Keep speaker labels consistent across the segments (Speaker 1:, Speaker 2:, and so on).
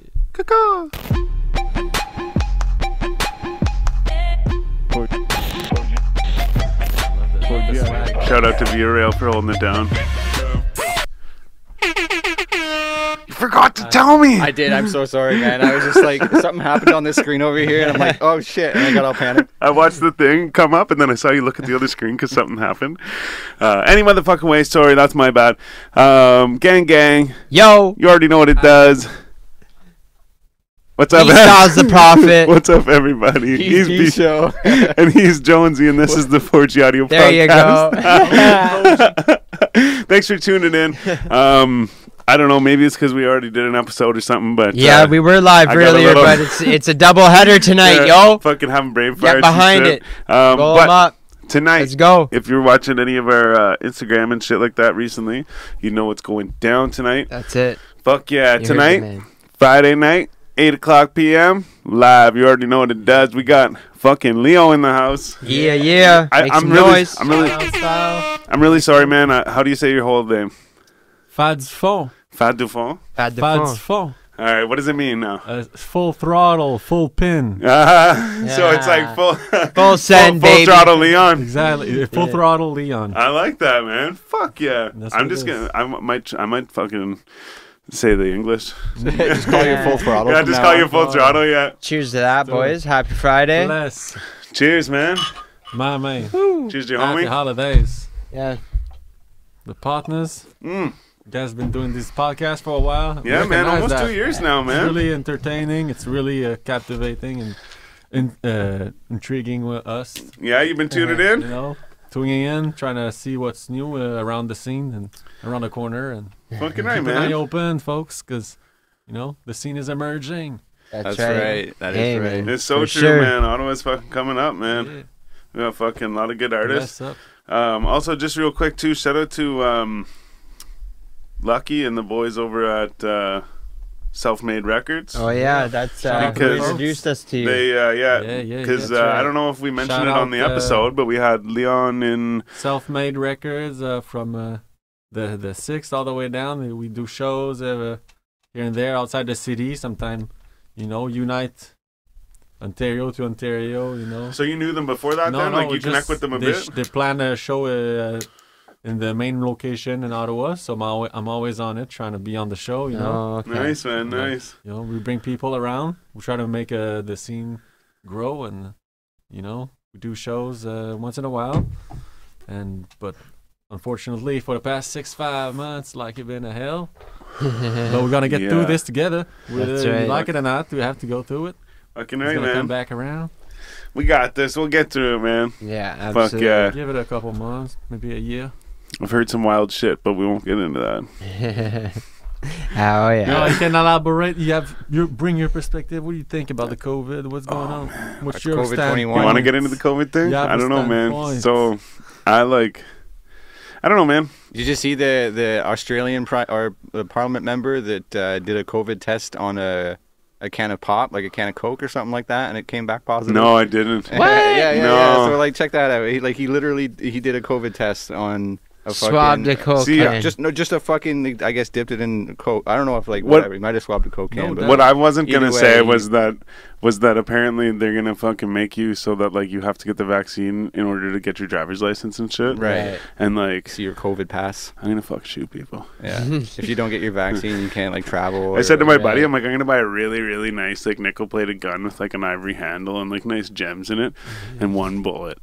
Speaker 1: America! Shout out to VRL for holding it down. You forgot to tell me!
Speaker 2: I did. I'm so sorry, man. I was just like, something happened on this screen over here, and I'm like, oh shit, and I got all panicked.
Speaker 1: I watched the thing come up, and then I saw you look at the other screen because something happened. Uh, any motherfucking way, sorry, that's my bad. Um, gang, gang,
Speaker 3: Yo,
Speaker 1: you already know what it does. What's up?
Speaker 3: Esau's the prophet.
Speaker 1: What's up, everybody?
Speaker 2: He's B show.
Speaker 1: and he's Jonesy, and this is the Forge Audio
Speaker 3: There you go.
Speaker 1: Podcast. Thanks for tuning in. Um, I don't know, maybe it's because we already did an episode or something, but
Speaker 3: yeah,
Speaker 1: uh,
Speaker 3: we were live
Speaker 1: I got a
Speaker 3: earlier,
Speaker 1: little-
Speaker 3: but it's it's a double header tonight,
Speaker 1: yeah,
Speaker 3: yo.
Speaker 1: fucking having brain fires. and
Speaker 3: behind
Speaker 1: shit.
Speaker 3: it.
Speaker 1: Um,
Speaker 3: Roll 'em
Speaker 1: but
Speaker 3: up.
Speaker 1: tonight,
Speaker 3: Let's go.
Speaker 1: if you're watching any of our uh, Instagram and shit like that recently, you know what's going down tonight.
Speaker 3: That's it.
Speaker 1: Fuck yeah,
Speaker 3: You heard the
Speaker 1: tonight,
Speaker 3: man.
Speaker 1: Friday night, eight o'clock p.m. live. You already know what it does. We got fucking Leo in the house.
Speaker 3: Yeah, yeah.
Speaker 1: I,
Speaker 3: Make
Speaker 1: I'm
Speaker 3: some
Speaker 1: really,
Speaker 3: noise.
Speaker 1: I'm really, I'm really sorry, man. Uh, how do you say your whole name?
Speaker 4: Fads full.
Speaker 1: Fat Dufon.
Speaker 3: Bad the phone.
Speaker 4: Fads full.
Speaker 1: All right, what does it mean now?
Speaker 4: Uh, full throttle, full pin.
Speaker 1: Ah, So it's
Speaker 3: Yeah.
Speaker 1: like full,
Speaker 3: Full send,
Speaker 1: full, full
Speaker 3: baby.
Speaker 1: throttle Leon.
Speaker 4: Exactly. uh, Full throttle Leon.
Speaker 1: I like that, man. Fuck yeah.
Speaker 4: That's what
Speaker 1: I'm
Speaker 4: it
Speaker 1: just
Speaker 4: is.
Speaker 1: gonna. I might. I might fucking say the English.
Speaker 2: just call you full throttle.
Speaker 1: yeah,
Speaker 2: from
Speaker 1: just
Speaker 2: now
Speaker 1: call
Speaker 2: on.
Speaker 1: you full throttle. Yeah.
Speaker 3: Cheers to that, boys. Happy
Speaker 1: eh.
Speaker 3: Friday.
Speaker 4: Bless.
Speaker 1: Cheers, man.
Speaker 4: My man.
Speaker 1: Cheers, to your
Speaker 4: Happy
Speaker 1: homie.
Speaker 4: holidays.
Speaker 3: Yeah.
Speaker 4: The partners.
Speaker 1: Mm.
Speaker 4: You guys been doing this podcast for a while.
Speaker 1: Yeah, man.
Speaker 4: Recognize
Speaker 1: Almost
Speaker 4: that.
Speaker 1: two years now,
Speaker 4: It's
Speaker 1: man.
Speaker 4: really entertaining. It's really uh, captivating and, and uh, intriguing with us.
Speaker 1: Yeah, you've been tuned
Speaker 4: You
Speaker 1: in.
Speaker 4: know, tuning in, trying to see what's new uh, around the scene and around the corner, and
Speaker 1: Fucking right,
Speaker 4: keep an eye
Speaker 1: man.
Speaker 4: open, folks, because you know the scene is emerging.
Speaker 3: That's,
Speaker 5: That's right. That is
Speaker 3: Hey,
Speaker 5: right.
Speaker 3: man.
Speaker 1: It's so
Speaker 3: For
Speaker 1: true,
Speaker 3: sure.
Speaker 1: man. Ottawa's fucking coming up, man.
Speaker 4: Yeah.
Speaker 1: We got fucking a lot of good artists.
Speaker 4: Bless up.
Speaker 1: Um, also, just real quick too, shout out to um, Lucky and the boys over at uh, Self Made Records.
Speaker 3: Oh yeah, that's uh, who
Speaker 1: Because-
Speaker 3: introduced us to you.
Speaker 1: They, uh,
Speaker 4: Yeah, yeah,
Speaker 1: yeah,
Speaker 4: yeah,
Speaker 1: because
Speaker 4: that's
Speaker 1: uh, I
Speaker 4: right.
Speaker 1: don't know if we mentioned
Speaker 4: Shout
Speaker 1: it on
Speaker 4: out,
Speaker 1: the
Speaker 4: uh,
Speaker 1: episode, but we had Leon in.
Speaker 4: Self-made records uh, from uh, the the sixth all the way down. We do shows uh, here and there outside the city. Sometimes, you know, unite Ontario to Ontario. You know,
Speaker 1: So you knew them before that, then? like you
Speaker 4: just-
Speaker 1: connect with them a
Speaker 4: they,
Speaker 1: bit.
Speaker 4: sh- They plan a show uh, in the main location in Ottawa, so I'm always, I'm always on it, trying to be on the show. You know,
Speaker 3: Oh, okay.
Speaker 1: Nice man,
Speaker 4: Yeah.
Speaker 1: nice.
Speaker 4: you know, we bring people around. We try to make uh, the scene grow, and you know, we do shows uh, once in a while. And but unfortunately, for the past six five months, like it's been a hell. but we're gonna get
Speaker 1: Yeah.
Speaker 4: through this together. Whether
Speaker 3: That's
Speaker 4: you
Speaker 3: right.
Speaker 4: like it or not, we have to go through it.
Speaker 1: Fucking
Speaker 4: It's
Speaker 1: right,
Speaker 4: gonna
Speaker 1: man.
Speaker 4: come back around.
Speaker 1: We got this. We'll get through it, man.
Speaker 3: Yeah,
Speaker 1: Fuck
Speaker 3: absolutely. Oh,
Speaker 1: yeah.
Speaker 4: Give it a couple months, maybe a year.
Speaker 1: I've heard some wild shit, but we won't get into that.
Speaker 3: oh yeah.
Speaker 4: No, you can elaborate. You have you bring your perspective. What do you think about the COVID?
Speaker 3: Oh,
Speaker 4: What's going on? What's your
Speaker 2: COVID-21.
Speaker 4: standpoint?
Speaker 1: You want to get into the COVID thing?
Speaker 4: Yeah,
Speaker 1: I don't know, man.
Speaker 4: understand.
Speaker 1: So I like. I don't know, man.
Speaker 2: Did you see the the Australian pri- or the Parliament member that uh, did a COVID test on a a can of pop, like a can of Coke or something like that, and it came back positive?
Speaker 1: No, I didn't.
Speaker 2: Yeah, yeah, yeah,
Speaker 1: No.
Speaker 2: yeah. So like, check that out. He, like he literally he did a COVID test on a
Speaker 3: Swabbed
Speaker 2: fucking,
Speaker 3: the cocaine.
Speaker 1: See, uh,
Speaker 2: just no, just a fucking. I guess dipped it in coke. I don't know if like
Speaker 1: What-
Speaker 2: whatever. He might have swabbed the cocaine.
Speaker 4: No
Speaker 2: but
Speaker 4: doubt.
Speaker 1: What I wasn't
Speaker 2: Either
Speaker 1: gonna say
Speaker 2: way-
Speaker 1: was that was that apparently they're gonna fucking make you so that like you have to get the vaccine in order to get your driver's license and shit.
Speaker 2: Right.
Speaker 1: And like
Speaker 2: See your COVID pass.
Speaker 1: I'm gonna fuck shoot people.
Speaker 2: Yeah. if you don't get your vaccine, you can't like travel.
Speaker 1: I
Speaker 2: or-
Speaker 1: said to my buddy,
Speaker 3: right.
Speaker 1: I'm like, I'm gonna buy a really, really nice like nickel plated gun with like an ivory handle and like nice gems in it, and one bullet.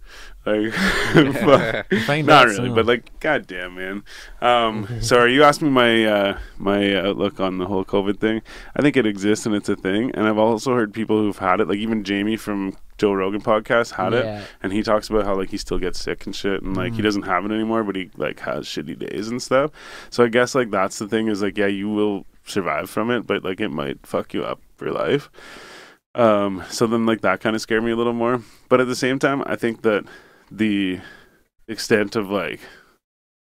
Speaker 1: Like, fuck.
Speaker 4: Find
Speaker 1: not
Speaker 4: out
Speaker 1: really,
Speaker 2: uh,
Speaker 4: soon.
Speaker 1: but like, goddamn, man. Um, sorry, you asked me my uh, my outlook on the whole COVID thing. I think it exists and it's a thing, and I've also heard people who've had it, like even Jamie from Joe Rogan podcast had
Speaker 3: Yeah.
Speaker 1: it, and he talks about how like he still gets sick and shit, and like he doesn't have it anymore, but he like has shitty days and stuff. So I guess like that's the thing is like yeah, you will survive from it, but like it might fuck you up for life. Um, so then like that kind of scared me a little more. But at the same time, I think that the extent of like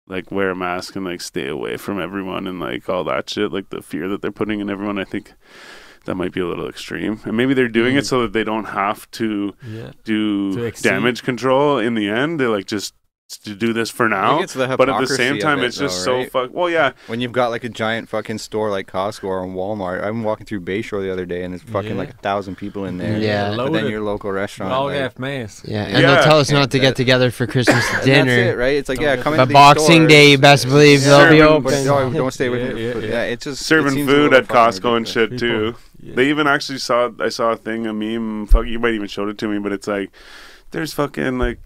Speaker 1: like wear a mask and like stay away from everyone and like all that shit, like the fear that they're putting in everyone, I think that might be a little extreme. And maybe they're doing it so that they don't have to
Speaker 4: yeah.
Speaker 1: do
Speaker 4: Mm. To exceed.
Speaker 1: damage control in the end. They like just to do this for
Speaker 2: I think
Speaker 1: now.
Speaker 2: it's the
Speaker 1: But at the same
Speaker 2: hypocrisy of
Speaker 1: time,
Speaker 2: it,
Speaker 1: it's just
Speaker 2: though,
Speaker 1: so
Speaker 2: right?
Speaker 1: fuck. Well, yeah,
Speaker 2: When you've got like a giant fucking store like Costco or Walmart, I'm walking through Bayshore the other day and there's fucking
Speaker 4: Yeah.
Speaker 2: like a thousand people in there.
Speaker 3: Yeah.
Speaker 2: But then
Speaker 4: Loaded.
Speaker 2: your local restaurant.
Speaker 4: all
Speaker 2: like-
Speaker 4: have masks.
Speaker 3: Yeah, and
Speaker 1: Yeah,
Speaker 3: they'll tell us
Speaker 2: can't
Speaker 3: not to
Speaker 2: do
Speaker 3: get
Speaker 2: that.
Speaker 3: together for Christmas
Speaker 2: and
Speaker 3: dinner.
Speaker 2: That's it, right? It's like
Speaker 4: Don't
Speaker 2: yeah,
Speaker 4: get
Speaker 2: come
Speaker 4: that.
Speaker 2: into
Speaker 3: But
Speaker 2: these
Speaker 3: Boxing
Speaker 2: stores.
Speaker 3: Day, you best believe they'll be
Speaker 1: Serving-
Speaker 2: But no,
Speaker 3: open.
Speaker 2: don't stay with
Speaker 4: Yeah,
Speaker 2: it.
Speaker 4: yeah,
Speaker 2: but
Speaker 4: yeah.
Speaker 2: yeah, it's just it
Speaker 1: serving
Speaker 2: seems a little
Speaker 1: food at
Speaker 2: fucking
Speaker 1: Costco and
Speaker 2: ridiculous.
Speaker 1: shit
Speaker 4: People-
Speaker 1: too.
Speaker 4: yeah.
Speaker 1: They even actually saw I saw a thing, a meme. Fuck, you might even showed it to me, but it's like there's fucking like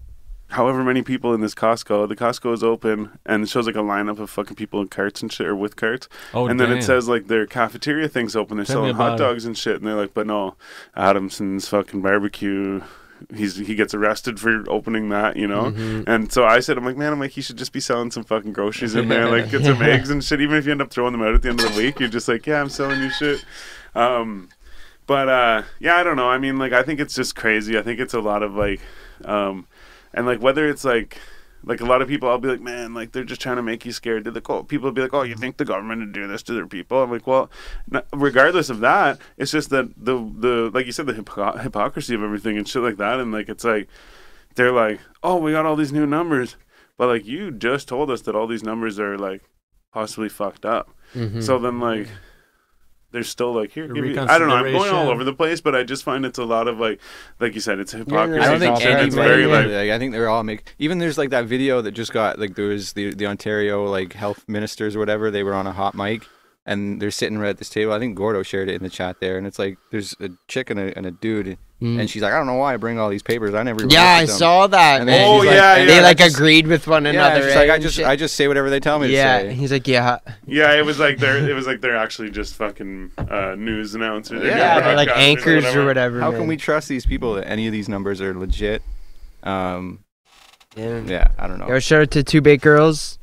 Speaker 1: however many people in this Costco. The Costco is open, and it shows like a lineup of fucking people in carts and shit or with carts.
Speaker 4: Oh,
Speaker 1: and then
Speaker 4: damn.
Speaker 1: it says like their cafeteria thing's open. They're
Speaker 4: Tell me
Speaker 1: selling hot
Speaker 4: about it.
Speaker 1: dogs and shit, and they're like, but no, Adamson's fucking barbecue. He's he gets arrested for opening that, you know.
Speaker 4: Mm-hmm.
Speaker 1: And so I said, I'm like, man, I'm like, he should just be selling some fucking groceries in there, like get some eggs and shit. Even if you end up throwing them out at the end of the week, you're just like, yeah, I'm selling you shit. Um, but uh, yeah, I don't know. I mean, like, I think it's just crazy. I think it's a lot of like, um, and like whether it's like. Like a lot of people, I'll be like, man, like they're just trying to make you scared. Did the co-? people will be like, oh, you think the government would do this to their people? I'm like, well, n- regardless of that, it's just that the the like you said, the hypo- hypocrisy of everything and shit like that, and like it's like they're like, oh, we got all these new numbers, but like you just told us that all these numbers are like possibly fucked up.
Speaker 3: Mhm.
Speaker 1: So then like there's still like here
Speaker 4: Mm-hmm. The
Speaker 1: give me, I don't know, I'm going all
Speaker 4: reconsideration.
Speaker 1: over the place, but I just find it's a lot of like like you said, it's hypocrisy.
Speaker 2: I don't think
Speaker 1: and
Speaker 3: Yeah,
Speaker 2: any
Speaker 1: it's very
Speaker 2: like,
Speaker 1: like
Speaker 2: I think they're all make even there's like that video that just got like there was the the Ontario like health ministers or whatever they were on a hot mic and they're sitting right at this table. I think Gordo shared it in the chat there and it's like there's a chick and a, and a dude and she's like I don't know why I bring all these papers. I never
Speaker 3: Mm. Yeah, I
Speaker 2: wrote them."
Speaker 3: saw that.
Speaker 2: And then
Speaker 3: man.
Speaker 1: Oh,
Speaker 2: she's like-
Speaker 1: yeah,
Speaker 2: and
Speaker 3: they
Speaker 2: then
Speaker 3: like
Speaker 2: I just-
Speaker 3: agreed with one
Speaker 2: Yeah,
Speaker 3: another.
Speaker 2: she's like
Speaker 3: eh,
Speaker 2: I
Speaker 3: and
Speaker 2: just
Speaker 3: shit.
Speaker 2: I just say whatever they tell me
Speaker 3: yeah,
Speaker 2: to say.
Speaker 3: he's like yeah,
Speaker 1: Yeah, it was like they're it was like they're actually just fucking uh news announcers.
Speaker 2: Yeah,
Speaker 3: yeah, they're like
Speaker 1: broadcasters
Speaker 3: anchors or whatever.
Speaker 2: How
Speaker 3: man.
Speaker 2: can we trust these people that any of these numbers are legit? Um,
Speaker 3: Yeah.
Speaker 2: yeah, I don't know.
Speaker 3: Yo, shout out to two big girls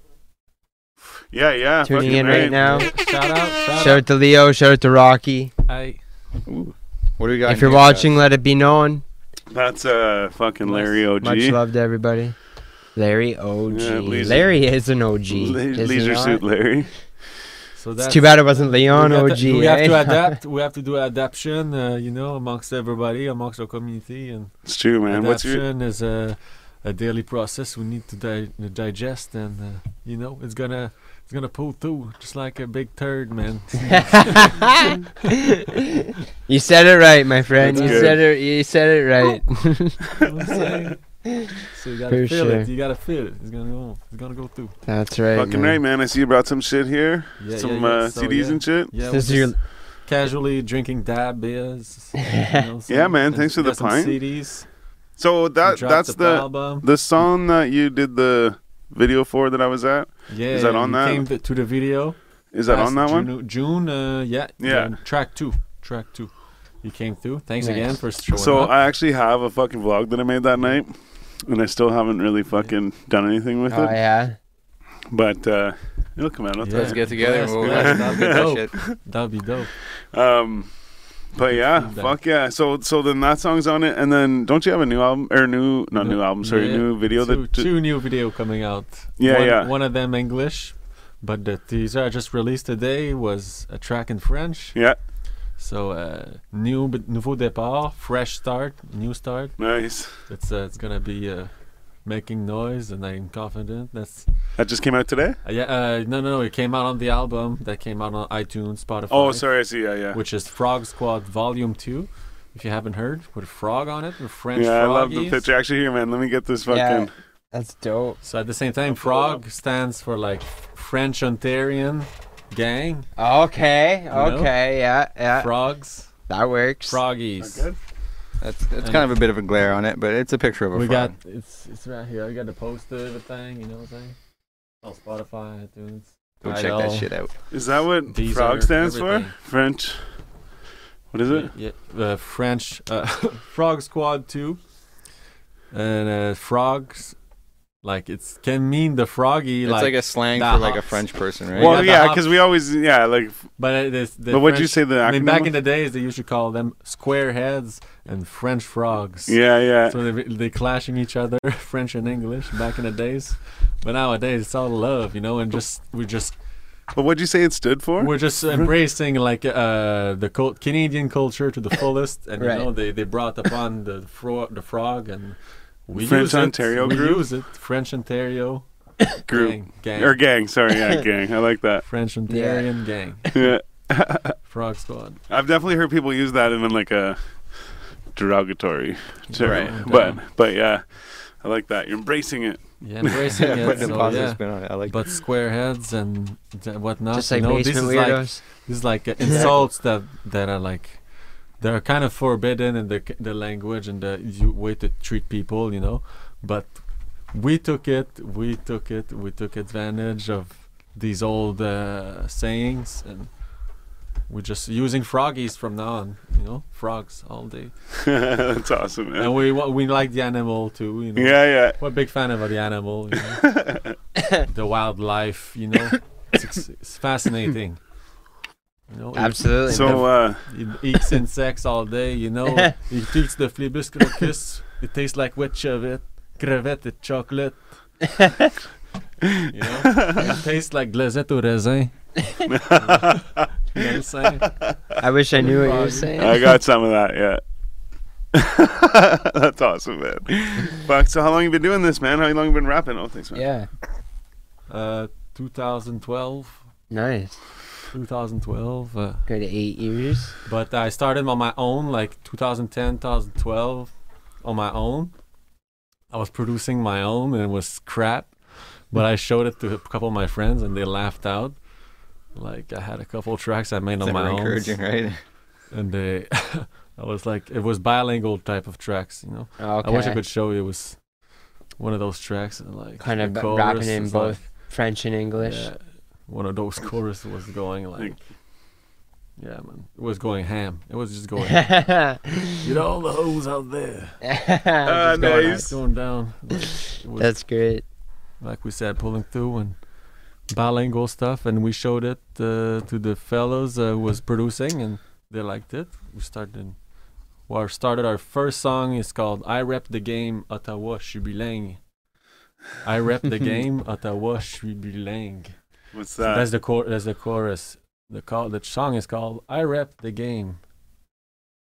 Speaker 1: Yeah, yeah.
Speaker 3: tuning
Speaker 1: fucking
Speaker 3: in right now.
Speaker 4: Shout out, shout
Speaker 3: Shout out to Leo. Shout out to Rocky.
Speaker 4: out. I,
Speaker 2: Ooh. What do we got?
Speaker 3: If you're
Speaker 2: here, guys?
Speaker 3: watching, let it be known.
Speaker 1: That's uh fucking Larry OG.
Speaker 3: Much love to everybody. Larry OG.
Speaker 1: Yeah, Leisure-
Speaker 3: Larry is an OG.
Speaker 1: Le-
Speaker 3: is he
Speaker 1: leisure
Speaker 3: not?
Speaker 1: suit Larry.
Speaker 4: so
Speaker 3: It's
Speaker 4: that's
Speaker 3: too bad it wasn't Leon
Speaker 4: we have
Speaker 3: OG.
Speaker 4: to- we have
Speaker 3: eh?
Speaker 4: to adapt. We have to do adaptation, uh, you know, amongst everybody, amongst our community, and
Speaker 1: It's true, man. What's your
Speaker 4: adaptation is a, a daily process we need to di- digest, and uh, you know, it's gonna it's gonna pull through just like a big turd, man.
Speaker 3: you said it right, my friend.
Speaker 4: That's
Speaker 3: you
Speaker 1: good.
Speaker 3: said it. You said it right.
Speaker 4: You know what I'm saying? so you gotta
Speaker 3: For
Speaker 4: feel
Speaker 3: sure.
Speaker 4: it. You gotta feel it. It's gonna go. It's gonna go through.
Speaker 3: That's right.
Speaker 1: fucking
Speaker 3: man.
Speaker 1: right, man? I see you brought some shit here.
Speaker 4: Yeah,
Speaker 1: some
Speaker 4: yeah, yeah.
Speaker 1: uh,
Speaker 4: So,
Speaker 1: CDs
Speaker 4: yeah.
Speaker 1: and shit.
Speaker 4: Yeah,
Speaker 3: This
Speaker 4: we're
Speaker 3: is your-
Speaker 4: just casually drinking dab beers. you know,
Speaker 1: Yeah,
Speaker 4: some-
Speaker 1: man,
Speaker 4: and
Speaker 1: thanks for the
Speaker 4: got some
Speaker 1: pint.
Speaker 4: CDs.
Speaker 1: So
Speaker 4: we
Speaker 1: that
Speaker 4: dropped
Speaker 1: that's the
Speaker 4: album.
Speaker 1: the song that you did the video for that I was at.
Speaker 4: Yeah,
Speaker 1: Is that on
Speaker 4: we
Speaker 1: that?
Speaker 4: Came to the video.
Speaker 1: Is that
Speaker 4: last
Speaker 1: on that one?
Speaker 4: June, June, uh, yeah,
Speaker 1: Yeah.
Speaker 4: June, track two, track two. You came through. Thanks
Speaker 3: Nice.
Speaker 4: again for showing
Speaker 1: So
Speaker 4: up.
Speaker 1: I actually have a fucking vlog that I made that night, and I still haven't really fucking done anything with
Speaker 3: Oh
Speaker 1: it.
Speaker 3: yeah.
Speaker 1: But uh, it'll come out. I'll tell
Speaker 4: Yeah.
Speaker 2: Let's get together. and
Speaker 4: Yes,
Speaker 2: we'll,
Speaker 4: yes, that'd be
Speaker 2: that
Speaker 4: dope.
Speaker 2: shit.
Speaker 4: That'd be dope.
Speaker 1: you. Um, but yeah,
Speaker 4: feedback.
Speaker 1: fuck yeah. So so then that song's on it, and then don't you have a new album or new not
Speaker 4: No,
Speaker 1: new album? Sorry,
Speaker 4: yeah.
Speaker 1: new video
Speaker 4: two,
Speaker 1: that.
Speaker 4: two new video coming out.
Speaker 1: Yeah,
Speaker 4: one,
Speaker 1: yeah.
Speaker 4: One of them English, but the teaser I just released today was a track in French.
Speaker 1: yeah,
Speaker 4: So uh, new, b- nouveau départ, fresh start, new start.
Speaker 1: nice.
Speaker 4: It's uh, it's gonna be uh, making noise, and I'm confident. That's
Speaker 1: That just came out today.
Speaker 4: uh, yeah. Uh, no, no, no. It came out on the album that came out on iTunes, Spotify.
Speaker 1: Oh, sorry, I see. Yeah, yeah.
Speaker 4: which is Frog Squad Volume Two. If you haven't heard, with a frog on it, with French
Speaker 1: yeah, I love the
Speaker 4: froggies.
Speaker 1: picture. Actually, here, man, let me get this fucking.
Speaker 3: Yeah. That's dope.
Speaker 4: So at the same time, frog stands for like French Ontarian gang.
Speaker 3: Okay.
Speaker 4: know?
Speaker 3: Okay. Yeah. Yeah.
Speaker 4: Frogs,
Speaker 3: that works.
Speaker 4: froggies.
Speaker 2: That's, that's kind of a bit of a glare on it, but it's a picture of a
Speaker 4: We got
Speaker 2: frog.
Speaker 4: it's it's right here. I got the poster, the thing, you know what I'm saying? On Spotify, iTunes.
Speaker 2: Go
Speaker 4: I
Speaker 2: check
Speaker 4: know.
Speaker 2: that shit out.
Speaker 1: Is that what
Speaker 4: These
Speaker 1: frog
Speaker 4: are
Speaker 1: stands
Speaker 4: everything.
Speaker 1: for? French. What is it?
Speaker 4: Yeah, yeah, uh, French uh, Frog Squad Two, and uh, frogs, like it's can mean the froggy,
Speaker 2: It's like, a slang
Speaker 4: the
Speaker 2: for like a
Speaker 4: hops.
Speaker 2: French person, right?
Speaker 4: We
Speaker 1: Well,
Speaker 4: got the
Speaker 1: yeah,
Speaker 4: hop-
Speaker 1: because we always, yeah, like.
Speaker 4: but it is. The
Speaker 1: but what'd you
Speaker 4: French-
Speaker 1: say the acronym?
Speaker 4: I mean, back in
Speaker 1: was?
Speaker 4: the days, they used to call them square heads and French frogs.
Speaker 1: yeah, yeah.
Speaker 4: So they they clashing each other, French and English, back in the days. But nowadays, it's all love, you know, and just we just
Speaker 1: But what'd you say it stood for?
Speaker 4: we're just embracing like uh, the cul- Canadian culture to the fullest, and
Speaker 3: Right.
Speaker 4: you know they, they brought upon the fro- the frog and We
Speaker 1: French
Speaker 4: use it.
Speaker 1: Ontario
Speaker 4: we
Speaker 1: group?
Speaker 4: use it. French Ontario
Speaker 1: Group
Speaker 4: gang. gang.
Speaker 1: or gang? Sorry, yeah, gang. I like that.
Speaker 4: French Ontarian gang.
Speaker 1: Yeah.
Speaker 4: Frog squad.
Speaker 1: I've definitely heard people use that in like a derogatory term,
Speaker 2: Right.
Speaker 1: but but yeah, I like that. You're embracing it.
Speaker 4: Yeah, embracing
Speaker 2: yeah,
Speaker 4: it.
Speaker 2: putting a
Speaker 4: So,
Speaker 2: positive
Speaker 4: yeah.
Speaker 2: spin on it. I like
Speaker 4: But square heads and th- whatnot.
Speaker 3: Just
Speaker 4: you
Speaker 3: like
Speaker 4: know, this
Speaker 3: basement
Speaker 4: is like
Speaker 3: weirdos.
Speaker 4: this is like uh, insults that that are like they're kind of forbidden in the c- the language and the you, way to treat people, you know. But we took it, we took it, we took advantage of these old uh, sayings, and we're just using froggies from now on, you know, frogs all day.
Speaker 1: That's awesome, man.
Speaker 4: And we wa- we like the animal too, you know.
Speaker 1: Yeah, yeah.
Speaker 4: We're a big fan of the animal, you know? the wildlife, you know. It's, ex- it's fascinating. You know, it-
Speaker 3: Absolutely.
Speaker 1: So uh,
Speaker 4: it eats insects all day, you know. it eats the Phlebus crocus. It tastes like wet civet, crevette et chocolate. you know? It tastes like glazette au raisin.
Speaker 1: uh,
Speaker 4: you know what I'm saying?
Speaker 3: I wish I knew what you were
Speaker 4: Frog.
Speaker 3: saying.
Speaker 1: I got some of that. Yeah. That's awesome, man. Fuck. So how long you been doing this, man? How long you been rapping? Oh, thanks, man.
Speaker 3: yeah.
Speaker 4: Uh, 2012.
Speaker 3: Nice.
Speaker 4: 2012. Uh,
Speaker 3: Good eight years.
Speaker 4: but I started on my own, like 2010, 2012, on my own. I was producing my own, and it was crap. But I showed it to a couple of my friends, and they laughed out. Like I had a couple of tracks I made
Speaker 2: that.
Speaker 4: on my own,
Speaker 2: encouraging, right?
Speaker 4: and they, I was like, it was bilingual type of tracks, you know.
Speaker 3: Okay.
Speaker 4: I wish I could show you. It was one of those tracks, and like
Speaker 3: kind
Speaker 4: the
Speaker 3: of
Speaker 4: chorus
Speaker 3: rapping in
Speaker 4: is like-
Speaker 3: both French and English.
Speaker 4: yeah, one of those choruses was going like, yeah, man, it was going ham. It was just going. You know all the hoes out there. Ah,
Speaker 1: Uh,
Speaker 3: Just going
Speaker 1: nice.
Speaker 4: Going down. Like, it
Speaker 3: on.
Speaker 4: was,
Speaker 3: That's great.
Speaker 4: like we said, pulling through and bilingual stuff. And we showed it uh, to the fellows uh, who was producing, and they liked it. We started. Well, started our first song is called "I Rep the Game Ottawa Je suis bilingue." I rep the game Ottawa Je suis bilingue.
Speaker 1: What's
Speaker 4: So
Speaker 1: that?
Speaker 4: that's the chor- that's the chorus. The call the song is called I Rep the Game.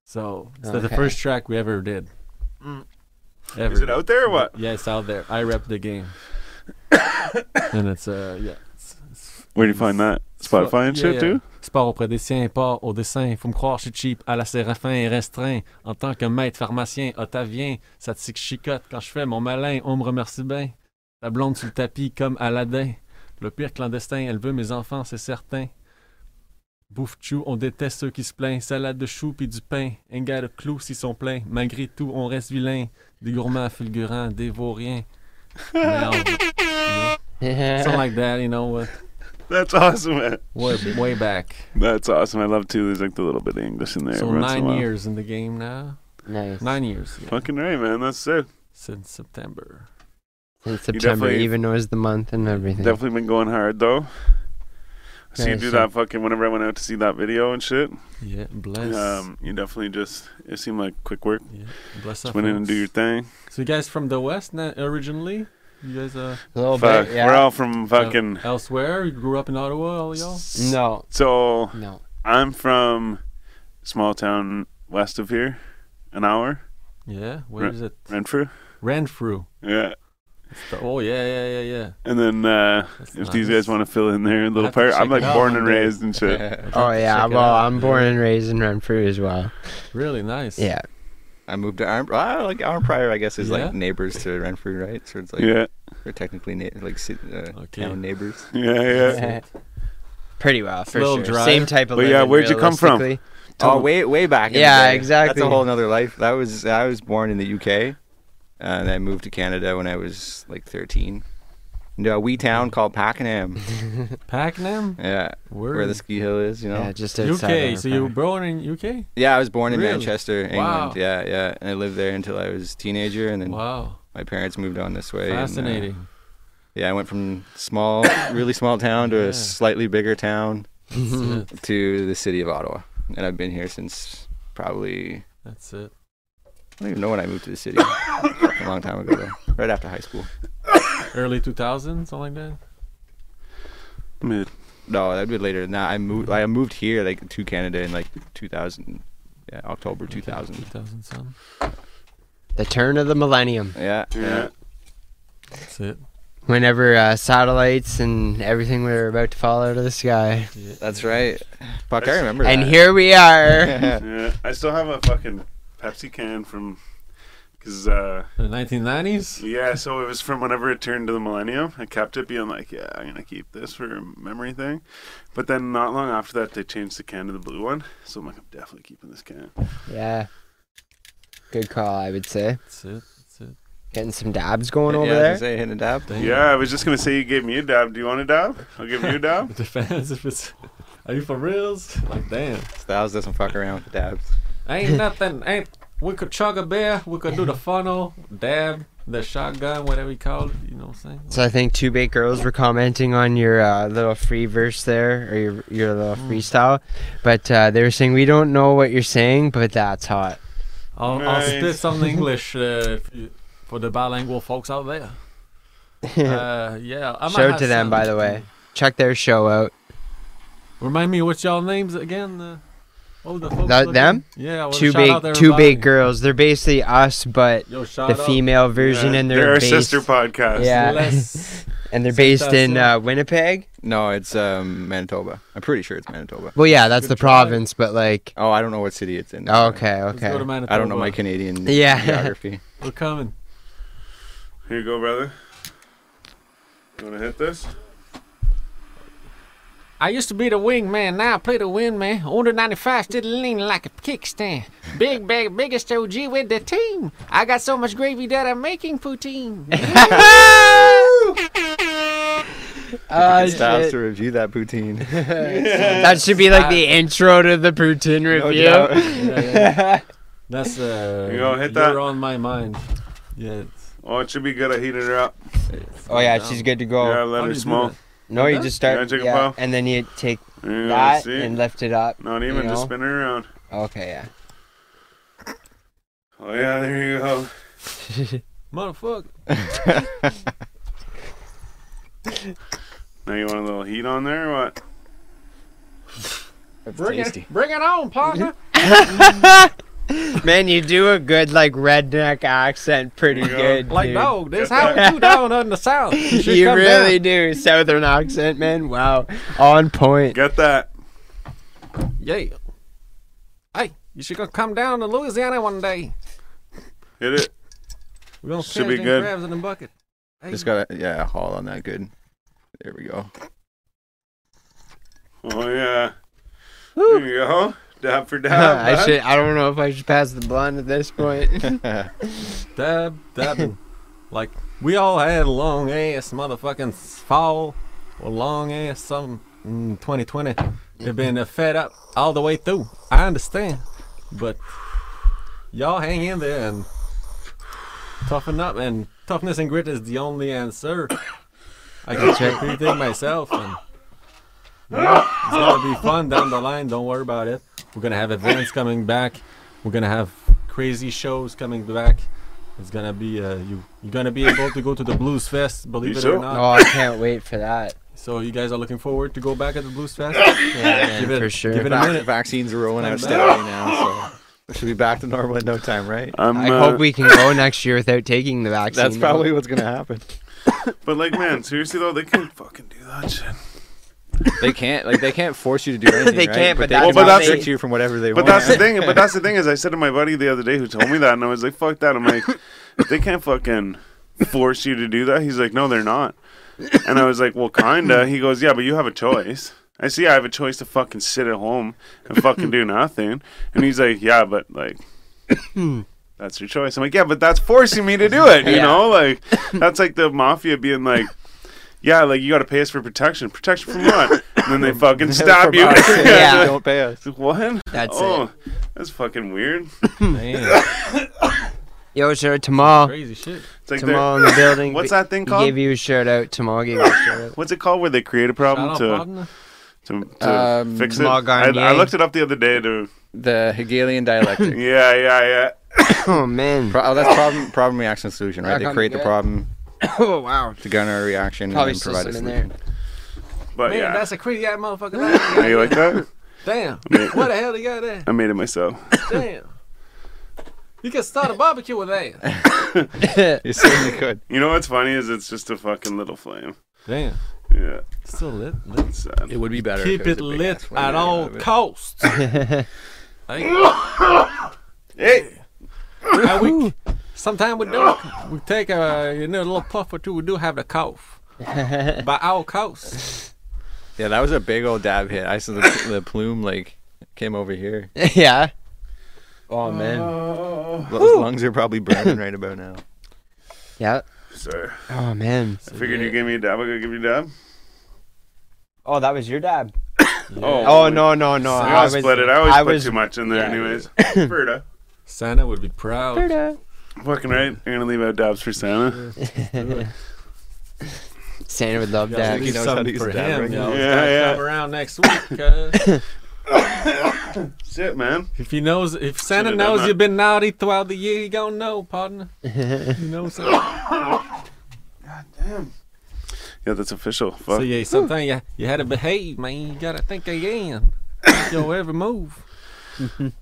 Speaker 4: So it's the
Speaker 3: Okay.
Speaker 4: first track we ever did. Ever
Speaker 1: Mm. Is it
Speaker 4: did.
Speaker 1: out there or what?
Speaker 4: Yeah, it's out there. I rep the game. and it's uh yeah. It's, it's,
Speaker 1: Where do you find that? Spotify and
Speaker 4: Yeah,
Speaker 1: shit
Speaker 4: yeah.
Speaker 1: too.
Speaker 4: Sport auprès des siens, port au dessin. Faut me croire, je suis cheap à la séraphin et restreint. En tant que maître pharmacien ottavien, ça te chic- chicote. Quand je fais mon malin, on me remercie bien. La blonde sur le tapis comme Aladdin. Le pire clandestin, elle veut mes enfants, c'est certain. Bouffe chou, on déteste ceux qui se plaignent. Salade de choux puis du pain. Un gars de clous s'ils sont pleins. Malgré tout, on reste vilain. Des gourmands fulgurants, des vauriens. Merde. Something like that, you know. uh,
Speaker 1: That's awesome, man.
Speaker 4: Way, way back.
Speaker 1: That's awesome. I love too. There's like the little bit of English in there.
Speaker 4: So
Speaker 1: every once in a
Speaker 4: nine
Speaker 1: while.
Speaker 4: years in the game now.
Speaker 3: nice.
Speaker 4: Nine years yeah,
Speaker 1: Fucking right, man. That's sick.
Speaker 4: since September.
Speaker 3: In September,
Speaker 1: definitely-
Speaker 3: even knows the month and everything.
Speaker 1: Definitely been going hard though. So you
Speaker 3: Nice,
Speaker 1: do
Speaker 3: yeah.
Speaker 1: that fucking whenever I went out to see that video and shit.
Speaker 4: Yeah, bless.
Speaker 1: Um, you definitely just it seemed like quick work.
Speaker 4: yeah, bless our
Speaker 1: Just went in and
Speaker 4: folks.
Speaker 1: do your thing.
Speaker 4: So you guys from the west na- originally? You guys uh,
Speaker 3: A little
Speaker 1: Fuck,
Speaker 3: bit. Yeah.
Speaker 1: we're all from fucking.
Speaker 4: elsewhere? You grew up in Ottawa, all y'all?
Speaker 3: no.
Speaker 1: So
Speaker 3: No.
Speaker 1: I'm from small town west of here, an hour
Speaker 4: Yeah. Where
Speaker 1: Ren-
Speaker 4: is it?
Speaker 1: Renfrew.
Speaker 4: Renfrew.
Speaker 1: Yeah,
Speaker 4: It's the- oh yeah, yeah, yeah, yeah.
Speaker 1: and then uh,
Speaker 4: That's
Speaker 1: if these
Speaker 4: nice.
Speaker 1: guys want to fill in their little
Speaker 4: have to
Speaker 1: part,
Speaker 4: check
Speaker 1: I'm like
Speaker 4: it out
Speaker 1: born
Speaker 4: one
Speaker 1: and
Speaker 4: day.
Speaker 1: raised and shit.
Speaker 3: Oh yeah.
Speaker 4: check it
Speaker 3: Well,
Speaker 4: out.
Speaker 3: I'm born and raised in Renfrew as well.
Speaker 4: Really nice.
Speaker 3: Yeah.
Speaker 2: I moved to Arm. Ah, like Arm Prior, I guess, is
Speaker 4: Yeah.
Speaker 2: like neighbors to Renfrew, right? So it's like
Speaker 1: Yeah,
Speaker 2: we're technically na- like ci- uh,
Speaker 4: Okay.
Speaker 2: town neighbors.
Speaker 1: yeah, yeah.
Speaker 3: Pretty well for
Speaker 4: little
Speaker 3: sure.
Speaker 4: drive.
Speaker 3: Same type of.
Speaker 1: But yeah,
Speaker 3: living,
Speaker 1: where'd you come from?
Speaker 3: realistically.
Speaker 2: Oh, way way back. in the
Speaker 3: Yeah,
Speaker 2: day.
Speaker 3: exactly.
Speaker 2: That's a whole nother life. That was I was born in the UK, and I moved to Canada when I was like 13. To a wee town called Pakenham.
Speaker 4: Pakenham?
Speaker 2: Yeah,
Speaker 4: Where?
Speaker 2: where the ski hill is, you know.
Speaker 3: Yeah,
Speaker 2: Yeah,
Speaker 3: just outside.
Speaker 4: UK.
Speaker 3: of
Speaker 4: So you
Speaker 3: Renfrew.
Speaker 4: born in UK?
Speaker 2: I was born in
Speaker 4: Really?
Speaker 2: Manchester, England.
Speaker 4: Wow.
Speaker 2: Yeah, yeah, and I lived there until I was a teenager, and then
Speaker 4: Wow.
Speaker 2: my parents moved on this way. and, uh,
Speaker 4: Fascinating.
Speaker 2: yeah, I went from small, really small town to
Speaker 4: Yeah.
Speaker 2: a slightly bigger town
Speaker 4: That's it.
Speaker 2: to the city of Ottawa, and I've been here since probably
Speaker 4: That's it.
Speaker 2: I don't even know when I moved to the city. a long time ago, though. Right after high school.
Speaker 4: Early 2000s, something like that?
Speaker 1: Mid.
Speaker 2: No, that'd be later than that. I moved. I moved here like to Canada in like 2000, yeah, October 2000.
Speaker 4: 2000 something.
Speaker 3: The turn of the millennium.
Speaker 2: Yeah.
Speaker 1: Yeah.
Speaker 4: That's it.
Speaker 3: Whenever uh, satellites and everything were about to fall out of the sky.
Speaker 2: That's right. Fuck, I remember
Speaker 3: And
Speaker 2: that.
Speaker 3: here we are.
Speaker 1: Yeah. I still have a fucking Pepsi can from. Because, uh,
Speaker 4: The 1990s.
Speaker 1: yeah, so it was from whenever it turned to the millennium. I kept it being like, yeah, I'm going to keep this for a memory thing. But then not long after that, they changed the can to the blue one. So I'm like, I'm definitely keeping this can.
Speaker 3: yeah. Good call, I would say.
Speaker 4: That's it. That's it.
Speaker 3: Getting some dabs going
Speaker 2: yeah,
Speaker 3: over
Speaker 2: I was gonna
Speaker 3: there.
Speaker 2: Say, hit and dab.
Speaker 4: Damn.
Speaker 1: Yeah, I was just going to say you gave me a dab. Do you want a dab? I'll give you a dab.
Speaker 4: It depends if it's. Are you for reals? Like, damn.
Speaker 2: Styles doesn't fuck around with the dabs.
Speaker 4: Ain't nothing. Ain't we could chug a beer. We could do the funnel, dab, the shotgun, whatever you call it. You know what I'm saying?
Speaker 3: So I think two big girls were commenting on your uh, little free verse there, or your your little
Speaker 4: Mm.
Speaker 3: freestyle, but uh, they were saying we don't know what you're saying, but that's hot.
Speaker 4: I'll, I'll spit
Speaker 1: Nice.
Speaker 4: some English uh, if you- for the bilingual folks out there. Uh, yeah. I might
Speaker 3: Show
Speaker 4: have
Speaker 3: to them,
Speaker 4: some.
Speaker 3: by the way. Check their show out.
Speaker 4: Remind me what y'all names again? Uh, what were the folks
Speaker 3: That-
Speaker 4: looking-
Speaker 3: them?
Speaker 4: Yeah. I wanna
Speaker 3: Two
Speaker 4: shout
Speaker 3: big,
Speaker 4: out to
Speaker 3: two
Speaker 4: everybody.
Speaker 3: big girls. They're basically us, but
Speaker 4: Yo,
Speaker 3: the
Speaker 4: shout out.
Speaker 3: female version, and they're
Speaker 1: They're our
Speaker 3: based,
Speaker 1: sister podcast.
Speaker 3: Yeah.
Speaker 4: Bless.
Speaker 3: and they're based in
Speaker 4: Sister.
Speaker 3: uh, Winnipeg.
Speaker 2: No, it's um, Manitoba. I'm pretty sure it's Manitoba.
Speaker 3: Well, yeah, that's the
Speaker 4: Good try.
Speaker 3: province, but like,
Speaker 2: Oh, I don't know what city it's in.
Speaker 3: Oh, okay,
Speaker 4: Let's go to
Speaker 3: okay.
Speaker 4: Manitoba.
Speaker 2: I don't know my Canadian
Speaker 3: Yeah.
Speaker 2: geography.
Speaker 4: We're coming.
Speaker 1: Here you go, brother. You want to hit this?
Speaker 4: I used to be the wingman, now I play the windman. Under 95, still lean like a kickstand. Big bag, biggest OG with the team. I got so much gravy that I'm making poutine.
Speaker 3: Oh,
Speaker 2: Styles
Speaker 3: shit.
Speaker 2: to review that poutine.
Speaker 3: That should be like the intro to the Putin review.
Speaker 4: That's, uh,
Speaker 1: You gonna hit that?
Speaker 4: You're on my mind. Yeah.
Speaker 1: Oh, it should be good. I heated her up.
Speaker 3: Oh
Speaker 4: uh,
Speaker 3: yeah, she's good to go.
Speaker 1: yeah, let
Speaker 4: How do
Speaker 1: her
Speaker 4: you do
Speaker 1: smoke.
Speaker 3: No, you just
Speaker 1: Yeah,
Speaker 3: start,
Speaker 1: take a
Speaker 3: yeah,
Speaker 1: pile.
Speaker 3: and then you take
Speaker 1: Yeah,
Speaker 3: that
Speaker 1: see?
Speaker 3: and lift it up.
Speaker 1: Not
Speaker 3: you
Speaker 1: even, just
Speaker 3: know?
Speaker 1: spin her around.
Speaker 3: Okay, yeah.
Speaker 1: Oh, yeah, there you go.
Speaker 4: Motherfucker.
Speaker 1: Now you want a little heat on there or what?
Speaker 2: That's
Speaker 4: Bring
Speaker 2: tasty.
Speaker 4: it, bring it on, partner.
Speaker 3: Man, you do a good like redneck accent, pretty
Speaker 1: Yeah.
Speaker 3: good,
Speaker 4: like,
Speaker 3: dude.
Speaker 4: dog, this how it do down in the south. You, should
Speaker 3: You
Speaker 4: come
Speaker 3: really
Speaker 4: down.
Speaker 3: do southern accent, man. Wow, on point.
Speaker 1: Get that.
Speaker 4: Yeah. Hey, you should go come down to Louisiana one day.
Speaker 1: Hit it.
Speaker 4: We're going to
Speaker 1: Should
Speaker 4: catch
Speaker 1: be
Speaker 4: them
Speaker 1: good.
Speaker 4: crabs in the bucket. Hey,
Speaker 2: Just gotta yeah, haul on that good. There we go.
Speaker 1: Oh, yeah. There you go. Dab for dab.
Speaker 3: I
Speaker 1: bud.
Speaker 3: should. I don't know if I should pass the blunt at this point.
Speaker 4: dab, dabbing. like, we all had long ass motherfucking fall or long ass something in 2020. They've been uh, fed up all the way through. I understand. But y'all hang in there and toughen up. And toughness and grit is the only answer. I can check everything myself. And it's gonna be fun down the line. Don't worry about it. We're gonna have events coming back. We're gonna have crazy shows coming back. It's gonna be uh, you. You're gonna be able to go to the Blues Fest. Believe
Speaker 1: You
Speaker 4: it
Speaker 1: sure?
Speaker 4: or not.
Speaker 3: oh, I can't wait for that.
Speaker 4: So you guys are looking forward to go back at the Blues Fest.
Speaker 3: Yeah,
Speaker 4: Give
Speaker 3: man,
Speaker 4: it-
Speaker 3: for sure.
Speaker 4: give it a
Speaker 2: Vac-
Speaker 4: minute.
Speaker 2: vaccines are rolling out
Speaker 4: Come
Speaker 2: steadily now, so we should be back to normal in no time, right?
Speaker 1: I'm,
Speaker 3: I
Speaker 1: uh,
Speaker 3: hope we can go next year without taking the vaccine.
Speaker 2: That's
Speaker 3: though.
Speaker 2: probably what's gonna happen.
Speaker 1: But, like, man, seriously, though, they can't fucking do that shit.
Speaker 2: They can't like they can't force you to do anything.
Speaker 3: They
Speaker 2: right?
Speaker 3: can't, but
Speaker 2: they
Speaker 3: that's
Speaker 2: can
Speaker 1: Well, but
Speaker 2: restrict
Speaker 1: that's-
Speaker 2: you from whatever they
Speaker 1: But
Speaker 2: want.
Speaker 1: that's the thing. But that's the thing is, I said to my buddy the other day who told me that, and I was like, "Fuck that!" I'm like, if they can't fucking force you to do that, he's like, "No, they're not." And I was like, "Well, kinda." He goes, "Yeah, but you have a choice." I see. I have a choice to fucking sit at home and fucking do nothing. And he's like, "Yeah, but like." That's your choice. I'm like, yeah, but that's forcing me to do it. You
Speaker 3: Yeah.
Speaker 1: know, like that's like the mafia being like, yeah, like you got to pay us for protection. Protection from what? And then they fucking stab you.
Speaker 3: Yeah.
Speaker 2: Don't pay us.
Speaker 1: What?
Speaker 3: That's it.
Speaker 1: Oh, That's fucking weird.
Speaker 4: Damn,
Speaker 3: Yo, shout out Tamal.
Speaker 4: crazy shit.
Speaker 1: It's like they're-
Speaker 3: Tamal in the building.
Speaker 1: what's that thing
Speaker 3: He
Speaker 1: called?
Speaker 3: gave you a shout out. Tamal gave you a shout out.
Speaker 1: what's it called where they create a
Speaker 4: Shout
Speaker 1: problem
Speaker 4: out,
Speaker 1: to
Speaker 4: partner.
Speaker 1: to, to
Speaker 2: Um,
Speaker 1: fix it? I,
Speaker 3: Jamal
Speaker 1: I
Speaker 3: Garnier.
Speaker 1: looked it up the other day. To
Speaker 2: The Hegelian dialectic.
Speaker 1: yeah, yeah, yeah.
Speaker 3: Oh man.
Speaker 2: Pro- oh, that's problem problem reaction solution, right?
Speaker 3: Back
Speaker 2: They
Speaker 3: on
Speaker 2: create the
Speaker 3: good.
Speaker 2: problem
Speaker 3: Oh wow.
Speaker 2: to garner a reaction
Speaker 3: Probably
Speaker 2: and then provide a
Speaker 3: system in
Speaker 2: solution.
Speaker 1: But
Speaker 4: Man,
Speaker 1: Uh, yeah,
Speaker 4: that's a crazy ass motherfucker. line.
Speaker 1: are you like that?
Speaker 4: Damn,
Speaker 1: Mate.
Speaker 4: what the hell they got there?
Speaker 1: I made it myself.
Speaker 4: Damn. You can start a barbecue with that.
Speaker 2: You certainly could.
Speaker 1: You know what's funny is it's just a fucking little flame.
Speaker 4: Damn.
Speaker 1: Yeah,
Speaker 4: Still lit. lit.
Speaker 1: it's sad.
Speaker 2: It would be better.
Speaker 4: Keep it lit at all costs. Hey,
Speaker 1: Hey,
Speaker 4: and we, sometime we do. We take a you know a little puff or two. We do have the cough. By all costs.
Speaker 2: Yeah, that was a big old dab hit. I saw the, the plume like came over here.
Speaker 3: yeah. Oh man.
Speaker 2: Those lungs are probably burning right about now.
Speaker 3: Yeah.
Speaker 1: sorry.
Speaker 3: Oh man.
Speaker 1: I figured you gave me a dab. I could give you a dab.
Speaker 3: Oh, that was your dab.
Speaker 1: Oh,
Speaker 3: Oh no no no.
Speaker 1: We all split it. I always
Speaker 3: I
Speaker 1: put
Speaker 3: was-
Speaker 1: too much in there,
Speaker 3: yeah.
Speaker 1: anyways. Berta,
Speaker 4: Santa would be proud.
Speaker 1: fucking right. You're gonna leave out dabs for Santa.
Speaker 3: Santa would love
Speaker 4: Yeah,
Speaker 3: that.
Speaker 2: Jackie
Speaker 4: leave
Speaker 2: knows how to
Speaker 4: something
Speaker 2: use
Speaker 4: for
Speaker 2: a dab
Speaker 4: him,
Speaker 2: ring.
Speaker 4: yo. He's
Speaker 1: Yeah,
Speaker 4: gotta
Speaker 1: yeah.
Speaker 4: Come around next week. uh,
Speaker 1: Shit, man.
Speaker 4: if he knows, if Santa
Speaker 1: done
Speaker 4: knows
Speaker 1: that.
Speaker 4: you've been naughty throughout the year, he gonna know, partner. You know, so,
Speaker 1: Yeah, that's official. Fuck.
Speaker 4: so yeah, sometimes you, you had to behave, man. You gotta think again. Think Your every move.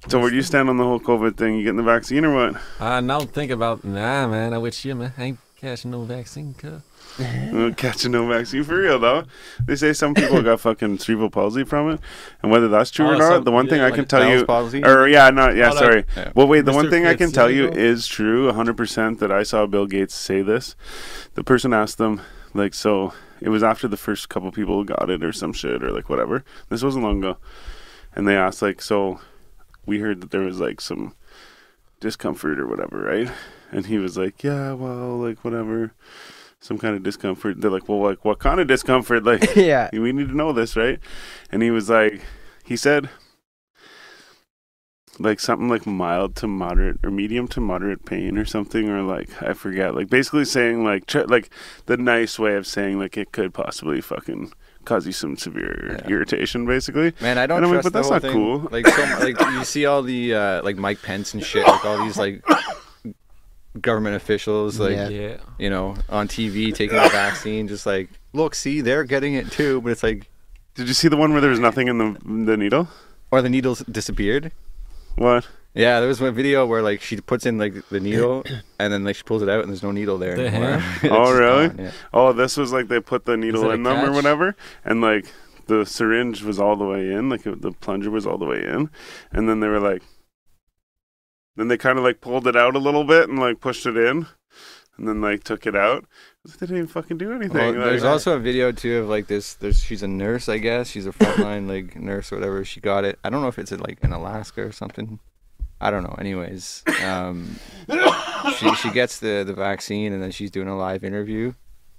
Speaker 1: So where do you stand on the whole COVID thing? You getting the vaccine or what?
Speaker 4: I don't think about nah, man. I wish you, man. I ain't catching no vaccine, cuz.
Speaker 1: Uh, Catching no vaccine for real though. They say some people got fucking cerebral palsy from it, and whether that's true or
Speaker 4: Oh,
Speaker 1: not,
Speaker 4: some-
Speaker 1: the one thing
Speaker 4: yeah,
Speaker 1: I
Speaker 4: like
Speaker 1: can tell
Speaker 2: Bell's
Speaker 1: you, er,
Speaker 2: palsy?
Speaker 1: or yeah, not yeah,
Speaker 4: Oh, like-
Speaker 1: sorry.
Speaker 2: Yeah.
Speaker 1: Well, wait, the one
Speaker 4: Mr.
Speaker 1: thing I can tell you
Speaker 4: Fitzsimmons?
Speaker 1: is true, 100 percent that I saw Bill Gates say this. The person asked them, like, so it was after the first couple people got it or some shit or like whatever. This wasn't long ago, and they asked like, so we heard that there was like some discomfort or whatever, right? And he was like, yeah, well, like whatever, some kind of discomfort. They're like, well, like what kind of discomfort? Like,
Speaker 3: yeah.
Speaker 1: we need to know this, right? And he was like, he said, like something like mild to moderate or medium to moderate pain or something, or like I forget, like basically saying like tr- like the nice way of saying like it could possibly fucking cause you some severe
Speaker 2: Yeah.
Speaker 1: irritation, basically.
Speaker 2: Man, I don't
Speaker 1: And I'm like, but
Speaker 2: trust the
Speaker 1: that's
Speaker 2: whole
Speaker 1: not
Speaker 2: thing.
Speaker 1: cool.
Speaker 2: Like, so, like you see all the uh, like Mike Pence and shit, like all these like government officials, like
Speaker 3: Yeah.
Speaker 4: Yeah.
Speaker 2: you know, on TV taking the vaccine, just like look, see, they're getting it too, but it's like,
Speaker 1: Did you see the one where there was nothing in the the needle?
Speaker 2: or the needles disappeared.
Speaker 1: What?
Speaker 2: Yeah, there was one video where like she puts in like the needle, and then like she pulls it out, and there's no needle there
Speaker 4: The
Speaker 2: anymore.
Speaker 4: hand?
Speaker 2: It's
Speaker 1: Oh,
Speaker 2: just
Speaker 1: really?
Speaker 2: gone, yeah.
Speaker 1: Oh, this was like they put the
Speaker 4: Is
Speaker 1: needle
Speaker 4: it a
Speaker 1: in them or
Speaker 4: catch?
Speaker 1: whatever, and like the syringe was all the way in, like it, the plunger was all the way in, and then they were like, then they kind of like pulled it out a little bit and like pushed it in, and then like took it out. It's like, They didn't even fucking do anything.
Speaker 2: Well,
Speaker 1: like-
Speaker 2: there's also a video too of like this. There's she's a nurse, I guess. She's a frontline like nurse or whatever. She got it. I don't know if it's in, like in Alaska or something. I don't know. Anyways, um, she she gets the the vaccine and then she's doing a live interview,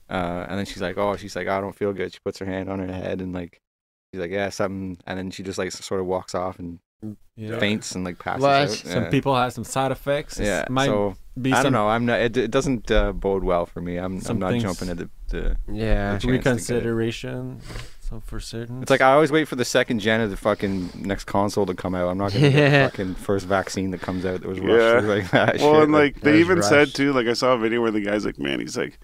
Speaker 2: uh, and then she's like, oh, she's like, I don't feel good. She puts her hand on her head and like. She's like, yeah, something, and then she just like sort of walks off and
Speaker 4: Yeah.
Speaker 2: faints and like passes
Speaker 3: What?
Speaker 2: out.
Speaker 4: Some
Speaker 2: Yeah.
Speaker 4: people have some side effects. It's-
Speaker 2: yeah.
Speaker 4: Might
Speaker 2: So
Speaker 4: be
Speaker 2: I
Speaker 4: some
Speaker 2: don't know. I'm not. It, it doesn't uh, bode well for me. I'm, I'm
Speaker 4: Some
Speaker 2: not
Speaker 4: things-
Speaker 2: jumping at the, the
Speaker 3: Yeah.
Speaker 2: chance to get it.
Speaker 4: reconsideration. Some for certain.
Speaker 2: It's like I always wait for the second gen of the fucking next console to come out. I'm not gonna get the fucking first vaccine that comes out that was rushed
Speaker 1: Yeah.
Speaker 2: through like that.
Speaker 1: well,
Speaker 2: shit.
Speaker 1: and like they
Speaker 3: there's
Speaker 1: even said
Speaker 3: rush.
Speaker 1: too, like I saw a video where the guy's like, man, he's like,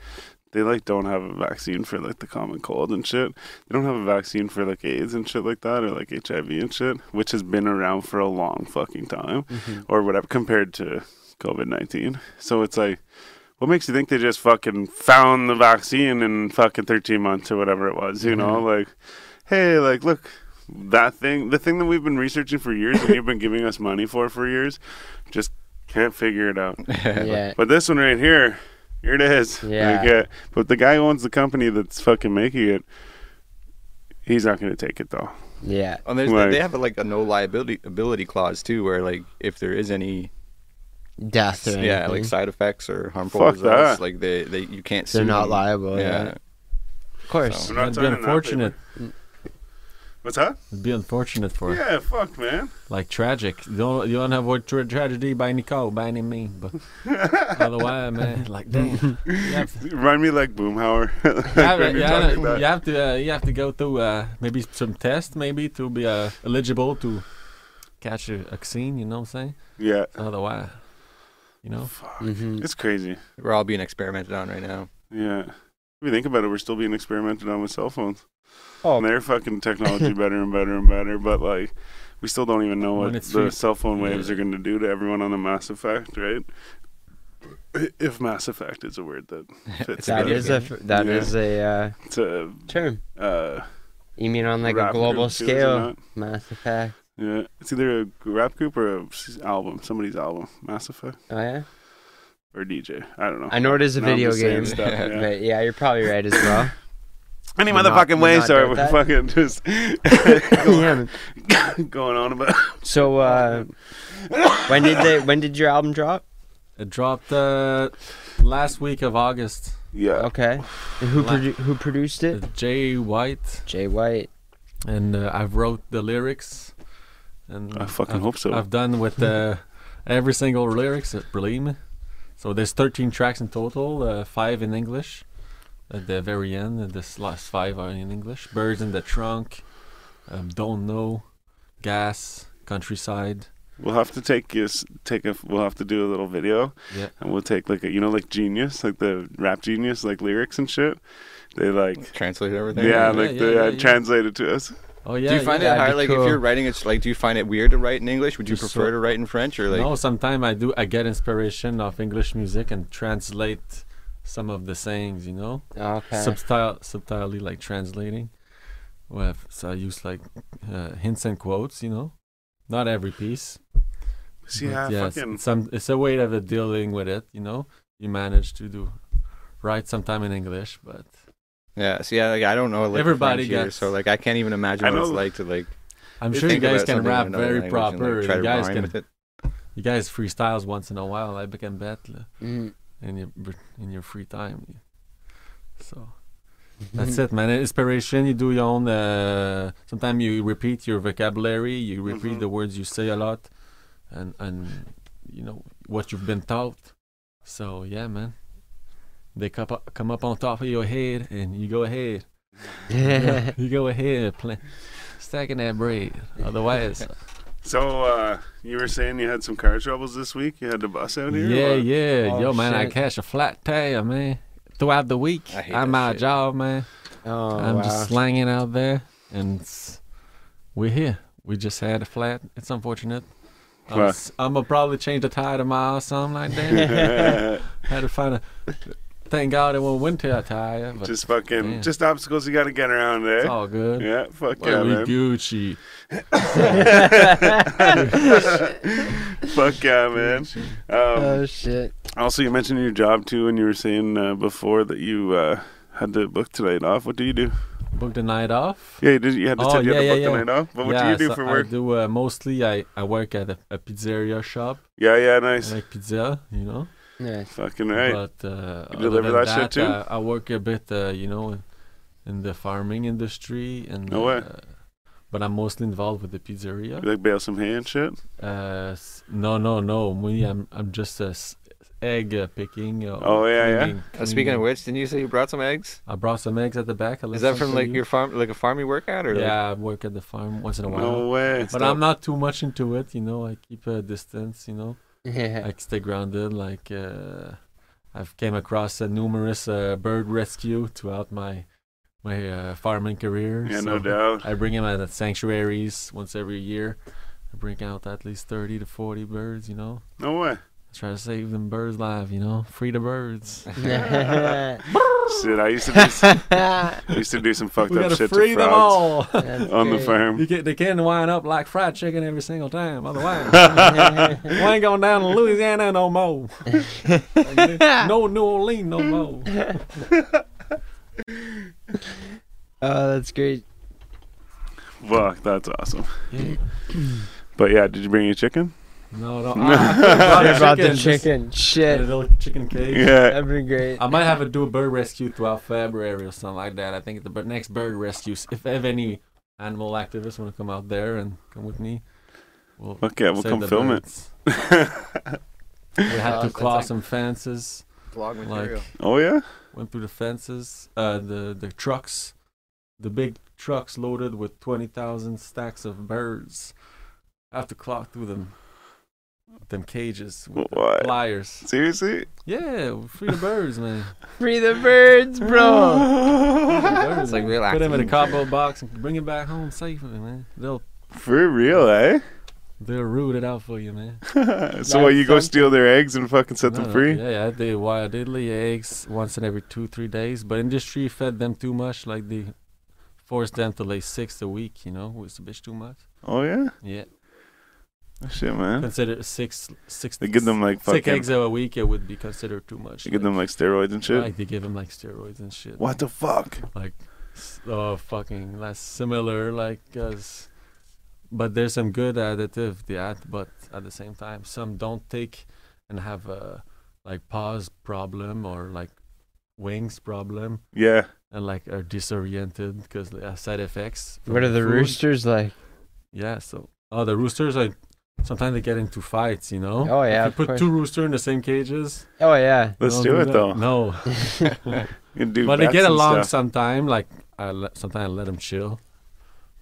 Speaker 1: they like don't have a vaccine for like the common cold and shit. They don't have a vaccine for like AIDS and shit like that, or like HIV and shit, which has been around for a long fucking time, or whatever compared to COVID nineteen. So it's like. What makes you think they just fucking found the vaccine in fucking 13 months or whatever it was? You know, like, hey, like, look, that thing, the thing that we've been researching for years and you've been giving us money for for years, just can't figure it out.
Speaker 4: Eh.
Speaker 3: Yeah.
Speaker 1: But this one right here, here it is.
Speaker 3: Yeah.
Speaker 1: Like, uh, but the guy who owns the company that's fucking making it. He's not going to take it though.
Speaker 3: Yeah.
Speaker 2: and there's,
Speaker 1: Right.
Speaker 2: they have like a no liability ability clause too, where like if there is any
Speaker 3: Death or
Speaker 2: yeah
Speaker 3: anything.
Speaker 2: like side effects or harmful
Speaker 1: Fuck
Speaker 2: results,
Speaker 1: that.
Speaker 2: like they, they you can't.
Speaker 3: They're
Speaker 2: sue
Speaker 3: not
Speaker 2: them.
Speaker 3: liable. Yeah.
Speaker 2: Yeah.
Speaker 3: Of course.
Speaker 1: I'm not
Speaker 4: It'd be
Speaker 1: signing that paper.
Speaker 4: unfortunate.
Speaker 1: What's that?
Speaker 4: It'd be unfortunate for
Speaker 1: Yeah, fuck, man.
Speaker 4: like tragic. You don't you don't avoid tra- tragedy by any call, by any means, but otherwise, man, like damn, you have to,
Speaker 1: You remind me like Boomhauer. Like,
Speaker 4: you have,
Speaker 1: when
Speaker 4: to-
Speaker 1: you're
Speaker 4: you
Speaker 1: talking
Speaker 4: have,
Speaker 1: about-
Speaker 4: to- you have to uh, you have to go through uh, maybe some test, maybe to be uh, eligible to catch a vaccine. You know what I'm saying?
Speaker 1: yeah.
Speaker 4: Otherwise, you know.
Speaker 3: hmm
Speaker 1: It's crazy.
Speaker 2: We're all being experimented on right now.
Speaker 1: Yeah. If you think about it, we're still being experimented on with cell phones.
Speaker 3: Oh.
Speaker 1: And they're fucking technology better and better and better. But like, we still don't even know what
Speaker 4: When
Speaker 1: the
Speaker 4: it's three-
Speaker 1: cell phone waves
Speaker 4: Yeah.
Speaker 1: are going to do to everyone on the Mass Effect, right? If Mass Effect is a word that fits
Speaker 3: That
Speaker 1: together.
Speaker 3: is a f- that
Speaker 1: Yeah.
Speaker 3: is a uh,
Speaker 1: it's a
Speaker 3: term.
Speaker 1: uh,
Speaker 3: You mean on like
Speaker 1: rap
Speaker 3: a global
Speaker 1: group too, is it
Speaker 3: scale?
Speaker 1: not?
Speaker 3: Mass Effect.
Speaker 1: Yeah, it's either a rap group or a s- album, somebody's album, Mass Effect
Speaker 3: Oh yeah.
Speaker 1: or DJ. I don't know.
Speaker 3: I know it is a
Speaker 1: No, I'm
Speaker 3: video
Speaker 1: just saying
Speaker 3: game,
Speaker 1: stuff, yeah.
Speaker 3: but yeah, you're probably right as well.
Speaker 1: Any
Speaker 3: We're not-
Speaker 1: motherfucking
Speaker 3: we're
Speaker 1: way,
Speaker 3: not
Speaker 1: sorry,
Speaker 3: doing
Speaker 1: we're
Speaker 3: that.
Speaker 1: fucking just
Speaker 3: yeah.
Speaker 1: going on about.
Speaker 3: So uh, when did they when did your album drop?
Speaker 4: It dropped uh, last week of August.
Speaker 1: Yeah,
Speaker 3: Okay. And who
Speaker 4: La-
Speaker 3: produ- who produced it?
Speaker 4: Uh, Jay White,
Speaker 3: Jay White.
Speaker 4: and uh, I've wrote the lyrics. And
Speaker 1: I fucking
Speaker 4: I've-
Speaker 1: hope so.
Speaker 4: I've done with uh, every single lyrics, uh, believe me. So there's 13 tracks in total, uh, five in English. At the very end, and this last five are in English. Birds in the trunk, um, don't know, gas, countryside.
Speaker 1: We'll have to take you s- take a. We'll have to do a little video,
Speaker 4: Yeah.
Speaker 1: and we'll take like a you know like genius like the rap genius like lyrics and shit. They like
Speaker 2: Translate everything.
Speaker 1: yeah,
Speaker 4: yeah,
Speaker 1: like
Speaker 4: yeah,
Speaker 1: they
Speaker 4: yeah,
Speaker 1: uh,
Speaker 4: yeah.
Speaker 1: translate it to us.
Speaker 4: Oh yeah.
Speaker 2: do you find
Speaker 3: yeah,
Speaker 2: it hard?
Speaker 3: that'd be
Speaker 2: Like,
Speaker 3: cool.
Speaker 2: if you're writing, it's like, do you find it weird to write in English? Would you
Speaker 4: Just
Speaker 2: prefer
Speaker 4: so-
Speaker 2: to write in French or like?
Speaker 4: no, sometimes I do. I get inspiration of English music and translate some of the sayings. You know,
Speaker 3: Okay.
Speaker 4: subtile, subtly like translating. Well, so I use like uh, hints and quotes. You know, not every piece.
Speaker 1: See,
Speaker 4: but
Speaker 1: yeah,
Speaker 4: yes,
Speaker 1: fucking.
Speaker 4: it's, some, it's a way of uh, dealing with it. You know, you manage to do write sometime in English, but
Speaker 2: Yeah. See, I, like, I don't know. Like,
Speaker 4: Everybody
Speaker 2: French either,
Speaker 4: gets-
Speaker 2: so like, I can't even imagine
Speaker 1: I
Speaker 2: what it's
Speaker 1: know-
Speaker 2: like to like.
Speaker 4: I'm
Speaker 1: You
Speaker 4: sure you
Speaker 2: think about
Speaker 4: guys can
Speaker 2: something in
Speaker 4: rap
Speaker 2: another
Speaker 4: very
Speaker 2: language And,
Speaker 4: proper.
Speaker 2: like, try
Speaker 4: you
Speaker 2: to
Speaker 4: guys
Speaker 2: rhyme
Speaker 4: can,
Speaker 2: with it.
Speaker 4: you guys freestyles once in a while. I became bet là,
Speaker 3: Mm.
Speaker 4: in your in your free time. So. That's
Speaker 2: Mm-hmm.
Speaker 4: it, man. Inspiration. You do your own. Uh, sometimes you repeat your vocabulary. You repeat
Speaker 2: Mm-hmm.
Speaker 1: Mhm.
Speaker 4: the words you say a lot, and and you know what you've been taught. So yeah, man. They come up, come up on top of your head, and you go ahead. Yeah, you go ahead, pl- stacking that bread. Otherwise,
Speaker 1: So uh, you were saying you had some car troubles this week. You had to bus out here.
Speaker 4: yeah,
Speaker 1: or-
Speaker 4: yeah,
Speaker 3: Oh,
Speaker 4: yo, man, I
Speaker 3: shit.
Speaker 4: catch a flat tire, man. Throughout the week,
Speaker 2: I hate
Speaker 4: I'm
Speaker 2: that
Speaker 4: out of
Speaker 2: shit.
Speaker 4: job, man.
Speaker 3: Oh
Speaker 4: I'm
Speaker 3: wow.
Speaker 4: just slanging out there, and it's- we're here. We just had a flat. It's unfortunate. I'm,
Speaker 1: Well-
Speaker 4: s- I'm gonna probably change the tire tomorrow or something like that. Had to find a. Thank God it won't winter tire, but
Speaker 1: just fucking,
Speaker 4: Yeah.
Speaker 1: just obstacles you got to get around
Speaker 4: it's
Speaker 1: there.
Speaker 4: all good.
Speaker 1: yeah, fuck
Speaker 4: Well,
Speaker 1: yeah,
Speaker 4: we
Speaker 1: man.
Speaker 4: Gucci.
Speaker 1: Fuck yeah, man. Um,
Speaker 3: oh shit.
Speaker 1: also, you mentioned your job too, and you were saying uh, before that you uh, had to book tonight off. What do you do?
Speaker 4: Booked the night off.
Speaker 1: Yeah, you, did, you had to
Speaker 4: Oh,
Speaker 1: said you had
Speaker 4: yeah,
Speaker 1: to
Speaker 4: yeah,
Speaker 1: book
Speaker 4: yeah.
Speaker 1: the night off. But what
Speaker 4: Yeah,
Speaker 1: do you do
Speaker 4: so
Speaker 1: for
Speaker 4: I
Speaker 1: work?
Speaker 4: do uh, mostly. I, I work at a, a pizzeria shop.
Speaker 1: Yeah, yeah,
Speaker 4: I
Speaker 1: nice.
Speaker 4: like pizza, you know.
Speaker 3: Nice.
Speaker 1: Fucking right.
Speaker 4: But uh,
Speaker 1: You
Speaker 4: other
Speaker 1: deliver
Speaker 4: than
Speaker 1: that shit too?
Speaker 4: uh, I work a bit, uh, you know, in the farming industry and.
Speaker 1: No way.
Speaker 4: Uh, but I'm mostly involved with the pizzeria.
Speaker 1: you like bail some hay and shit.
Speaker 4: Uh, s- no, no, no. Me, I'm I'm just a s- egg uh, picking. Uh,
Speaker 1: Oh, yeah, yeah.
Speaker 4: cleaning-
Speaker 2: Uh, speaking of
Speaker 4: cleaning.
Speaker 2: which, didn't you say you brought some eggs?
Speaker 4: I brought some eggs at the back. I left
Speaker 2: Is that
Speaker 4: some
Speaker 2: from
Speaker 4: for
Speaker 2: like
Speaker 4: you.
Speaker 2: your farm, like a farm you work at, or like-
Speaker 4: Yeah, I work at the farm once in a while.
Speaker 1: No way.
Speaker 4: but I'm not too much into it, you know. I keep a distance, you know.
Speaker 3: Yeah.
Speaker 4: like stay grounded like uh, i've came across uh, numerous uh, bird rescue throughout my my uh, farming career
Speaker 1: Yeah, no
Speaker 4: so
Speaker 1: doubt.
Speaker 4: i bring him out at sanctuaries once every year i bring out at least 30 to 40 birds you know
Speaker 1: No way.
Speaker 4: try to save them birds live you know free the birds
Speaker 1: Shit, I used to do, s- I used to do some fucked
Speaker 4: we
Speaker 1: up
Speaker 4: gotta
Speaker 1: shit
Speaker 4: free
Speaker 1: to
Speaker 4: them
Speaker 1: frogs
Speaker 4: all
Speaker 1: on the farm.
Speaker 4: you can, they can wind up like fried chicken every single time otherwise we ain't going down to louisiana no more no new orleans no more
Speaker 3: Oh, that's great.
Speaker 1: Fuck, that's awesome.
Speaker 4: Yeah.
Speaker 1: But yeah, did you bring your chicken?
Speaker 4: No, no. I
Speaker 3: What about the chicken?
Speaker 4: A
Speaker 3: Shit.
Speaker 4: little chicken cage.
Speaker 1: Yeah.
Speaker 3: That'd be great.
Speaker 4: I might have to do a bird rescue throughout February or something like that. I think the bir- next bird rescues, if I have any animal activists want to come out there and come with me, we'll,
Speaker 1: Fuck yeah, we'll
Speaker 4: save
Speaker 1: come
Speaker 4: the
Speaker 1: film it.
Speaker 4: birds. We had to
Speaker 2: That's
Speaker 4: claw
Speaker 2: like-
Speaker 4: some fences.
Speaker 2: Vlog
Speaker 4: material.
Speaker 1: Oh yeah.
Speaker 4: Went through the fences, uh, the the trucks, the big trucks loaded with twenty thousand stacks of birds. I have to claw through them, them cages with the
Speaker 1: What?
Speaker 4: pliers.
Speaker 1: Seriously?
Speaker 4: Yeah, free the birds, man.
Speaker 3: Free the birds, bro.
Speaker 4: Free the birds,
Speaker 2: It's like
Speaker 4: man.
Speaker 2: real
Speaker 4: Put them in a
Speaker 2: acting.
Speaker 4: cardboard box and bring them back home safely, man. They'll
Speaker 1: For real, eh?
Speaker 4: They'll root it out for you, man.
Speaker 1: so what, you go steal their eggs and fucking set
Speaker 4: No,
Speaker 1: them
Speaker 4: no,
Speaker 1: free?
Speaker 4: Yeah, yeah. They wild they lay eggs once in every two, three days. But industry fed them too much. Like they forced them to lay six a week. You know, was a bitch too much.
Speaker 1: Oh yeah, Oh,
Speaker 4: Yeah,
Speaker 1: shit, man.
Speaker 4: consider six, six.
Speaker 1: They give them like
Speaker 4: six
Speaker 1: fucking.
Speaker 4: eggs a week. It would be considered too much.
Speaker 1: They give them like steroids and shit.
Speaker 4: Like they give them like steroids and shit.
Speaker 1: What the fuck?
Speaker 4: Like, s- oh fucking, less similar. Like, cause, but there's some good additive they add. But at the same time, some don't take and have a like pause problem or like wings problem
Speaker 1: Yeah,
Speaker 4: and like are disoriented because they have side effects. from
Speaker 3: What are the
Speaker 4: food.
Speaker 3: roosters like?
Speaker 4: Yeah. So, oh, the roosters are. Sometimes they get into fights, you know.
Speaker 3: Oh, yeah, of
Speaker 4: If you put
Speaker 3: course.
Speaker 4: two rooster in the same cages.
Speaker 3: Oh yeah.
Speaker 1: let's
Speaker 4: don't
Speaker 1: do it
Speaker 4: that.
Speaker 1: though.
Speaker 4: No,
Speaker 1: You can do
Speaker 4: but they
Speaker 1: bats
Speaker 4: get
Speaker 1: and
Speaker 4: along
Speaker 1: stuff.
Speaker 4: sometime. Like I le- sometimes I let them chill.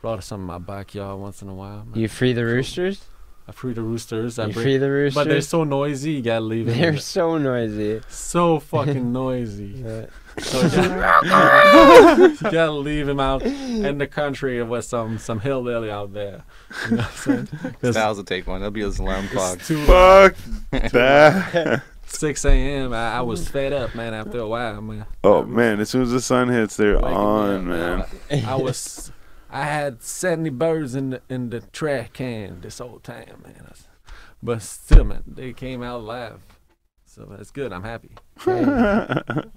Speaker 4: Brought some in my backyard once in a while. man.
Speaker 3: You free the
Speaker 4: Cool.
Speaker 3: roosters?
Speaker 4: I free the roosters. I
Speaker 3: You
Speaker 4: bring,
Speaker 3: free the roosters?
Speaker 4: but they're so noisy. You gotta leave them. in
Speaker 3: They're
Speaker 4: there.
Speaker 3: so noisy.
Speaker 4: so fucking noisy.
Speaker 3: Yeah.
Speaker 4: So you gotta, you gotta leave him out in the country with some some hillbilly out there. You know what I'm saying? 'Cause
Speaker 2: Styles will take one. That'll be his alarm clock.
Speaker 4: it's too
Speaker 1: Fuck that.
Speaker 4: 6 a.m. I, I was fed up, man. After a while, man.
Speaker 1: Oh man, as soon as the sun hits, they're
Speaker 4: Waking me up,
Speaker 1: on, man.
Speaker 4: I was, I had seventy birds in the in the trash can this whole time, man. I s- But still, man, they came out alive, so that's good. I'm happy.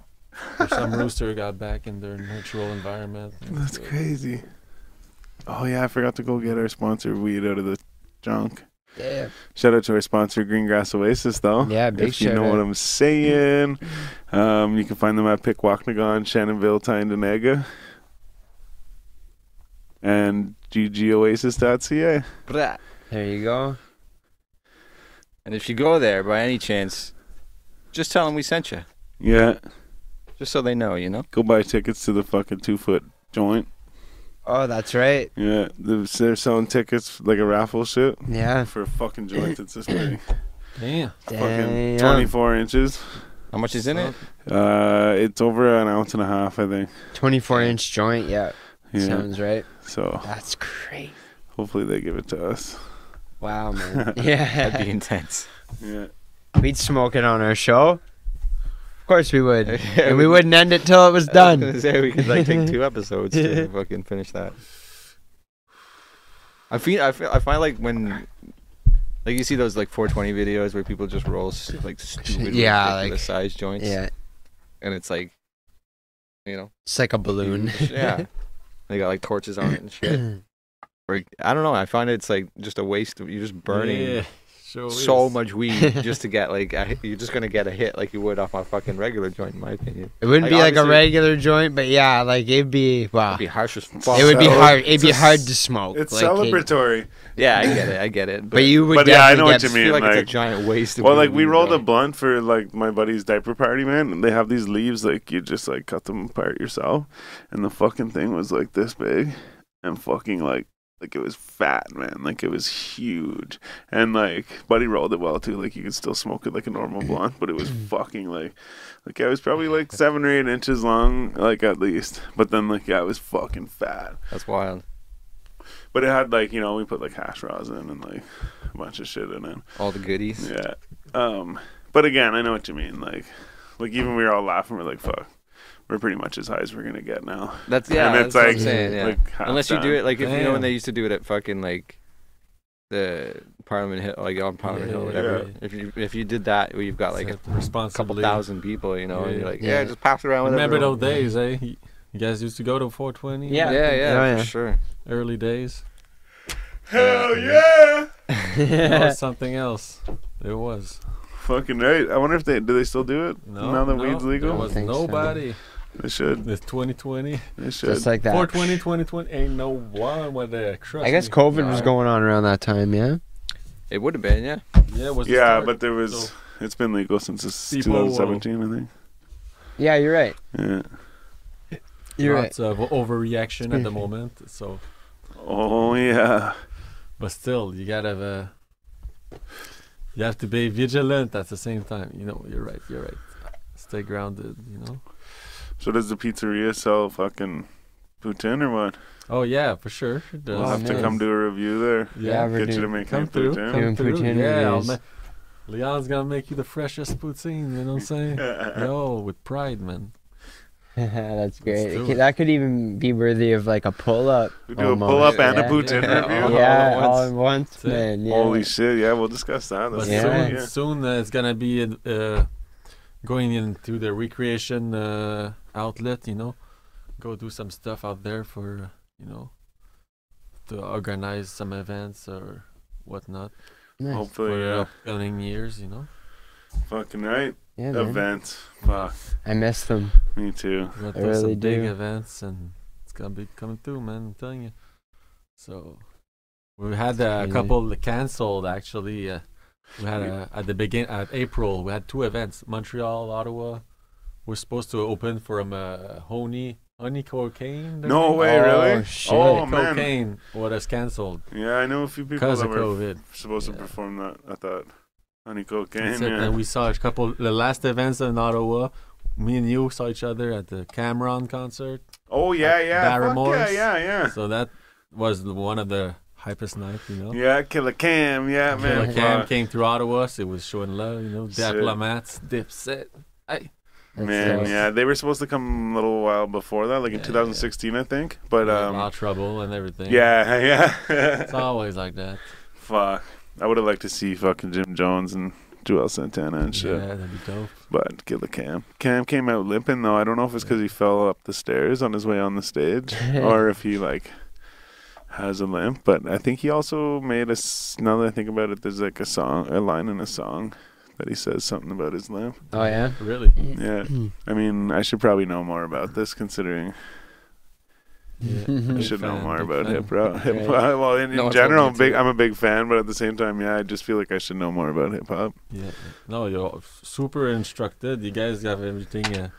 Speaker 4: Or Some rooster got back in their natural environment. and
Speaker 1: That's
Speaker 4: good.
Speaker 1: crazy. Oh yeah, I forgot to go get our sponsor weed out of the junk.
Speaker 3: Damn.
Speaker 1: Shout out to our sponsor, Greengrass Oasis, though.
Speaker 3: Yeah, big
Speaker 1: if you
Speaker 3: shout
Speaker 1: know what
Speaker 3: out.
Speaker 1: I'm saying. Um, you can find them at Pickwacknagon, Shannonville, Tyndonega, and ggoasis.ca.
Speaker 2: Blah.
Speaker 3: There you go.
Speaker 2: And if you go there by any chance, just tell them we sent you,
Speaker 1: Yeah,
Speaker 2: just so they know. You know.
Speaker 1: go buy tickets to the fucking two foot joint.
Speaker 3: Oh, that's right.
Speaker 1: Yeah, they're they're selling tickets like a raffle shit
Speaker 3: Yeah.
Speaker 1: for a fucking joint that's this big,
Speaker 4: Damn.
Speaker 1: fucking
Speaker 3: Damn.
Speaker 1: 24 inches.
Speaker 2: How much is in it?
Speaker 1: Uh, it's over an ounce and a half, I think.
Speaker 3: 24 inch joint. Yeah.
Speaker 1: Yeah,
Speaker 3: Sounds right.
Speaker 1: so
Speaker 3: That's great.
Speaker 1: hopefully they give it to us.
Speaker 3: Wow, man.
Speaker 2: That'd be
Speaker 3: yeah.
Speaker 2: intense.
Speaker 1: Yeah.
Speaker 3: We'd smoke it on our show. Of course we would. and we wouldn't end it till it was
Speaker 2: I was
Speaker 3: done.
Speaker 2: gonna say we could like take two episodes to fucking finish that. I feel I feel I find like when like you see those like 420 videos where people just roll s- like stupid
Speaker 3: Yeah,
Speaker 2: ridiculous
Speaker 3: like-
Speaker 2: size joints,
Speaker 3: Yeah.
Speaker 2: and it's like you know
Speaker 3: It's like a balloon.
Speaker 2: huge. yeah, they got like torches on it and shit. Or I don't know. I find it's like just a waste. of You're just burning
Speaker 4: Yeah, sure
Speaker 2: so
Speaker 4: is.
Speaker 2: much weed just to get like a, you're just gonna get a hit like you would off my fucking regular joint, in my opinion.
Speaker 3: It wouldn't
Speaker 2: Like,
Speaker 3: be like a
Speaker 2: obviously-
Speaker 3: regular joint, but yeah, like it'd be wow.
Speaker 2: It'd be harsh as fuck.
Speaker 3: It would be
Speaker 1: So,
Speaker 3: hard. It'd be
Speaker 1: it's a
Speaker 3: hard
Speaker 1: s-
Speaker 3: to smoke.
Speaker 1: It's
Speaker 3: like, it-
Speaker 1: celebratory.
Speaker 2: Yeah, I get it. I get it.
Speaker 3: but you would.
Speaker 1: but yeah, I
Speaker 3: definitely
Speaker 1: know what
Speaker 3: get-
Speaker 1: you mean.
Speaker 2: feel like,
Speaker 1: like-
Speaker 2: it's a giant waste. Of
Speaker 1: Well,
Speaker 2: weed
Speaker 1: like we
Speaker 2: when
Speaker 1: rolled
Speaker 2: grow
Speaker 1: a
Speaker 2: up.
Speaker 1: blunt for like my buddy's diaper party, man. And they have these leaves, like you just like cut them apart yourself, and the fucking thing was like this big, and fucking like like it was fat, man. Like it was huge, and like buddy rolled it well too. Like you could still smoke it like a normal blunt, but it was fucking like like I was probably like seven or eight inches long, like at least. But then like yeah, it was fucking fat.
Speaker 2: That's wild.
Speaker 1: But it had like you know we put like hash rosin and like a bunch of shit in it.
Speaker 2: All the goodies.
Speaker 1: Yeah. Um, but again, I know what you mean. Like, like even we were all laughing. We're like, "Fuck, we're pretty much as high as we're gonna get now."
Speaker 2: That's yeah.
Speaker 1: and it's
Speaker 2: that's what
Speaker 1: like,
Speaker 2: I'm saying, yeah.
Speaker 1: like half
Speaker 2: unless you do
Speaker 1: done.
Speaker 2: it like if you know
Speaker 4: Damn.
Speaker 2: when they used to do it at fucking like the Parliament Hill, like on Parliament Hill,
Speaker 4: Yeah,
Speaker 2: whatever.
Speaker 4: yeah.
Speaker 2: If you if you did that, where you've got like a
Speaker 4: Accept responsibility.
Speaker 2: couple thousand people, you know, and you're like,
Speaker 3: Yeah.
Speaker 2: yeah, just pass it around. with
Speaker 4: Remember
Speaker 2: everyone.
Speaker 4: those days, eh? You you guys used to go to 420.
Speaker 2: Yeah,
Speaker 3: Yeah.
Speaker 2: yeah,
Speaker 3: Yeah,
Speaker 2: for
Speaker 3: yeah.
Speaker 2: sure.
Speaker 4: Early days.
Speaker 1: Hell yeah!
Speaker 4: That was something else. It was.
Speaker 1: Fucking right. I wonder if they do they still do it
Speaker 4: No,
Speaker 1: now that
Speaker 4: no,
Speaker 1: weed's legal.
Speaker 4: There was
Speaker 3: think so.
Speaker 4: nobody.
Speaker 1: They should.
Speaker 4: It's 2020.
Speaker 1: They should.
Speaker 3: Just like that.
Speaker 4: 420, 2020. Ain't no one with that. Trust
Speaker 3: I guess
Speaker 4: me.
Speaker 3: COVID was
Speaker 2: No.
Speaker 3: going on around that time. Yeah.
Speaker 2: It would have been, yeah.
Speaker 4: Yeah, it was the
Speaker 1: yeah,
Speaker 4: start.
Speaker 1: but there was.
Speaker 4: So- uh,
Speaker 1: It's been legal since it's
Speaker 4: People will-
Speaker 1: 2017, I think.
Speaker 3: Yeah, you're right.
Speaker 1: Yeah.
Speaker 3: You're right.
Speaker 4: lots of overreaction at the moment. So,
Speaker 1: Oh yeah.
Speaker 4: but still, you gotta have a. You have to be vigilant at the same time. You know, you're right. You're right. Stay grounded. You know.
Speaker 1: So does the pizzeria sell fucking Putin or what?
Speaker 4: Oh yeah, for sure. It
Speaker 1: We'll
Speaker 3: Oh,
Speaker 1: have
Speaker 4: does.
Speaker 1: to
Speaker 3: nice.
Speaker 1: come do a review there.
Speaker 3: Yeah,
Speaker 4: Yeah,
Speaker 3: we're
Speaker 1: Get you to
Speaker 3: doing,
Speaker 1: make
Speaker 4: come
Speaker 1: me
Speaker 4: through.
Speaker 1: Putin.
Speaker 3: doing
Speaker 4: Come through.
Speaker 3: Putin
Speaker 4: Yeah, I'll
Speaker 3: reviews.
Speaker 4: ma- Leon's gonna make you the freshest poutine. You know what I'm saying? Yo, with pride, man.
Speaker 3: That's
Speaker 4: Let's
Speaker 3: great. It
Speaker 4: do
Speaker 3: ca-
Speaker 4: it.
Speaker 3: That could even be worthy of like a pull up.
Speaker 1: We do a pull up and
Speaker 3: Yeah.
Speaker 1: a Putin
Speaker 4: Yeah.
Speaker 1: review.
Speaker 3: yeah,
Speaker 4: all
Speaker 3: all
Speaker 4: at
Speaker 3: at once,
Speaker 4: That's it.
Speaker 3: man. Yeah.
Speaker 1: Holy shit! Yeah, we'll discuss that.
Speaker 4: But
Speaker 1: That's
Speaker 3: Yeah.
Speaker 1: cool,
Speaker 4: soon, soon uh, it's gonna be uh, going into the recreation uh, outlet. You know, go do some stuff out there for you know to organize some events or whatnot
Speaker 1: yeah.
Speaker 3: nice.
Speaker 1: Hopefully,
Speaker 4: for the
Speaker 1: Oh, yeah.
Speaker 4: upcoming years. You know,
Speaker 1: Fucking right.
Speaker 3: yeah, man.
Speaker 1: Event. Fuck.
Speaker 3: I miss them.
Speaker 1: Me too.
Speaker 4: we're gonna
Speaker 3: I
Speaker 4: do
Speaker 3: really
Speaker 4: some big
Speaker 3: do.
Speaker 4: events and it's gonna be coming through, man. I'm telling you. So we had uh, a
Speaker 3: crazy.
Speaker 4: couple canceled actually. Uh, we had uh at the begin at April. We had two events: Montreal, Ottawa. We're supposed to open from uh, honey honey cocaine. I
Speaker 1: No
Speaker 4: think.
Speaker 1: way,
Speaker 3: Oh,
Speaker 1: really?
Speaker 3: shit.
Speaker 1: Oh man.
Speaker 4: cocaine was canceled
Speaker 1: Yeah, I know a few people
Speaker 4: because
Speaker 1: that
Speaker 4: of
Speaker 1: were
Speaker 4: COVID.
Speaker 1: supposed to
Speaker 4: Yeah.
Speaker 1: perform that at that honey cocaine.
Speaker 4: That's it.
Speaker 1: Yeah.
Speaker 4: And we saw a couple. The last events in Ottawa, me and you saw each other at the Cameron concert.
Speaker 1: oh yeah,
Speaker 4: Like
Speaker 1: yeah. Fuck yeah,
Speaker 4: Barrymore's.
Speaker 1: yeah, yeah.
Speaker 4: So that was the- one of the hypest nights, you know.
Speaker 1: Yeah, Killer Cam. Yeah, man. Uh,
Speaker 4: Killer Cam
Speaker 1: fuck.
Speaker 4: came through Ottawa, so it was showing love, you know.
Speaker 1: Sick.
Speaker 4: Diplomats, Dipset.
Speaker 3: That's
Speaker 1: Man,
Speaker 3: nice.
Speaker 1: yeah, they were supposed to come a little while before that, like in
Speaker 4: Yeah,
Speaker 1: 2016, I think. But um,
Speaker 4: Law Trouble and everything.
Speaker 1: yeah, yeah.
Speaker 4: It's always like that.
Speaker 1: Fuck, I would have liked to see fucking Jim Jones and Joel Santana and shit.
Speaker 4: Yeah, that'd be dope.
Speaker 1: But Killer Cam, Cam came out limping though. I don't know if it's because he fell up the stairs on his way on the stage,
Speaker 3: Oh,
Speaker 1: or if he like has a limp. But I think he also made a. s- Now that I think about it, there's like a song, a line in a song that he says something about his limp.
Speaker 3: Oh yeah.
Speaker 4: Really?
Speaker 1: Yeah,
Speaker 4: Hmm.
Speaker 1: I mean, I should probably know more about this considering I
Speaker 4: Big
Speaker 1: should know
Speaker 4: fan,
Speaker 1: more
Speaker 4: big
Speaker 1: about
Speaker 4: fan.
Speaker 1: hip hop. Hip
Speaker 3: Right.
Speaker 1: hop. Well, in, in
Speaker 2: No one told
Speaker 1: general,
Speaker 2: me
Speaker 1: I'm big.
Speaker 2: to.
Speaker 1: I'm a big fan, but at the same time, yeah, I just feel like I should know more about hip hop.
Speaker 4: Yeah. No, you're super instructed. You guys have everything. Uh,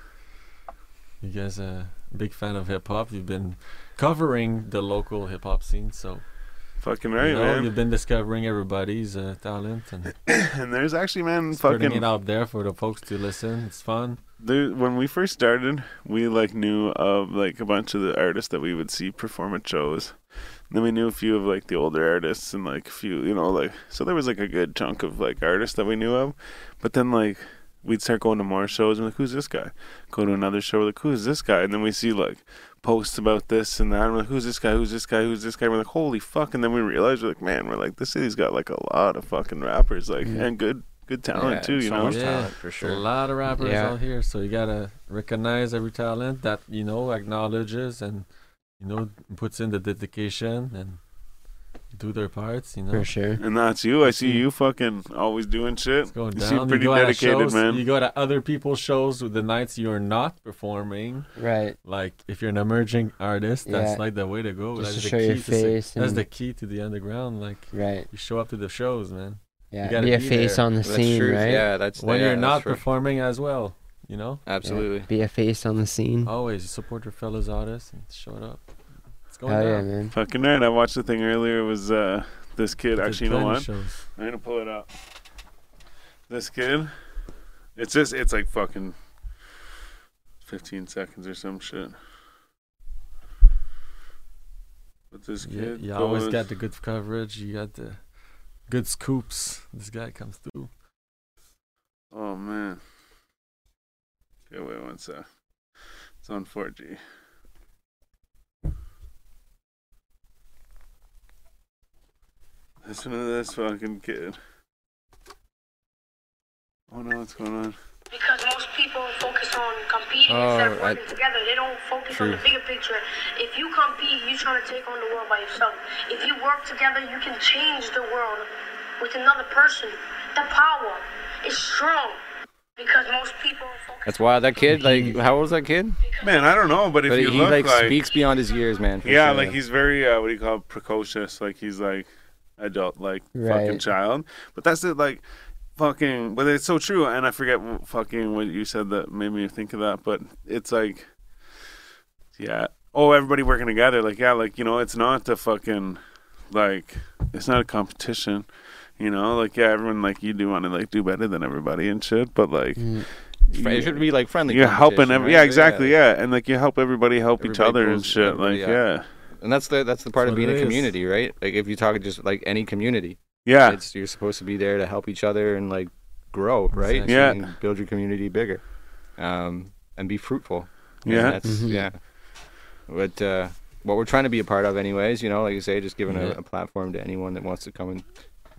Speaker 4: you guys are a big fan of hip hop. You've been covering the local hip hop scene, so
Speaker 1: Fucking
Speaker 4: you
Speaker 1: right,
Speaker 4: know,
Speaker 1: man.
Speaker 4: you've been discovering everybody's uh, talent and
Speaker 1: and there's actually, man,
Speaker 4: putting it
Speaker 1: fucking.
Speaker 4: out there for the folks to listen. It's fun.
Speaker 1: There, when we first started, we like knew of like a bunch of the artists that we would see perform at shows. And then we knew a few of like the older artists and like a few, you know, like so there was like a good chunk of like artists that we knew of. But then like we'd start going to more shows and like, who's this guy? Go to another show, like, who's this guy? And then we see like posts about this and that. And we're like, who's this guy? Who's this guy? Who's this guy? We're like, holy fuck! And then we realized we're like, man, we're like, this city's got like a lot of fucking rappers, like,
Speaker 3: Mhm.
Speaker 1: and good, good talent
Speaker 2: Yeah,
Speaker 1: too, you
Speaker 2: so
Speaker 1: know.
Speaker 2: much
Speaker 4: Yeah.
Speaker 2: talent, for
Speaker 4: There's a
Speaker 2: sure.
Speaker 4: lot of rappers
Speaker 3: Yeah.
Speaker 4: out here, so you gotta recognize every talent that you know acknowledges and you know puts in the dedication and do their parts. You know,
Speaker 3: For sure.
Speaker 1: And that's you. I
Speaker 4: Mm-hmm.
Speaker 1: see you fucking always doing shit.
Speaker 4: It's going
Speaker 1: You
Speaker 4: down.
Speaker 1: seem pretty
Speaker 4: you go to
Speaker 1: dedicated,
Speaker 4: shows,
Speaker 1: man.
Speaker 4: You go to other people's shows with the nights you're not performing.
Speaker 3: Right.
Speaker 4: Like if you're an emerging artist,
Speaker 3: Yeah.
Speaker 4: that's like the way to go.
Speaker 3: Just
Speaker 4: that's
Speaker 3: to
Speaker 4: the
Speaker 3: show your
Speaker 4: key to suc-
Speaker 3: face
Speaker 4: that's
Speaker 3: and-
Speaker 4: the key to the underground. Like
Speaker 3: Right.
Speaker 4: you show up to the shows, man.
Speaker 3: Yeah.
Speaker 4: gotta
Speaker 3: Be a
Speaker 4: be
Speaker 3: face
Speaker 4: there.
Speaker 3: on the
Speaker 2: That's
Speaker 3: scene,
Speaker 2: true.
Speaker 3: right?
Speaker 2: Yeah, that's
Speaker 4: When
Speaker 2: yeah,
Speaker 4: you're
Speaker 2: that's
Speaker 4: not
Speaker 2: right.
Speaker 4: performing as well, you know.
Speaker 3: Yeah.
Speaker 2: Absolutely.
Speaker 3: Be a face on the scene.
Speaker 4: Always you support your fellows artists and show it up. It's
Speaker 3: Oh
Speaker 4: going
Speaker 3: yeah,
Speaker 4: down.
Speaker 3: man.
Speaker 1: Fucking right. I watched the thing earlier. It was uh, this kid.
Speaker 4: There's
Speaker 1: Actually, you know
Speaker 4: plenty
Speaker 1: what?
Speaker 4: of shows.
Speaker 1: I'm gonna pull it up. This kid. It's just. It's like fucking. Fifteen seconds or some shit. But this
Speaker 4: Yeah,
Speaker 1: kid.
Speaker 4: you always
Speaker 1: goes-
Speaker 4: got the good coverage. You got the good scoops. This guy comes through.
Speaker 1: Oh man. Okay, wait one sec. It's on 4G. Listen to this fucking kid. Oh no, what's going on?
Speaker 5: Because most people focus on competing instead of
Speaker 2: Oh, I-
Speaker 5: working together. They don't focus on
Speaker 2: True.
Speaker 5: the bigger picture. If you compete, you're trying to take on the world by yourself. If you work together, you can change the world with another person. The power is strong. Because most people focus
Speaker 2: That's why that kid, like, how old was that kid?
Speaker 1: Man, I don't know, but if
Speaker 2: But he
Speaker 1: you look
Speaker 2: like,
Speaker 1: like,
Speaker 2: speaks beyond his years, man. for
Speaker 1: yeah,
Speaker 2: sure.
Speaker 1: like he's very uh, what do you call it, precocious? Like he's like adult, like fucking
Speaker 3: Right.
Speaker 1: child. But that's it, like fucking. But it's so true, and I forget wh- fucking what you said that made me think of that. But it's like, yeah. Oh, everybody working together. Like yeah, like you know, it's not the fucking like it's not a competition. You know, like yeah, everyone like you do want to like do better than everybody and shit, but like
Speaker 3: Mm.
Speaker 2: Fr- It should be like friendly.
Speaker 1: you're helping
Speaker 2: competition,
Speaker 1: every
Speaker 2: right?
Speaker 1: yeah exactly yeah. and like you help everybody help each
Speaker 2: Everybody
Speaker 1: other and
Speaker 2: pulls
Speaker 1: shit
Speaker 2: everybody
Speaker 1: like
Speaker 2: up.
Speaker 1: yeah
Speaker 2: And that's the that's the part
Speaker 4: That's
Speaker 2: of
Speaker 4: what
Speaker 2: being
Speaker 4: it
Speaker 2: a
Speaker 4: is.
Speaker 2: community, right? Like if you talk just like any community,
Speaker 1: yeah
Speaker 2: it's you're supposed to be there to help each other and like grow, right?
Speaker 4: Exactly.
Speaker 1: Yeah.
Speaker 2: you can build your community bigger, um, and be fruitful. And
Speaker 1: Yeah.
Speaker 2: that's
Speaker 4: Mm-hmm.
Speaker 2: yeah. But uh, what we're trying to be a part of, anyways, you know, like I say, just giving a,
Speaker 4: Yeah.
Speaker 2: a platform to anyone that wants to come and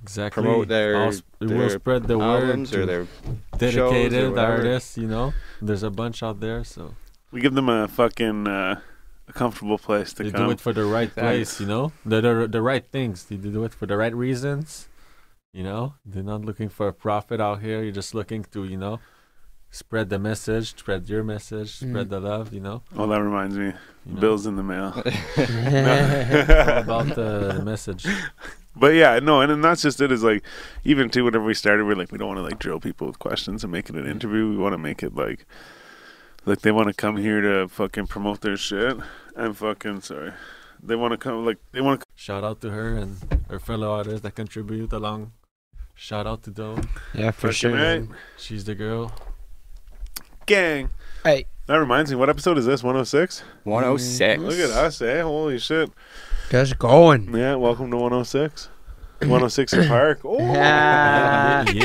Speaker 4: exactly.
Speaker 2: promote their-
Speaker 4: I'll s-
Speaker 2: their
Speaker 4: we'll spread the word
Speaker 2: albums
Speaker 4: to
Speaker 2: or their shows or
Speaker 4: dedicated
Speaker 2: whatever.
Speaker 4: artists. You know, there's a bunch out there, so
Speaker 1: we give them a fucking uh, a comfortable place to
Speaker 4: they
Speaker 1: come
Speaker 4: do it for the right place.
Speaker 2: Thanks.
Speaker 4: You know, the, the the right things. They do it for the right reasons. You know, they're not looking for a profit out here. You're just looking to you know, spread the message, spread your message,
Speaker 3: Mm.
Speaker 4: spread the love. You know,
Speaker 1: oh that reminds me
Speaker 4: you know
Speaker 1: bills in the mail
Speaker 3: Mm.
Speaker 4: all about the, the message.
Speaker 1: But yeah, no, and, and that's just it. Is like, even too, whenever we started, we're like, we don't want to like drill people with questions and make it an interview. We want to make it like, like they want to come here to fucking promote their shit. I'm fucking sorry. They want to come like they want to.
Speaker 4: Shout out to her and her fellow artists that contribute along. Shout out to them.
Speaker 3: yeah, for
Speaker 1: Fucking
Speaker 3: sure.
Speaker 1: right.
Speaker 3: man.
Speaker 4: She's the girl.
Speaker 1: Gang.
Speaker 3: Hey.
Speaker 1: That reminds me. What episode is this? 106.
Speaker 2: 106.
Speaker 1: Look at us, eh? Holy shit.
Speaker 3: Just going.
Speaker 1: Yeah. Welcome to 106. 106 in Park. Oh.
Speaker 3: Yeah.
Speaker 2: Do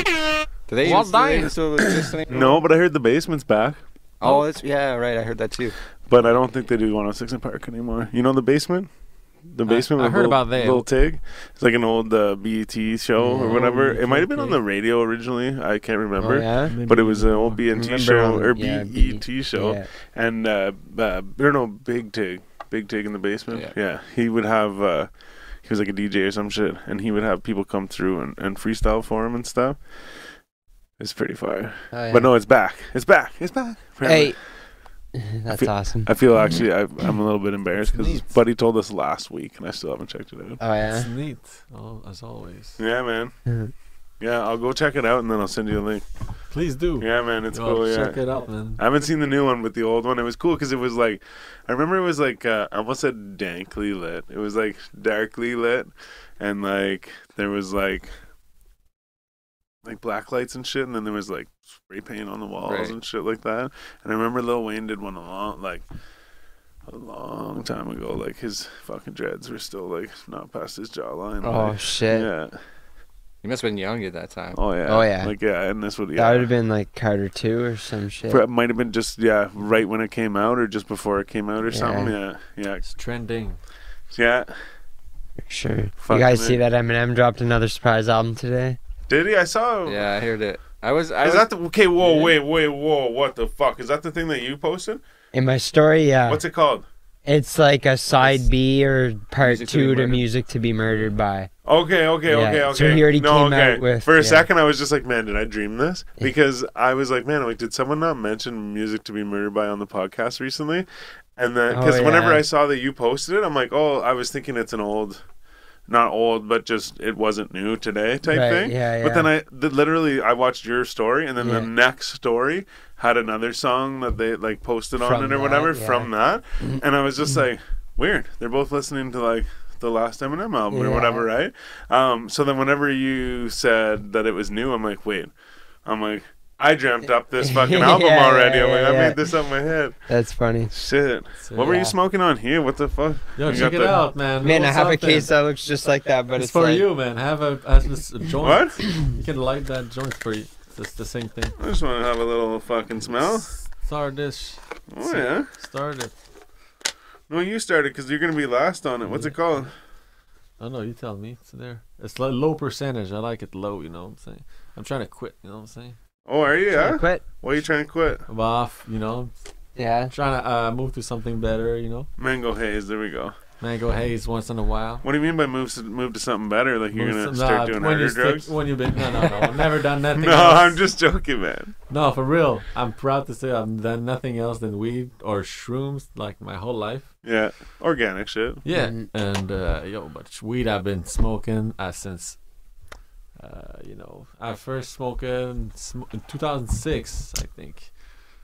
Speaker 2: they
Speaker 3: Well
Speaker 2: even- do they
Speaker 3: done.
Speaker 2: even still exist anymore?
Speaker 1: No, but I heard the basement's back.
Speaker 2: Oh, that's yeah, right. I heard that too.
Speaker 1: But I don't think they do 106 in Park anymore. You know the basement? The basement.
Speaker 4: I
Speaker 1: with
Speaker 4: heard
Speaker 1: Lil-
Speaker 4: about that.
Speaker 1: Lil Tig. It's like an old uh, BET show or
Speaker 4: Yeah.
Speaker 1: whatever.
Speaker 4: Okay,
Speaker 1: it might have been on
Speaker 4: okay.
Speaker 1: the radio originally. I can't remember.
Speaker 3: Oh, yeah.
Speaker 1: But it was an old BET
Speaker 3: Remember
Speaker 1: show
Speaker 3: on-
Speaker 1: or
Speaker 3: yeah,
Speaker 1: BET
Speaker 3: B- E
Speaker 1: show,
Speaker 3: yeah.
Speaker 1: and uh, uh, or no, Big Tig, Big Tig in the basement. Yeah,
Speaker 2: Yeah.
Speaker 1: he would have. Uh, he was like a DJ or some shit, and he would have people come through and, and freestyle for him and stuff. It's pretty fire,
Speaker 3: Oh, yeah.
Speaker 1: but no, it's back. It's back. It's back. Apparently.
Speaker 3: Hey. That's
Speaker 1: feel-
Speaker 3: awesome.
Speaker 1: I feel actually I, I'm a little bit embarrassed because
Speaker 4: Mm-hmm. Neat.
Speaker 1: Buddy told us last week, and I still haven't checked it out.
Speaker 3: Oh yeah.
Speaker 4: It's neat, oh, as always.
Speaker 1: Yeah, man.
Speaker 3: Mhm.
Speaker 1: Yeah, I'll go check it out, and then I'll send you a link.
Speaker 4: Please do.
Speaker 1: Yeah, man, it's
Speaker 4: Yo,
Speaker 1: cool. Yeah.
Speaker 4: Check it out, man.
Speaker 1: I haven't seen the new one, but the old one it was cool because it was like, I remember it was like uh, I almost said dankly lit. It was like darkly lit, and like there was like like black lights and shit, and then there was like spray paint on the walls
Speaker 2: Right.
Speaker 1: and shit like that. And I remember Lil Wayne did one a long like a long time ago. Like his fucking dreads were still like not past his jawline.
Speaker 3: Oh
Speaker 1: like,
Speaker 3: shit.
Speaker 1: yeah.
Speaker 2: You must have been young at that time.
Speaker 1: Oh yeah.
Speaker 3: Oh, yeah.
Speaker 1: Like yeah, and this would yeah.
Speaker 3: That would have been like Carter two or some shit.
Speaker 1: Pro- might have been just yeah, right when it came out or just before it came out or
Speaker 3: Yeah.
Speaker 1: something. Yeah, yeah,
Speaker 4: It's trending.
Speaker 1: yeah.
Speaker 3: Sure.
Speaker 1: Fuck,
Speaker 3: you guys
Speaker 1: man.
Speaker 3: see that Eminem dropped another surprise album today?
Speaker 1: Did he? I saw. Him.
Speaker 2: Yeah, I heard it. I was. I
Speaker 1: Is
Speaker 2: was,
Speaker 1: that the okay? Whoa, wait, wait, whoa! What the fuck? Is that the thing that you posted?
Speaker 3: In my story, yeah.
Speaker 1: What's it called?
Speaker 3: It's like a side
Speaker 2: It's-
Speaker 3: B or part
Speaker 2: Music to Be
Speaker 3: two to
Speaker 2: Murdered.
Speaker 3: music to be murdered by.
Speaker 1: Okay, okay,
Speaker 3: Yeah,
Speaker 1: okay, okay.
Speaker 3: so he already
Speaker 1: no,
Speaker 3: came
Speaker 1: okay.
Speaker 3: out with-
Speaker 1: For a
Speaker 3: yeah.
Speaker 1: second, I was just like, man, did I dream this? Because I was like, man, like, did someone not mention music to be murdered by on the podcast recently? And then,
Speaker 3: Oh,
Speaker 1: because whenever
Speaker 3: yeah.
Speaker 1: I saw that you posted it, I'm like, oh, I was thinking it's an old, not old, but just it wasn't new today type
Speaker 3: Right,
Speaker 1: thing.
Speaker 3: yeah,
Speaker 1: But then
Speaker 3: yeah.
Speaker 1: I the, literally I watched your story, and then the
Speaker 3: Yeah.
Speaker 1: next story had another song that they like posted on
Speaker 3: From
Speaker 1: it or
Speaker 3: that,
Speaker 1: whatever
Speaker 3: yeah. Mm-hmm.
Speaker 1: from that, and I was just like, weird. They're both listening to like the last Eminem album or
Speaker 3: Yeah.
Speaker 1: whatever, right? Um, so then whenever you said that it was new, I'm like, wait, I'm like, I dreamt up this fucking
Speaker 3: Yeah,
Speaker 1: album
Speaker 3: yeah,
Speaker 1: already. I'm
Speaker 3: yeah,
Speaker 1: like, I
Speaker 3: yeah.
Speaker 1: made this up in my head.
Speaker 3: That's funny.
Speaker 1: Shit.
Speaker 4: So,
Speaker 1: What were
Speaker 3: Yeah.
Speaker 1: you smoking on here? What the fuck?
Speaker 4: Yo,
Speaker 1: You
Speaker 4: check
Speaker 1: got
Speaker 4: it
Speaker 1: the-
Speaker 4: out, man.
Speaker 3: Man, I
Speaker 4: Roll
Speaker 3: have a
Speaker 4: something.
Speaker 3: case that looks just like that, but
Speaker 4: It's,
Speaker 3: it's,
Speaker 4: for
Speaker 3: like,
Speaker 4: you, man. Have a, have this joint.
Speaker 1: What?
Speaker 4: You can light that joint for you. It's the same thing.
Speaker 1: I just want to have a little fucking smell.
Speaker 4: Start this.
Speaker 1: Oh yeah.
Speaker 4: Start it.
Speaker 1: No, you started because you're gonna be last on it. What's it called?
Speaker 4: I don't know. You tell me. It's there. It's like low percentage. I like it low. You know what I'm saying? I'm trying to quit. You know what I'm saying?
Speaker 1: Oh, are you?
Speaker 3: Should I
Speaker 1: Yeah.
Speaker 3: quit.
Speaker 1: Why are you trying to quit?
Speaker 4: I'm off. You know,
Speaker 3: Yeah.
Speaker 4: I'm trying to uh, move to something better. You know,
Speaker 1: Mango haze. There we go.
Speaker 4: mango haze once in a while.
Speaker 1: What do you mean by move to, move to something better? Like you're
Speaker 4: Move
Speaker 1: gonna
Speaker 4: some-
Speaker 1: start
Speaker 4: nah,
Speaker 1: doing
Speaker 4: when you
Speaker 1: harder
Speaker 4: stick-
Speaker 1: drugs?
Speaker 4: When you been, no, no, no. I've never done nothing.
Speaker 1: No,
Speaker 4: else.
Speaker 1: I'm just joking, man.
Speaker 4: No, for real. I'm proud to say I've done nothing else than weed or shrooms like my whole life.
Speaker 1: Yeah, organic shit.
Speaker 4: Yeah.
Speaker 3: Mm.
Speaker 4: And uh, yo, but weed I've been smoking uh, since, uh, you know, I first smoking sm- in 2006, I think.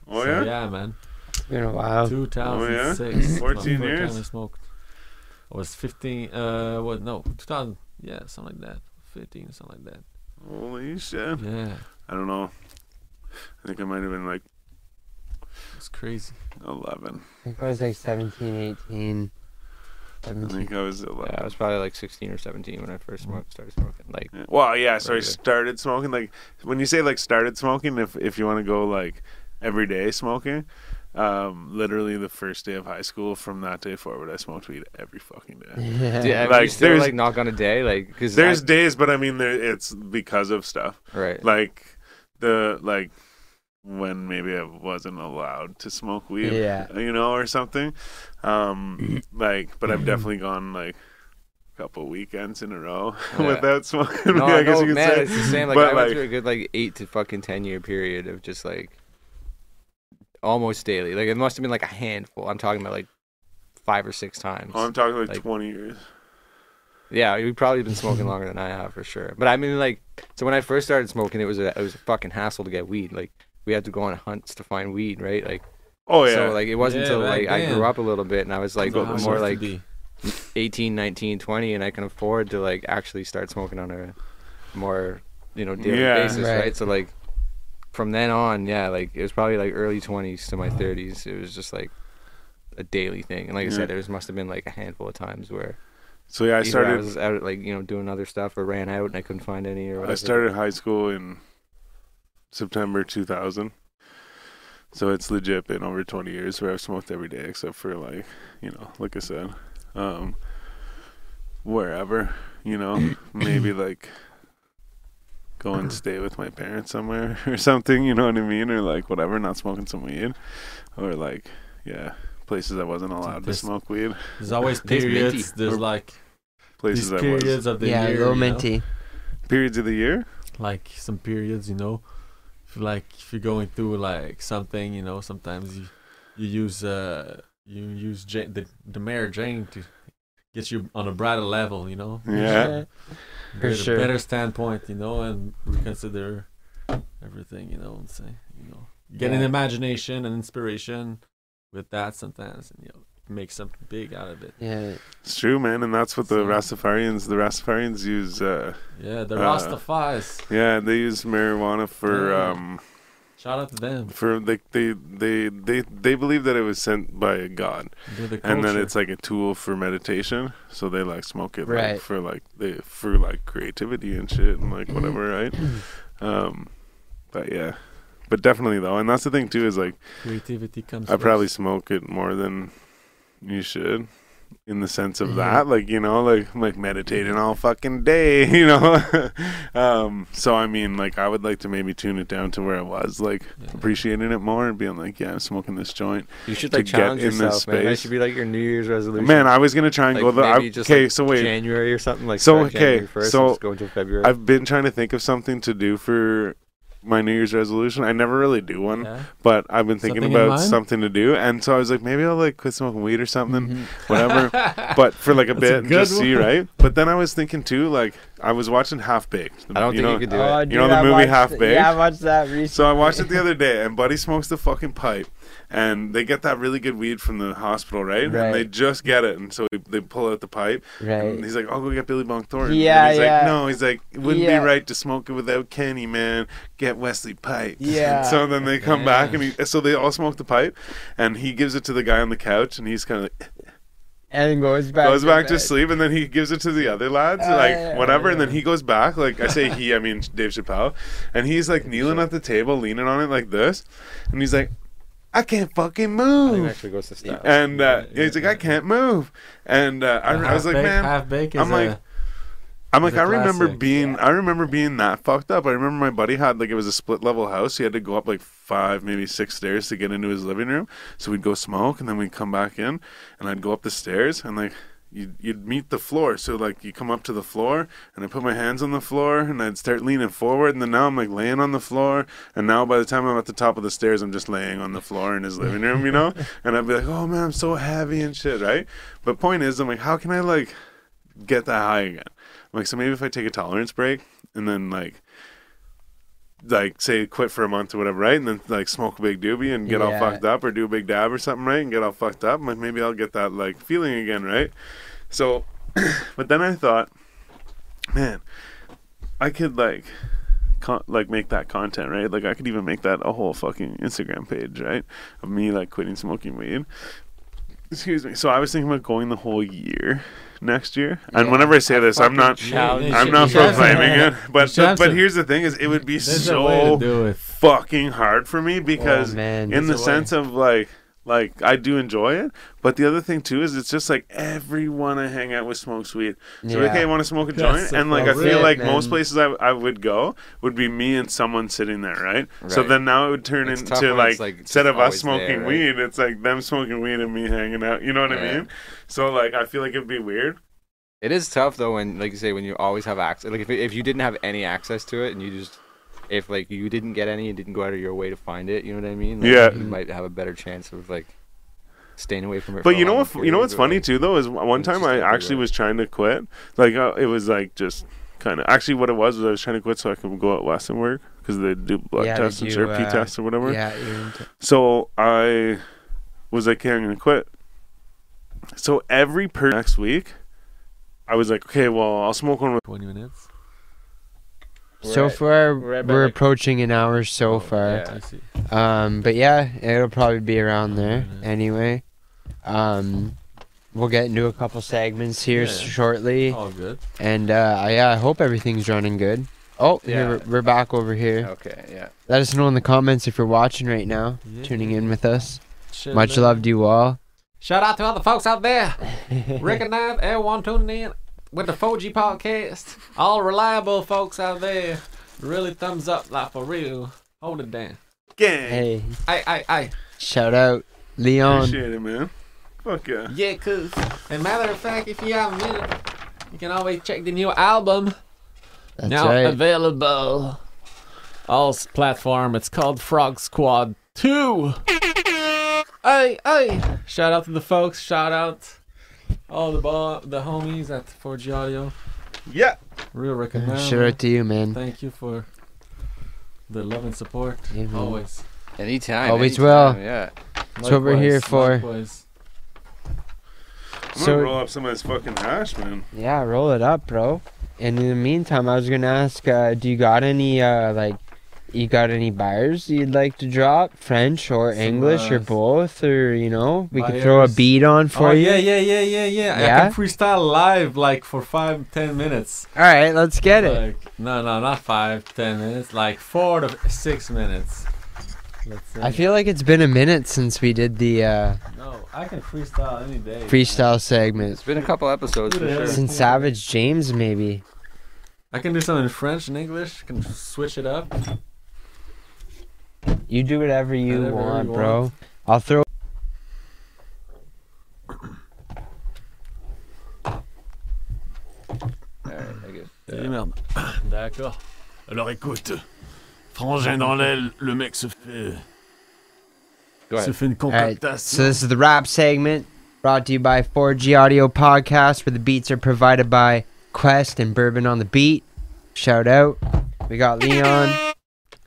Speaker 1: Oh
Speaker 4: So,
Speaker 1: yeah.
Speaker 4: Yeah, man.
Speaker 3: It's been a while.
Speaker 4: 2006.
Speaker 1: Oh, yeah?
Speaker 4: was my
Speaker 1: 14
Speaker 4: first
Speaker 1: years?
Speaker 4: time I smoked. I was 15. Uh, what? No, 2000. Yeah, something like that. 15, something like that.
Speaker 1: Holy shit.
Speaker 4: Yeah.
Speaker 1: I don't know. I think I might have been like
Speaker 4: It's crazy.
Speaker 1: 11.
Speaker 3: I think I was like 17, 18.
Speaker 1: I
Speaker 3: 17.
Speaker 1: think I was
Speaker 2: Yeah, I
Speaker 1: 11.
Speaker 2: was probably like 16 or 17 when I first smoked, started smoking. Like,
Speaker 1: Yeah. Well, yeah, so I
Speaker 2: Right.
Speaker 1: started smoking. Like, when you say like started smoking, if, if you want to go like everyday smoking, um, literally the first day of high school from that day forward, I smoked weed every fucking day.
Speaker 3: Yeah.
Speaker 2: yeah, like,
Speaker 1: Like,
Speaker 2: you still
Speaker 1: there's-
Speaker 2: like knock on a day, like because
Speaker 1: There's days, but I mean, there, it's because of stuff.
Speaker 2: right.
Speaker 1: Like, the, like, when maybe I wasn't allowed to smoke weed,
Speaker 3: Yeah.
Speaker 1: you know, or something. Um, like,
Speaker 2: Mm-hmm.
Speaker 1: but I've definitely gone like a couple weekends in a row
Speaker 2: Yeah.
Speaker 1: without smoking.
Speaker 2: no,
Speaker 1: weed, I
Speaker 2: I
Speaker 1: guess
Speaker 2: know,
Speaker 1: you could
Speaker 2: man,
Speaker 1: say.
Speaker 2: it's the same. Like
Speaker 1: but
Speaker 2: I went
Speaker 1: like,
Speaker 2: through a good like eight to fucking ten year period of just like almost daily. Like it must have been like a handful. I'm talking about like five or six times.
Speaker 1: oh, I'm talking like,
Speaker 2: like-
Speaker 1: 20 years.
Speaker 2: yeah, you've probably been smoking longer than I have for sure. But I mean, like, so when I first started smoking, it was a it was a fucking hassle to get weed. Like we had to go on hunts to find weed, right? Like
Speaker 1: Oh yeah.
Speaker 2: so, like it wasn't
Speaker 4: Yeah,
Speaker 2: until
Speaker 4: back
Speaker 2: like I
Speaker 4: then.
Speaker 2: grew up a little bit and I was like
Speaker 1: Go to the
Speaker 2: more
Speaker 1: source
Speaker 2: like 18 19 20 and i can afford to like actually start smoking on a more you know daily
Speaker 1: Yeah.
Speaker 2: basis
Speaker 3: Right.
Speaker 2: right. so like from then on yeah like it was probably like early 20s to my 30s it was just like a daily thing and like i
Speaker 1: Yeah.
Speaker 2: said there was, must have been like a handful of times where
Speaker 1: so yeah, I
Speaker 2: either
Speaker 1: started.
Speaker 2: I was out like you know doing other stuff or ran out and i couldn't find any or whatever
Speaker 1: I started high school in September 2000. So it's legit been over 20 years where I've smoked every day, except for like, you know, like I said, um, wherever, you know, maybe like go and stay with my parents somewhere or something, you know what I mean? Or like whatever, not smoking some weed. Or like, yeah, places I wasn't allowed to
Speaker 4: This-
Speaker 1: smoke weed.
Speaker 4: There's always
Speaker 2: Tastes minty.
Speaker 4: periods. There's like
Speaker 1: Places
Speaker 4: these
Speaker 1: I was.
Speaker 4: periods of the
Speaker 3: yeah,
Speaker 4: year.
Speaker 3: low
Speaker 4: you know?
Speaker 3: minty.
Speaker 1: Periods of the year?
Speaker 4: Like some periods, you know, if, like if you're going through like something, you know, sometimes you you use uh you use ja the the mayor Jane to get you on a brighter level, you know.
Speaker 1: Yeah.
Speaker 3: For
Speaker 4: Get a
Speaker 3: sure.
Speaker 4: Better standpoint, you know, and reconsider everything, you know, and say, you know, get an
Speaker 2: Yeah.
Speaker 4: imagination and inspiration with that sometimes, and you know, make something big out of it.
Speaker 3: Yeah.
Speaker 1: It's true, man, and that's what the
Speaker 4: So-
Speaker 1: Rastafarians the Rastafarians use. Uh,
Speaker 4: Yeah, the
Speaker 1: Uh,
Speaker 4: Rastafis.
Speaker 1: yeah, they use marijuana for
Speaker 4: Yeah.
Speaker 1: um
Speaker 4: Shout out to them.
Speaker 1: for like they they they they believe that it was sent by a god,
Speaker 4: They're the culture.
Speaker 1: and then it's like a tool for meditation. So they like smoke it
Speaker 3: Right.
Speaker 1: like, for like they for like creativity and shit and like whatever, right? Um, but yeah, but definitely though, and that's the thing too is like
Speaker 4: creativity comes.
Speaker 1: I probably
Speaker 4: first.
Speaker 1: smoke it more than you should. In the sense of
Speaker 2: Mm-hmm.
Speaker 3: Mhm.
Speaker 1: that, like you know, like I'm like meditating all fucking day, you know. um, so I mean, like I would like to maybe tune it down to where I was, like
Speaker 4: Yeah.
Speaker 1: appreciating it more and being like, yeah, I'm smoking this joint.
Speaker 2: you should
Speaker 1: to
Speaker 2: like
Speaker 1: get
Speaker 2: challenge
Speaker 1: in this
Speaker 2: yourself man that
Speaker 1: space.
Speaker 2: should be like your new year's resolution
Speaker 1: Man, I was gonna try and
Speaker 2: like,
Speaker 1: go the I,
Speaker 2: maybe just,
Speaker 1: okay.
Speaker 2: like,
Speaker 1: so wait,
Speaker 2: january or something like
Speaker 1: So,
Speaker 2: start
Speaker 1: okay,
Speaker 2: January 1st and
Speaker 1: so
Speaker 2: just go until february
Speaker 1: I've been trying to think of something to do for my New Year's resolution. I never really do one,
Speaker 4: Yeah.
Speaker 1: but I've been thinking
Speaker 4: Something in
Speaker 1: about
Speaker 4: mind?
Speaker 1: something to do, and so I was like, maybe I'll like quit smoking weed or something. whatever. but for like a
Speaker 4: Mm-hmm. That's
Speaker 1: bit
Speaker 4: a
Speaker 1: and
Speaker 4: good
Speaker 1: just see,
Speaker 4: one.
Speaker 1: right? But then I was thinking too, like I was watching Half Baked.
Speaker 2: I don't think you could do it.
Speaker 3: Oh,
Speaker 1: know the
Speaker 3: I
Speaker 1: movie
Speaker 3: watched-
Speaker 1: Half Baked?
Speaker 3: Yeah, I watched that recently.
Speaker 1: So I watched it the other day, and Buddy smokes the fucking pipe, and they get that really good weed from the hospital, right?
Speaker 3: Right.
Speaker 1: And they just get it, and so they- they pull out the pipe, and
Speaker 3: Right.
Speaker 1: he's like, "I'll go get Billy Bonk Thornton."
Speaker 3: Yeah,
Speaker 1: and he's
Speaker 3: yeah.
Speaker 1: like, "No," he's like, "It wouldn't
Speaker 3: Yeah.
Speaker 1: be right to smoke it without Kenny, man. Get Wesley Pipe."
Speaker 3: Yeah.
Speaker 1: So then they come back, and he, so they all smoke the pipe, and he gives it to the guy on the couch, and he's kind of like,
Speaker 3: And goes back.
Speaker 1: goes back to
Speaker 3: bed.
Speaker 1: sleep and then he gives it to the other lads
Speaker 3: Oh,
Speaker 1: like
Speaker 3: yeah,
Speaker 1: whatever and
Speaker 3: yeah.
Speaker 1: then he goes back like i say he i mean dave chappelle and he's like kneeling at the table leaning on it like this and he's like i can't fucking
Speaker 2: I think it
Speaker 1: move
Speaker 2: actually goes to style.
Speaker 1: and uh,
Speaker 4: Yeah,
Speaker 1: he's like
Speaker 4: yeah.
Speaker 1: i can't move and uh, I,
Speaker 3: Uh-huh.
Speaker 1: I was like
Speaker 4: Half-Baked-
Speaker 1: man
Speaker 4: half-baked is
Speaker 1: I'm like,
Speaker 4: a-
Speaker 1: I'm like,
Speaker 4: It's a
Speaker 1: I remember
Speaker 4: classic.
Speaker 1: being, I remember being that fucked up. I remember my buddy had like it was a split level house. He had to go up like five, maybe six stairs to get into his living room. So we'd go smoke, and then we'd come back in, and I'd go up the stairs, and like you'd, you'd meet the floor. So like you come up to the floor, and I put my hands on the floor, and I'd start leaning forward, and then now I'm like laying on the floor, and now by the time I'm at the top of the stairs, I'm just laying on the floor in his living room, you know. And I'd be like, oh man, I'm so heavy and shit, right? But point is, I'm like, how can I like get that high again? I'm like, so maybe if I take a tolerance break and then like, like say quit for a month or whatever, right? And then like smoke a big doobie and get all
Speaker 3: Yeah.
Speaker 1: fucked up, or do a big dab or something, right? And get all fucked up. I'm like, maybe I'll get that like feeling again, right? So, but then I thought, man, I could like con- like make that content, right? Like I could even make that a whole fucking Instagram page, right? Of me like quitting smoking weed. Excuse me. So I was thinking about going the whole year next year. And
Speaker 3: Yeah.
Speaker 1: whenever I say this, I'm not
Speaker 4: You
Speaker 1: I'm
Speaker 4: should-
Speaker 1: not
Speaker 4: you should have
Speaker 1: proclaiming
Speaker 4: some-
Speaker 1: it, but
Speaker 4: should have
Speaker 1: but
Speaker 4: some-
Speaker 1: here's the thing: is it would be
Speaker 4: There's a way to
Speaker 1: so
Speaker 4: do it.
Speaker 1: fucking hard for me
Speaker 2: Oh,
Speaker 1: because
Speaker 3: man.
Speaker 1: in the
Speaker 4: There's a way.
Speaker 1: sense of like like I do enjoy it, but the other thing too is it's just like everyone I hang out with smokes weed. So
Speaker 3: Yeah.
Speaker 1: okay, want to smoke a
Speaker 4: That's
Speaker 1: joint,
Speaker 4: the
Speaker 1: and like I
Speaker 4: problem.
Speaker 1: feel
Speaker 3: That's
Speaker 1: like
Speaker 3: it, man.
Speaker 1: most places I, I would go would be me and someone sitting there, right? So
Speaker 2: Right.
Speaker 1: then now it would turn
Speaker 2: It's tough
Speaker 1: into
Speaker 2: when
Speaker 1: like,
Speaker 2: it's, like,
Speaker 1: instead of us
Speaker 2: just always
Speaker 1: smoking
Speaker 2: there, right?
Speaker 1: weed, it's like them smoking weed and me hanging out. You know what I
Speaker 2: Yeah.
Speaker 1: mean? So like I feel like it'd be weird.
Speaker 2: It is tough though when, like you say, when you always have access. Like if if you didn't have any access to it and you just, if like you didn't get any and didn't go out of your way to find it, you know what I mean? Like,
Speaker 1: Yeah.
Speaker 2: You might have a better chance of like staying away from it. for
Speaker 1: But
Speaker 2: a
Speaker 1: you know
Speaker 2: long
Speaker 1: what? You know
Speaker 2: period,
Speaker 1: what's
Speaker 2: but,
Speaker 1: funny
Speaker 2: like,
Speaker 1: too though is one
Speaker 2: It's
Speaker 1: time
Speaker 2: just
Speaker 1: I
Speaker 2: everywhere.
Speaker 1: actually was trying to quit. Like uh, it was like just kind of actually what it was was I was trying to quit so I could go out west and work because they do blood
Speaker 3: Yeah,
Speaker 1: tests
Speaker 3: did
Speaker 1: and
Speaker 3: you,
Speaker 1: CRP
Speaker 3: uh,
Speaker 1: tests or whatever.
Speaker 3: Yeah, you're into-
Speaker 1: So I was like, okay, I'm gonna quit. So every per next week, I was like, okay, well, I'll smoke one with.
Speaker 4: 20 minutes.
Speaker 3: so
Speaker 2: Right.
Speaker 3: far
Speaker 2: we're
Speaker 3: we're,
Speaker 2: at about like-
Speaker 3: approaching an hour so
Speaker 2: Oh,
Speaker 3: far.
Speaker 2: yeah.
Speaker 4: I see.
Speaker 3: Um, but yeah, it'll probably be around there
Speaker 1: Mm-hmm.
Speaker 4: Mhm.
Speaker 3: anyway. Um, we'll get into a couple segments here
Speaker 4: Yeah.
Speaker 3: shortly,
Speaker 1: Oh.
Speaker 4: All good.
Speaker 3: and uh, I- yeah, I hope everything's running good. Oh, here,
Speaker 2: Yeah.
Speaker 3: we're- we're back over here.
Speaker 2: Okay. Yeah.
Speaker 3: Let us know in the comments if you're watching right now,
Speaker 1: Mm-hmm.
Speaker 4: Yeah.
Speaker 3: tuning in with us.
Speaker 4: Shit,
Speaker 3: Much
Speaker 4: man.
Speaker 3: love to you all.
Speaker 4: Shout out to all the folks out there. Recognize everyone tuning in with the 4G podcast. All reliable folks out there. Really thumbs up, like for real. Hold it down.
Speaker 1: Gang.
Speaker 3: Hey,
Speaker 4: Hey, hey, hey.
Speaker 3: shout out Leon.
Speaker 1: Appreciate it, man. Fuck yeah.
Speaker 4: Yeah, cuz. And matter of fact, if you have a minute, you can always check the new album.
Speaker 3: That's
Speaker 4: now
Speaker 3: right.
Speaker 4: available. All s- platform. It's called Frog Squad 2. hey, hey. Shout out to the folks. Shout out all the bo- the homies at 4G Audio.
Speaker 1: Yeah.
Speaker 4: Real recommend.
Speaker 3: Shout out to you, man.
Speaker 4: Thank you for the love and support.
Speaker 3: Yeah, man.
Speaker 4: Always.
Speaker 2: Anytime.
Speaker 3: Always
Speaker 2: anytime,
Speaker 3: will.
Speaker 2: Yeah.
Speaker 3: That's what we're
Speaker 4: Likewise,
Speaker 3: here for.
Speaker 4: likewise.
Speaker 1: I'm
Speaker 3: So-
Speaker 1: gonna roll up some of this fucking hash, man.
Speaker 3: Yeah, roll it up, bro. And in the meantime, I was gonna ask, uh, do you got any uh, like, you got any buyers you'd like to drop, French or
Speaker 4: Some,
Speaker 3: English or
Speaker 4: uh,
Speaker 3: both, or you know, we could throw a
Speaker 4: buyers.
Speaker 3: beat on for
Speaker 4: oh,
Speaker 3: you.
Speaker 4: Yeah, yeah, yeah, yeah, yeah. I
Speaker 3: Yeah?
Speaker 4: can freestyle live like for five, ten minutes.
Speaker 3: All right, let's get it.
Speaker 4: Like, no, no, not five, ten minutes. Like four to six minutes. Let's
Speaker 3: I feel like it's been a minute since we did the uh,
Speaker 4: No, I can freestyle any day.
Speaker 3: freestyle segment.
Speaker 2: It's been a couple episodes for
Speaker 4: Yeah.
Speaker 2: sure.
Speaker 3: Since Savage James, maybe.
Speaker 4: I can do some in French and English. Can switch it up.
Speaker 3: You do whatever you
Speaker 4: Whatever you
Speaker 3: want,
Speaker 4: want.
Speaker 3: bro. I'll throw.
Speaker 2: All right, I guess.
Speaker 4: Merde. D'accord.
Speaker 6: Alors écoute, frangin dans l'aile, le mec se fait,
Speaker 2: Go
Speaker 6: se
Speaker 2: ahead.
Speaker 6: fait une
Speaker 3: Alright,
Speaker 6: concoctation.
Speaker 3: so this is the rap segment brought to you by 4G Audio Podcast, where the beats are provided by Quest and Bourbon on the Beat. Shout out. We got Leon.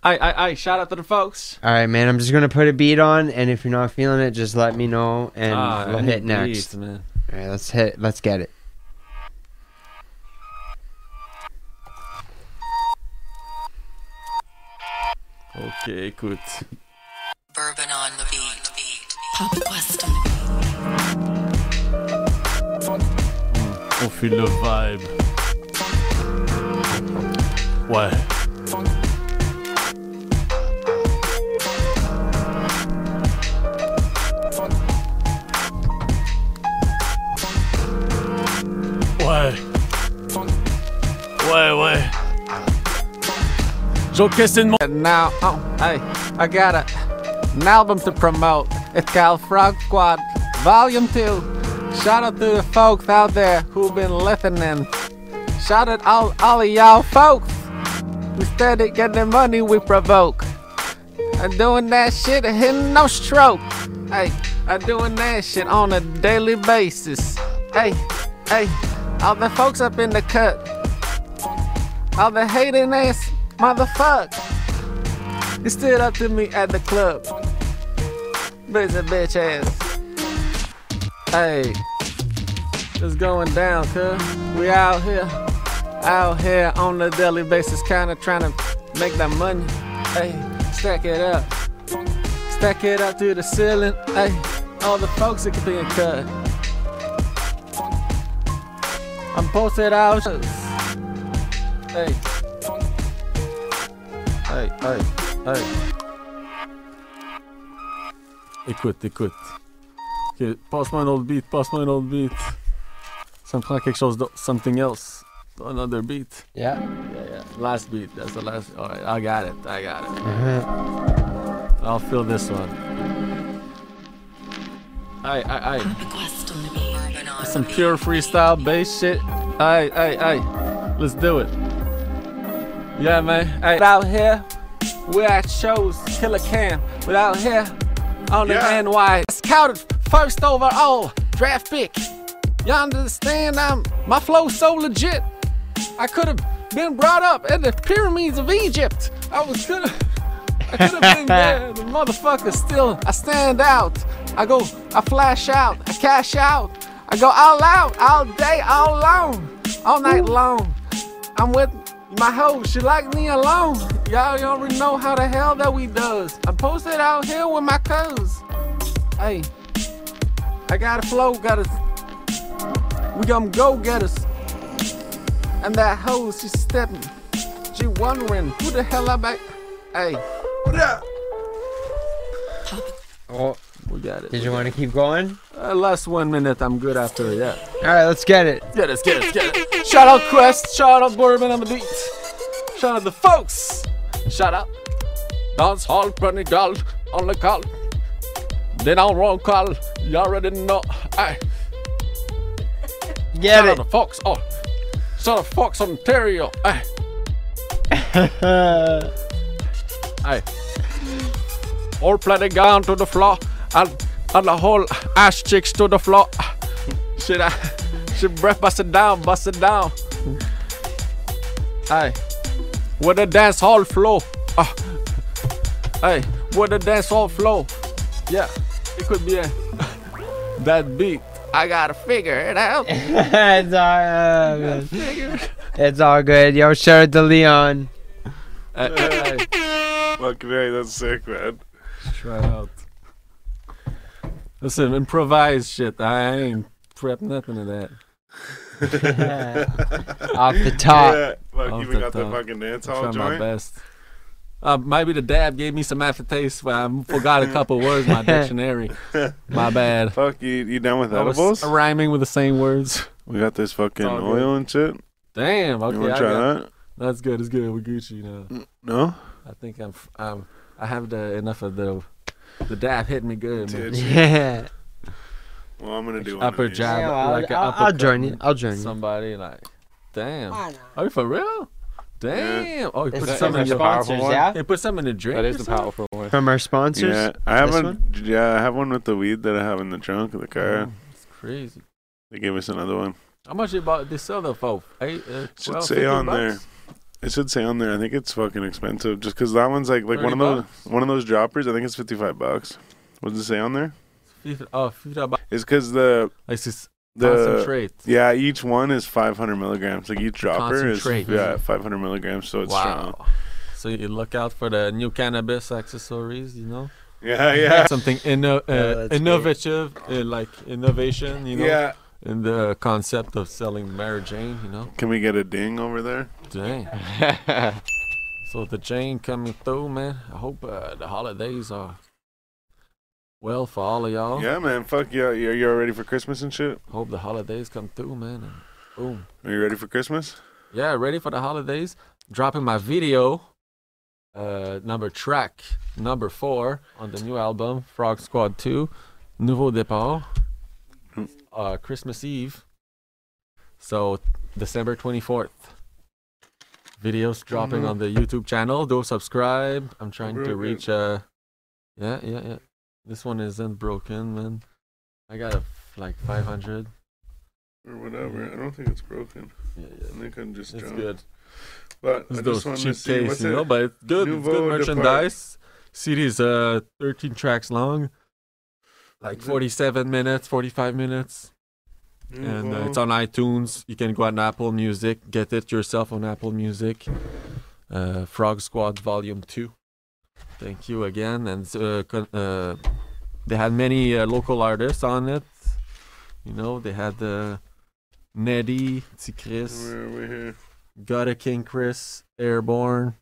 Speaker 4: I, I, I. Shout out to the folks.
Speaker 3: All right, man. I'm just gonna put a beat on, and if you're not feeling it, just let me know, and
Speaker 4: Ah,
Speaker 3: we'll
Speaker 4: I
Speaker 3: hit
Speaker 4: need
Speaker 3: next.
Speaker 4: beats, man.
Speaker 3: All right, let's hit. Let's get it.
Speaker 4: Ok, écoute.
Speaker 7: Bourbon on the beat. Pop Quest.
Speaker 6: On file le vibe. Ouais. Ouais. Ouais, ouais. J'encaisse une
Speaker 4: And now, oh, hey, I got a, an album to promote. It's called Frog Squad Volume 2. Shout out to the folks out there who've been listening. Shout out all, all of y'all folks who steady get the money we provoke. I'm doing that shit and hitting no stroke. Hey, I'm doing that shit on a daily basis. Hey, hey, all the folks up in the cut. All the hating ass motherfuck. You stood up to me at the club. Busy bitch ass. Hey, it's going down, cuz. We out here, out here on a daily basis, kinda trying to Make that money, hey, stack it up. Stack it up to the ceiling, hey. All the folks that could be cut. I'm posted out. Hey. Hey, hey, hey. Écoute, écoute. Ok, passe-moi un autre beat, passe-moi un autre beat. Ça me prend quelque chose d'autre, something else. Another beat.
Speaker 3: Yeah.
Speaker 4: Yeah, yeah. Last beat. That's the last. All right, I got it. I got it. I'll feel this one. Aye, aye, aye.
Speaker 7: Quest on the beat. Urban on
Speaker 4: Some
Speaker 7: the beat.
Speaker 4: pure freestyle bass shit. Aye, aye, aye. Let's do it. Yeah, man. Aye. Out here, where I chose Killer Cam. Without here, on the
Speaker 1: Yeah.
Speaker 4: NY. It's counted first overall draft pick. You understand? I'm my flow so legit. I could have been brought up in the pyramids of Egypt. I was could have. I could have been there. The motherfucker still. I stand out. I go. I flash out. I cash out. I go all out, all day, all long, all night long. I'm with my hoe. She like me alone. Y'all y'all already know how the hell that we does. I'm posted out here with my cuz. Hey, I got a flow, got us. We gon' go get us. And that hoe, she steppin'. She wondering who the hell I back. Hey,
Speaker 3: Oh,
Speaker 4: we got it.
Speaker 3: did you want to keep going?
Speaker 4: Uh, last one minute, I'm good after that.
Speaker 3: All right, let's get it.
Speaker 4: Yeah, let's get it, get it. Shout out Quest, shout out Bourbon on the beat. Shout out the folks. Shout out. Dance hall, Bernie doll on the call. Then I'll roll call. You already know. Aye.
Speaker 3: Get
Speaker 4: Shout out
Speaker 3: it.
Speaker 4: the folks. Oh. Shout out folks, Ontario. Aye. Aye. All planet down to the floor. And, and the whole ass cheeks to the floor. Shit, I, shit, breath bust it down, bust it down. Aye. With the dance hall flow. Ah. Aye. With the dance hall flow. Yeah. It could be a, that beat. I gotta figure it out.
Speaker 3: it's, all, uh, man. it's all good. Yo, shout out to Leon.
Speaker 4: Aye, aye, aye.
Speaker 1: Fucking hey, that's sick, man.
Speaker 4: Try it out. Listen, improvise shit. I ain't prep nothing of that.
Speaker 3: Off the top.
Speaker 1: yeah, fuck, you
Speaker 4: off
Speaker 1: even
Speaker 4: the
Speaker 1: got the
Speaker 4: top.
Speaker 1: fucking dance
Speaker 4: I
Speaker 1: hall
Speaker 4: try my
Speaker 1: joint.
Speaker 4: best. Uh, maybe the dab gave me some aftertaste, but I forgot a couple words in my dictionary. My bad.
Speaker 1: Fuck, you, you down with
Speaker 4: I was
Speaker 1: edibles?
Speaker 4: rhyming with the same words.
Speaker 1: We got this fucking
Speaker 4: all
Speaker 1: oil
Speaker 4: good.
Speaker 1: and shit.
Speaker 4: Damn. Okay.
Speaker 1: you wanna
Speaker 4: I
Speaker 1: try
Speaker 4: got-
Speaker 1: that? Mm.
Speaker 4: That's good. It's good. We're Gucci now.
Speaker 1: No?
Speaker 4: I think I'm. f- I'm I have the enough of the. The dab hit me good. man.
Speaker 1: Dude,
Speaker 3: Yeah.
Speaker 1: well, I'm gonna do one
Speaker 4: Upper
Speaker 1: of these.
Speaker 4: job.
Speaker 3: Yeah, well,
Speaker 4: like a
Speaker 3: I'll, I'll
Speaker 4: uppercut.
Speaker 3: join you. I'll join you.
Speaker 4: Somebody like, damn. Are you for real? Damn. Oh, you put
Speaker 2: Is
Speaker 4: some
Speaker 2: that
Speaker 4: in
Speaker 2: a
Speaker 4: your
Speaker 2: powerful one?
Speaker 4: Hey, put some in the drink.
Speaker 2: That is
Speaker 4: or
Speaker 2: the
Speaker 4: something?
Speaker 2: powerful one.
Speaker 3: From our sponsors.
Speaker 1: Yeah, I have
Speaker 3: This
Speaker 1: a, yeah, I have one with the weed that I have in the trunk of the car.
Speaker 4: Oh, It's crazy.
Speaker 1: They gave us another one.
Speaker 4: How much you bought this other for? Eight, uh,
Speaker 1: Should
Speaker 4: 12,
Speaker 1: say
Speaker 4: 15
Speaker 1: on
Speaker 4: bucks?
Speaker 1: there. It should say on there. I think it's fucking expensive, just because that one's like like one
Speaker 4: 30
Speaker 1: of those one of those droppers. I think it's fifty five bucks. What does it say on there?
Speaker 4: Fifty- Oh, 50 bucks.
Speaker 1: It's because the
Speaker 4: Like this
Speaker 1: the
Speaker 4: concentrate.
Speaker 1: yeah each one is five hundred milligrams. Like each dropper is
Speaker 4: Concentrate.
Speaker 1: yeah five hundred milligrams, so it's strong.
Speaker 4: Wow. So you look out for the new cannabis accessories, you know?
Speaker 1: Yeah, yeah,
Speaker 4: Something inno-
Speaker 3: Yeah,
Speaker 4: uh,
Speaker 3: that's
Speaker 4: innovative, uh, like innovation, you know?
Speaker 1: yeah.
Speaker 4: In the concept of selling Mary Jane, you know?
Speaker 1: Can we get a ding over there?
Speaker 4: Dang. so the Jane coming through, man. I hope uh, the holidays are well for all of y'all.
Speaker 1: Yeah, man. Fuck yeah. You're you're ready for Christmas and shit.
Speaker 4: Hope the holidays come through, man. And boom.
Speaker 1: Are you ready for Christmas?
Speaker 4: Yeah, ready for the holidays? Dropping my video, uh, number track number four on the new album Frog Squad Two, Nouveau Départ,
Speaker 1: Mm.
Speaker 4: uh, Christmas Eve. So December twenty fourth. Videos dropping
Speaker 1: Mhm.
Speaker 4: on the YouTube channel. Do subscribe. I'm trying to
Speaker 1: Broken.
Speaker 4: reach. Uh, yeah, yeah, yeah. This one isn't broken, man. I got a, like 500.
Speaker 1: Or whatever. I don't think it's broken.
Speaker 4: Yeah, yeah.
Speaker 1: I think I'm just
Speaker 4: It's
Speaker 1: drunk.
Speaker 4: good.
Speaker 1: But I
Speaker 4: It's
Speaker 1: just
Speaker 4: those
Speaker 1: wanted to
Speaker 4: cheap
Speaker 1: see
Speaker 4: case,
Speaker 1: what's
Speaker 4: you
Speaker 1: it.
Speaker 4: know, but it's good. It's
Speaker 1: Nouveau
Speaker 4: good merchandise. CD is uh, 13 tracks long, like
Speaker 1: Is it-
Speaker 4: 47 minutes, 45 minutes, and uh,
Speaker 1: Nouveau-
Speaker 4: it's on iTunes. You can go on Apple Music, get it yourself on Apple Music. uh, Frog Squad Volume 2. Thank you again. And uh, con- uh, they had many uh, local artists on it. You know, they had uh, Neddy, Ticris,
Speaker 1: Where are we here?
Speaker 4: Gotta King Chris, Airborne,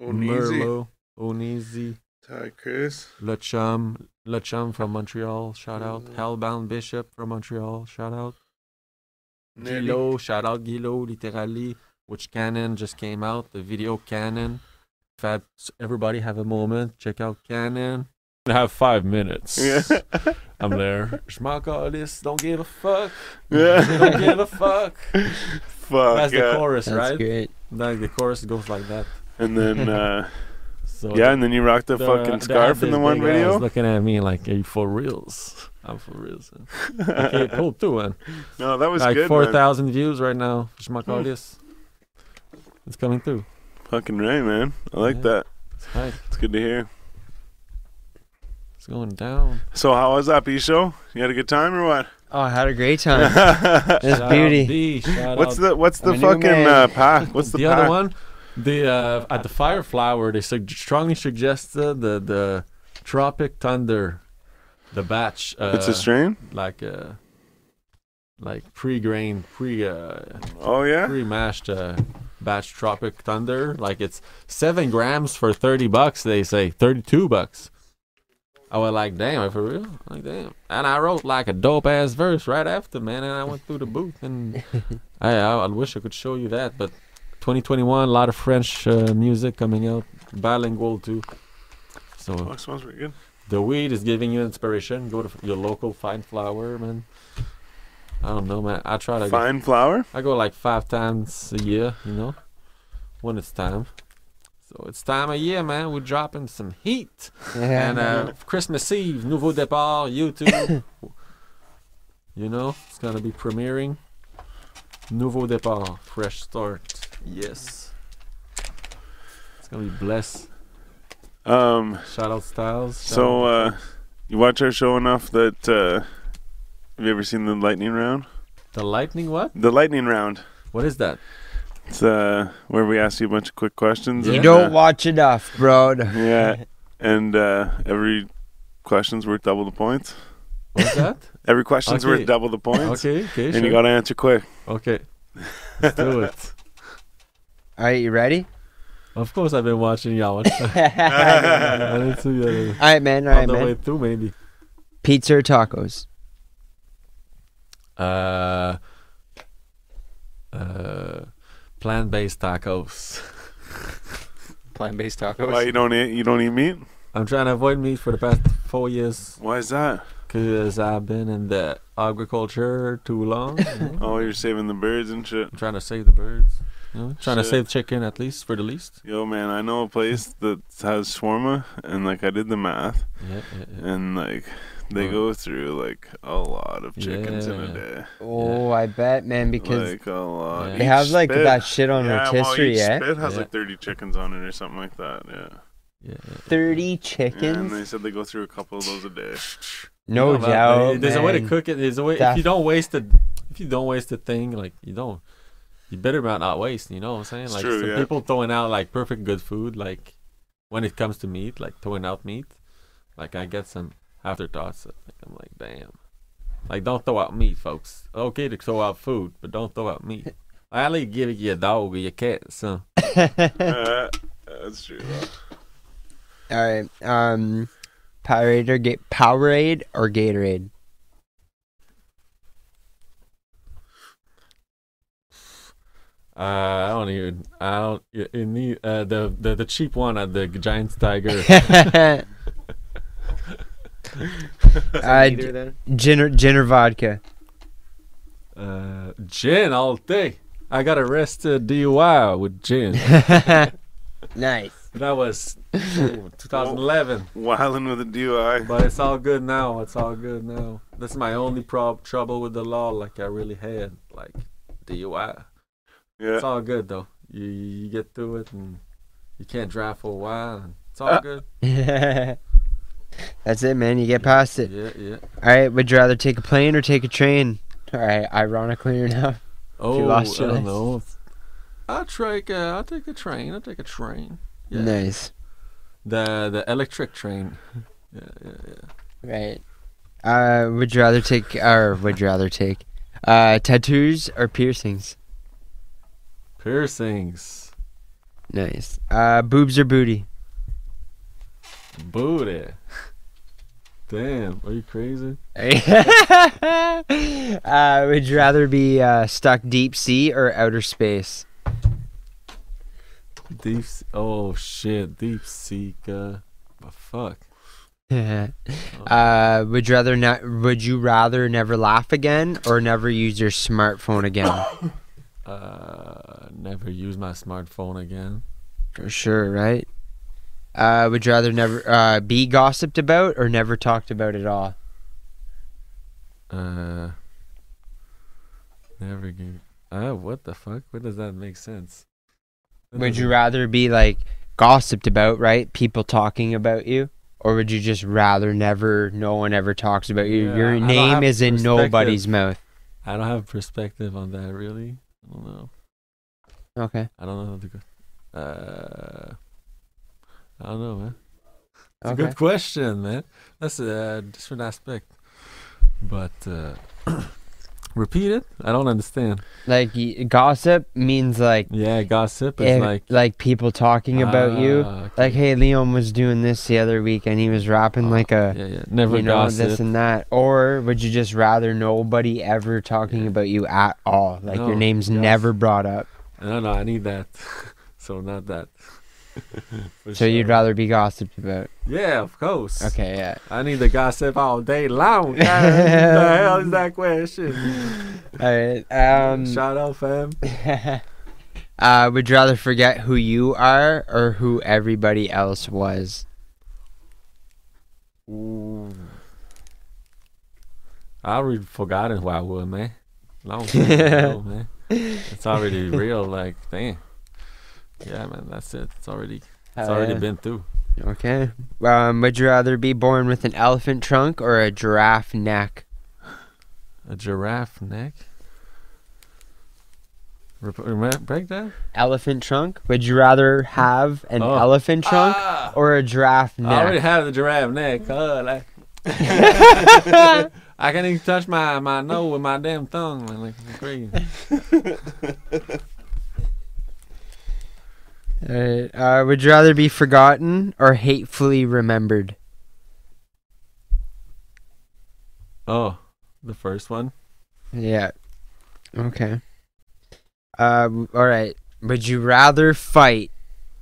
Speaker 1: Onizi,
Speaker 4: Merlo, Onizi,
Speaker 1: Ty Chris.
Speaker 4: Lechum, Lechum from Montreal, shout out.
Speaker 1: Mhm.
Speaker 4: Hellbound Bishop from Montreal, shout out.
Speaker 1: Nelly.
Speaker 4: Gilo, shout out Gilo, literally, which Canon just came out, the video Canon. Fab, everybody have a moment, check out Canon. I have five minutes.
Speaker 1: Yeah.
Speaker 4: I'm there. Je m'en calisse, don't give a fuck.
Speaker 1: Yeah. Oh,
Speaker 4: don't give a fuck.
Speaker 1: Fuck.
Speaker 4: That's
Speaker 1: yeah.
Speaker 4: the chorus,
Speaker 3: That's
Speaker 4: right?
Speaker 3: great.
Speaker 4: Like the chorus goes like that.
Speaker 1: And then, uh,
Speaker 4: So
Speaker 1: yeah, and then you rocked the, fucking scarf in the one video.
Speaker 4: looking at me like, "Are you for reals?" I'm for reals. Okay, cool too, man.
Speaker 1: No, that was
Speaker 4: like
Speaker 1: good.
Speaker 4: four
Speaker 1: man.
Speaker 4: thousand views right now. Je m'en
Speaker 1: Hmm.
Speaker 4: calisse. It's coming through.
Speaker 1: Fucking right, man. I like
Speaker 4: Yeah.
Speaker 1: that.
Speaker 4: It's hype.
Speaker 1: It's good to hear.
Speaker 4: It's going down.
Speaker 1: So, how was that B show? You had a good time or what?
Speaker 3: Oh, I had a great time. That's
Speaker 4: Shout out
Speaker 3: beauty.
Speaker 4: B, shout
Speaker 1: what's
Speaker 4: out
Speaker 1: the What's the
Speaker 3: I'm a new
Speaker 1: fucking
Speaker 3: man.
Speaker 1: uh, pack? What's the,
Speaker 4: the other
Speaker 1: pack?
Speaker 4: one, the uh, at the Fireflower, they sug- strongly suggested the the Tropic Thunder, the batch. Uh,
Speaker 1: it's a strain.
Speaker 4: like uh, like pre-grain, pre uh,
Speaker 1: Oh yeah.
Speaker 4: pre-mashed uh, batch Tropic Thunder. Like it's seven grams for thirty bucks. They say thirty-two bucks. I was like, damn, for real? Like, damn. And I wrote like a dope ass verse right after, man. And I went through the booth and I, I, I wish I could show you that, but 2021, a lot of French uh, music coming out, bilingual too.
Speaker 1: Oh,
Speaker 4: So
Speaker 1: it smells pretty good.
Speaker 4: the weed is giving you inspiration. Go to your local fine flower, man. I don't know, man. I try to go,
Speaker 1: Fine flour.
Speaker 4: I go like five times a year, you know, when it's time. So it's time of year, man. We're dropping some heat.
Speaker 3: Yeah.
Speaker 4: And uh, Christmas Eve, Nouveau Départ, YouTube. you know, it's going to be premiering. Nouveau Départ, fresh start. Yes. It's going to be blessed.
Speaker 1: Um.
Speaker 4: Shout out Styles. shout
Speaker 1: So,
Speaker 4: out-
Speaker 1: uh, you watch our show enough that uh, have you ever seen the lightning round?
Speaker 4: the lightning what?
Speaker 1: The lightning round.
Speaker 4: What is that?
Speaker 1: It's uh, where we ask you a bunch of quick questions.
Speaker 4: You
Speaker 3: you
Speaker 1: and,
Speaker 3: don't
Speaker 1: uh,
Speaker 3: watch enough, bro.
Speaker 1: Yeah. And uh, every question's worth double the points.
Speaker 4: What's that?
Speaker 1: Every question's
Speaker 4: Okay.
Speaker 1: worth double the points.
Speaker 4: okay, okay,
Speaker 1: And
Speaker 4: sure.
Speaker 1: you gotta answer quick.
Speaker 4: okay. Let's do it.
Speaker 3: All right, you ready?
Speaker 4: Of course, I've been watching y'all.
Speaker 3: all
Speaker 4: I didn't see you
Speaker 3: right, man. All
Speaker 4: on
Speaker 3: right,
Speaker 4: the
Speaker 3: man.
Speaker 4: way through, maybe.
Speaker 3: Pizza or tacos?
Speaker 4: Uh, uh, plant-based tacos.
Speaker 2: Plant-based tacos.
Speaker 1: Why you don't eat? You don't eat meat?
Speaker 4: I'm trying to avoid meat for the past four years
Speaker 1: Why is that?
Speaker 4: because I've been in the agriculture too long. you know?
Speaker 1: Oh, you're saving the birds and shit.
Speaker 4: I'm trying to save the birds. You know? Trying to
Speaker 1: Shit.
Speaker 4: save chicken at least for the least.
Speaker 1: Yo, man, I know a place that has shawarma, and like I did the math,
Speaker 4: Yeah, yeah, yeah.
Speaker 1: and like they
Speaker 4: Huh.
Speaker 1: go through like a lot of chickens in
Speaker 4: Yeah.
Speaker 1: a day,
Speaker 3: Oh, I bet, man, because
Speaker 1: like a lot.
Speaker 4: Yeah.
Speaker 3: they
Speaker 1: Each
Speaker 3: have like
Speaker 1: spit-
Speaker 3: that shit on eh?
Speaker 1: yeah,
Speaker 3: rotisserie,
Speaker 1: well,
Speaker 3: yeah?
Speaker 1: each spit has
Speaker 4: Yeah.
Speaker 1: like 30 chickens on it or something like that. Yeah.
Speaker 4: yeah, yeah.
Speaker 3: Thirty
Speaker 1: yeah. And
Speaker 3: chickens?
Speaker 1: they said they go through a couple of those a day.
Speaker 3: no
Speaker 4: Yeah, but
Speaker 3: doubt.
Speaker 4: there- There's a way to
Speaker 3: man.
Speaker 4: cook it. There's a way. If
Speaker 3: Def-
Speaker 4: you don't waste the, if you don't waste the thing, like you don't, you better about not waste. You know what I'm saying?
Speaker 1: It's
Speaker 4: Like
Speaker 1: true,
Speaker 4: some
Speaker 1: yeah.
Speaker 4: people throwing out like perfect good food. Like when it comes to meat, like throwing out meat, like I get some afterthoughts. Like, I'm like, damn. Like don't throw out meat, folks. Okay to throw out food, but don't throw out meat. I only give it your dog or your cat, so
Speaker 1: uh, that's true. Though.
Speaker 3: All right. Um, Powerade or Ga- Powerade or Gatorade?
Speaker 4: uh, I don't even. I don't. You, you need uh, the, the the cheap one at the Giants Tiger.
Speaker 3: uh,
Speaker 2: Either
Speaker 3: g-
Speaker 2: then.
Speaker 3: gin or, gin or vodka?
Speaker 4: Uh, gin all day. I got arrested DUI with gin.
Speaker 3: nice.
Speaker 4: that was 2011,
Speaker 1: Wilding with a DUI.
Speaker 4: but it's all good now. It's all good now. That's my only prob- trouble with the law. Like I really had like DUI.
Speaker 1: Yeah.
Speaker 4: It's all good though. You you get through it and you can't drive for a while. And it's all
Speaker 1: Uh,
Speaker 4: good.
Speaker 3: That's it, man. You get past it.
Speaker 4: Yeah, yeah.
Speaker 3: All right. Would you rather take a plane or take a train? All right. Ironically enough.
Speaker 4: Oh,
Speaker 3: lost
Speaker 4: I
Speaker 3: your
Speaker 4: don't
Speaker 3: life.
Speaker 4: know. I take uh, I take a train. I take a train. Yeah.
Speaker 3: Nice.
Speaker 4: The the electric train. Yeah, yeah, yeah.
Speaker 3: Right. Uh, would you rather take or would you rather take uh, tattoos or piercings?
Speaker 4: Piercings,
Speaker 3: Nice. Uh, boobs or booty?
Speaker 4: booty. Damn, are you crazy?
Speaker 3: uh, would you rather be uh, stuck deep sea or outer space?
Speaker 4: Deep. s- Oh shit, deep seeker. But fuck.
Speaker 3: uh, would you rather not? Would you rather never laugh again or never use your smartphone again?
Speaker 4: Uh, never use my smartphone again.
Speaker 3: For sure, right? Uh, would you rather never uh, be gossiped about or never talked about at all?
Speaker 4: Uh, never get. Ah, what the fuck? Where does that make sense? That
Speaker 3: Would you
Speaker 4: doesn't-
Speaker 3: rather be like gossiped about, right? People talking about you, or would you just rather never, no one ever talks about you?
Speaker 4: Yeah, I
Speaker 3: Your
Speaker 4: don't
Speaker 3: name
Speaker 4: have
Speaker 3: is in
Speaker 4: perspective.
Speaker 3: nobody's mouth.
Speaker 4: I don't have perspective on that really. I don't know.
Speaker 3: Okay.
Speaker 4: I don't know how to go. Uh, I don't know, man. It's
Speaker 3: Okay.
Speaker 4: a good question, man. That's a different aspect. But uh, repeat it. I don't understand.
Speaker 3: Like y- gossip means like
Speaker 4: Yeah, gossip is
Speaker 3: eh, like,
Speaker 4: like
Speaker 3: people talking about you.
Speaker 4: Ah, okay.
Speaker 3: Like, hey, Leon was doing this the other week, and he was rapping like a.
Speaker 4: yeah, yeah. Never
Speaker 3: you know
Speaker 4: gossip.
Speaker 3: this and that or would you just rather nobody ever talking about you at all like
Speaker 4: No,
Speaker 3: your name's
Speaker 4: yes.
Speaker 3: never brought up
Speaker 4: no, no, I need that. so not that. For
Speaker 3: so you'd
Speaker 4: sure.
Speaker 3: rather be gossiped about
Speaker 4: Yeah, of course.
Speaker 3: okay yeah
Speaker 4: I need to gossip all day long. Guys. what the hell is that question?
Speaker 3: all right um
Speaker 4: Shout out, fam.
Speaker 3: uh would you rather forget who you are or who everybody else was
Speaker 4: I already forgotten who I was, man. Long time ago, man. It's already real. Like, damn. Yeah, man. That's it. It's already. It's
Speaker 3: Hell
Speaker 4: already
Speaker 3: yeah.
Speaker 4: been through.
Speaker 3: okay um would you rather be born with an elephant trunk or a giraffe neck
Speaker 4: A giraffe neck. Rep- rem- break that.
Speaker 3: elephant trunk would you rather have an
Speaker 4: Oh.
Speaker 3: elephant trunk
Speaker 4: Ah!
Speaker 3: or a giraffe neck
Speaker 4: I already have the giraffe neck. Uh, like, I can't even touch my, my nose with my damn tongue. Man. Like, I'm crazy.
Speaker 3: Alright, Uh, would you rather be forgotten or hatefully remembered?
Speaker 4: Oh, the first one.
Speaker 3: Yeah. Okay. Uh, w- all right. Would you rather fight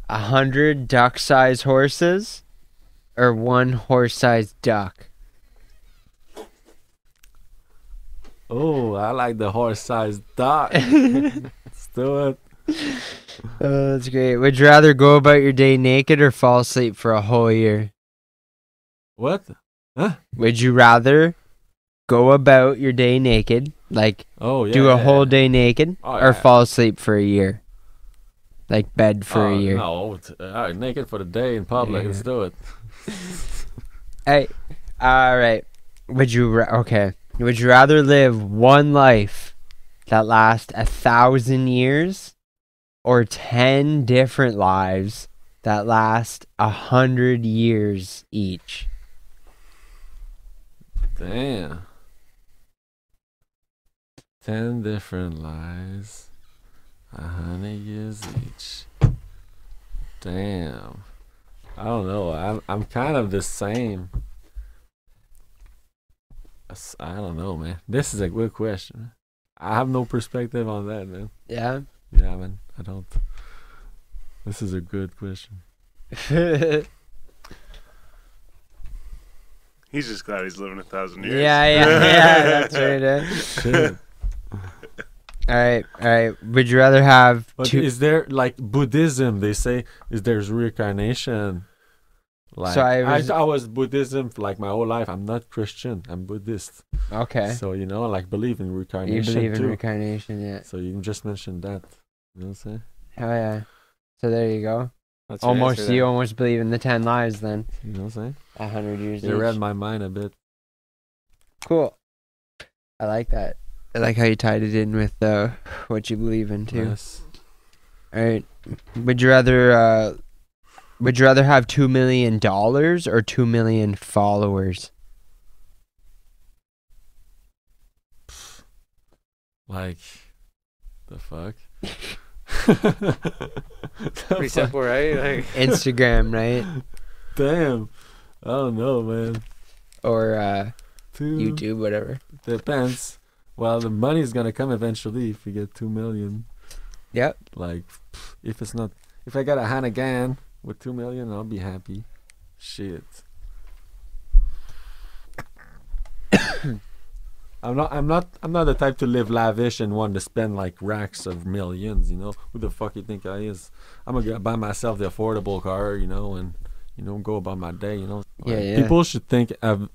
Speaker 3: a hundred duck-sized horses or one horse-sized duck?
Speaker 4: Oh, I like the horse-sized dog. Let's do it.
Speaker 3: Oh, that's great. Would you rather go about your day naked or fall asleep for a whole year?
Speaker 4: What?
Speaker 3: Would you rather go about your day naked, like
Speaker 4: Oh, yeah.
Speaker 3: do a
Speaker 4: yeah,
Speaker 3: whole
Speaker 4: yeah.
Speaker 3: day naked,
Speaker 4: Oh,
Speaker 3: or
Speaker 4: yeah.
Speaker 3: fall asleep for a year, like bed for
Speaker 4: Oh,
Speaker 3: a year?
Speaker 4: No, it's- uh, all right, naked for the day in public.
Speaker 3: Yeah.
Speaker 4: Let's do it.
Speaker 3: Hey, all right. Would you ra- okay? Would you rather live one life that lasts a thousand years, or ten different lives that last a hundred years each?
Speaker 4: Damn. Ten different lies. A hundred years each. Damn. I don't know. I'm I'm kind of the same. I s- I don't know, man. This is a good question. I have no perspective on that, man.
Speaker 3: Yeah.
Speaker 4: Yeah, man. I don't. This is a good question.
Speaker 3: yeah,
Speaker 1: He's just glad he's living a thousand years.
Speaker 3: yeah, yeah. That's right. eh?
Speaker 4: Shit.
Speaker 3: All right, all right. Would you rather have
Speaker 4: But
Speaker 3: two?
Speaker 4: is there like Buddhism? They say is there's reincarnation. Like
Speaker 3: I
Speaker 4: I,
Speaker 3: was-
Speaker 4: I, was Buddhism for like my whole life. I'm not Christian. I'm Buddhist.
Speaker 3: okay.
Speaker 4: So you know, like believe in
Speaker 3: You
Speaker 4: reincarnation
Speaker 3: believe in
Speaker 4: too.
Speaker 3: reincarnation? Yeah.
Speaker 4: so you just mentioned that. You know what I'm saying?
Speaker 3: Oh yeah. So there you go.
Speaker 2: That's your
Speaker 3: Almost.
Speaker 2: answer
Speaker 3: You
Speaker 2: then.
Speaker 3: almost believe in the ten lives then.
Speaker 4: You know what I'm saying?
Speaker 3: A hundred years.
Speaker 4: You
Speaker 3: each.
Speaker 4: read my mind a bit.
Speaker 3: Cool. I like that. I like how you tied it in with uh, what you believe in too.
Speaker 4: Yes.
Speaker 3: All right. Would you rather uh would you rather have 2 million dollars or 2 million followers?
Speaker 4: Like, the fuck?
Speaker 2: Pretty simple, right? Like,
Speaker 3: Instagram, right?
Speaker 4: Damn. I don't know, man.
Speaker 3: Or uh
Speaker 4: Two
Speaker 3: YouTube, whatever.
Speaker 4: depends. Well, the money's gonna come eventually if we get two million.
Speaker 3: Yep.
Speaker 4: Like, pff, if it's not, if I got a hand again with two million, I'll be happy. Shit. I'm not. I'm not. I'm not the type to live lavish and want to spend like racks of millions. You know who the fuck you think I is? I'm gonna buy myself the affordable car. You know, and you know go about my day. You know.
Speaker 3: Yeah,
Speaker 4: Like,
Speaker 3: yeah.
Speaker 4: People should think of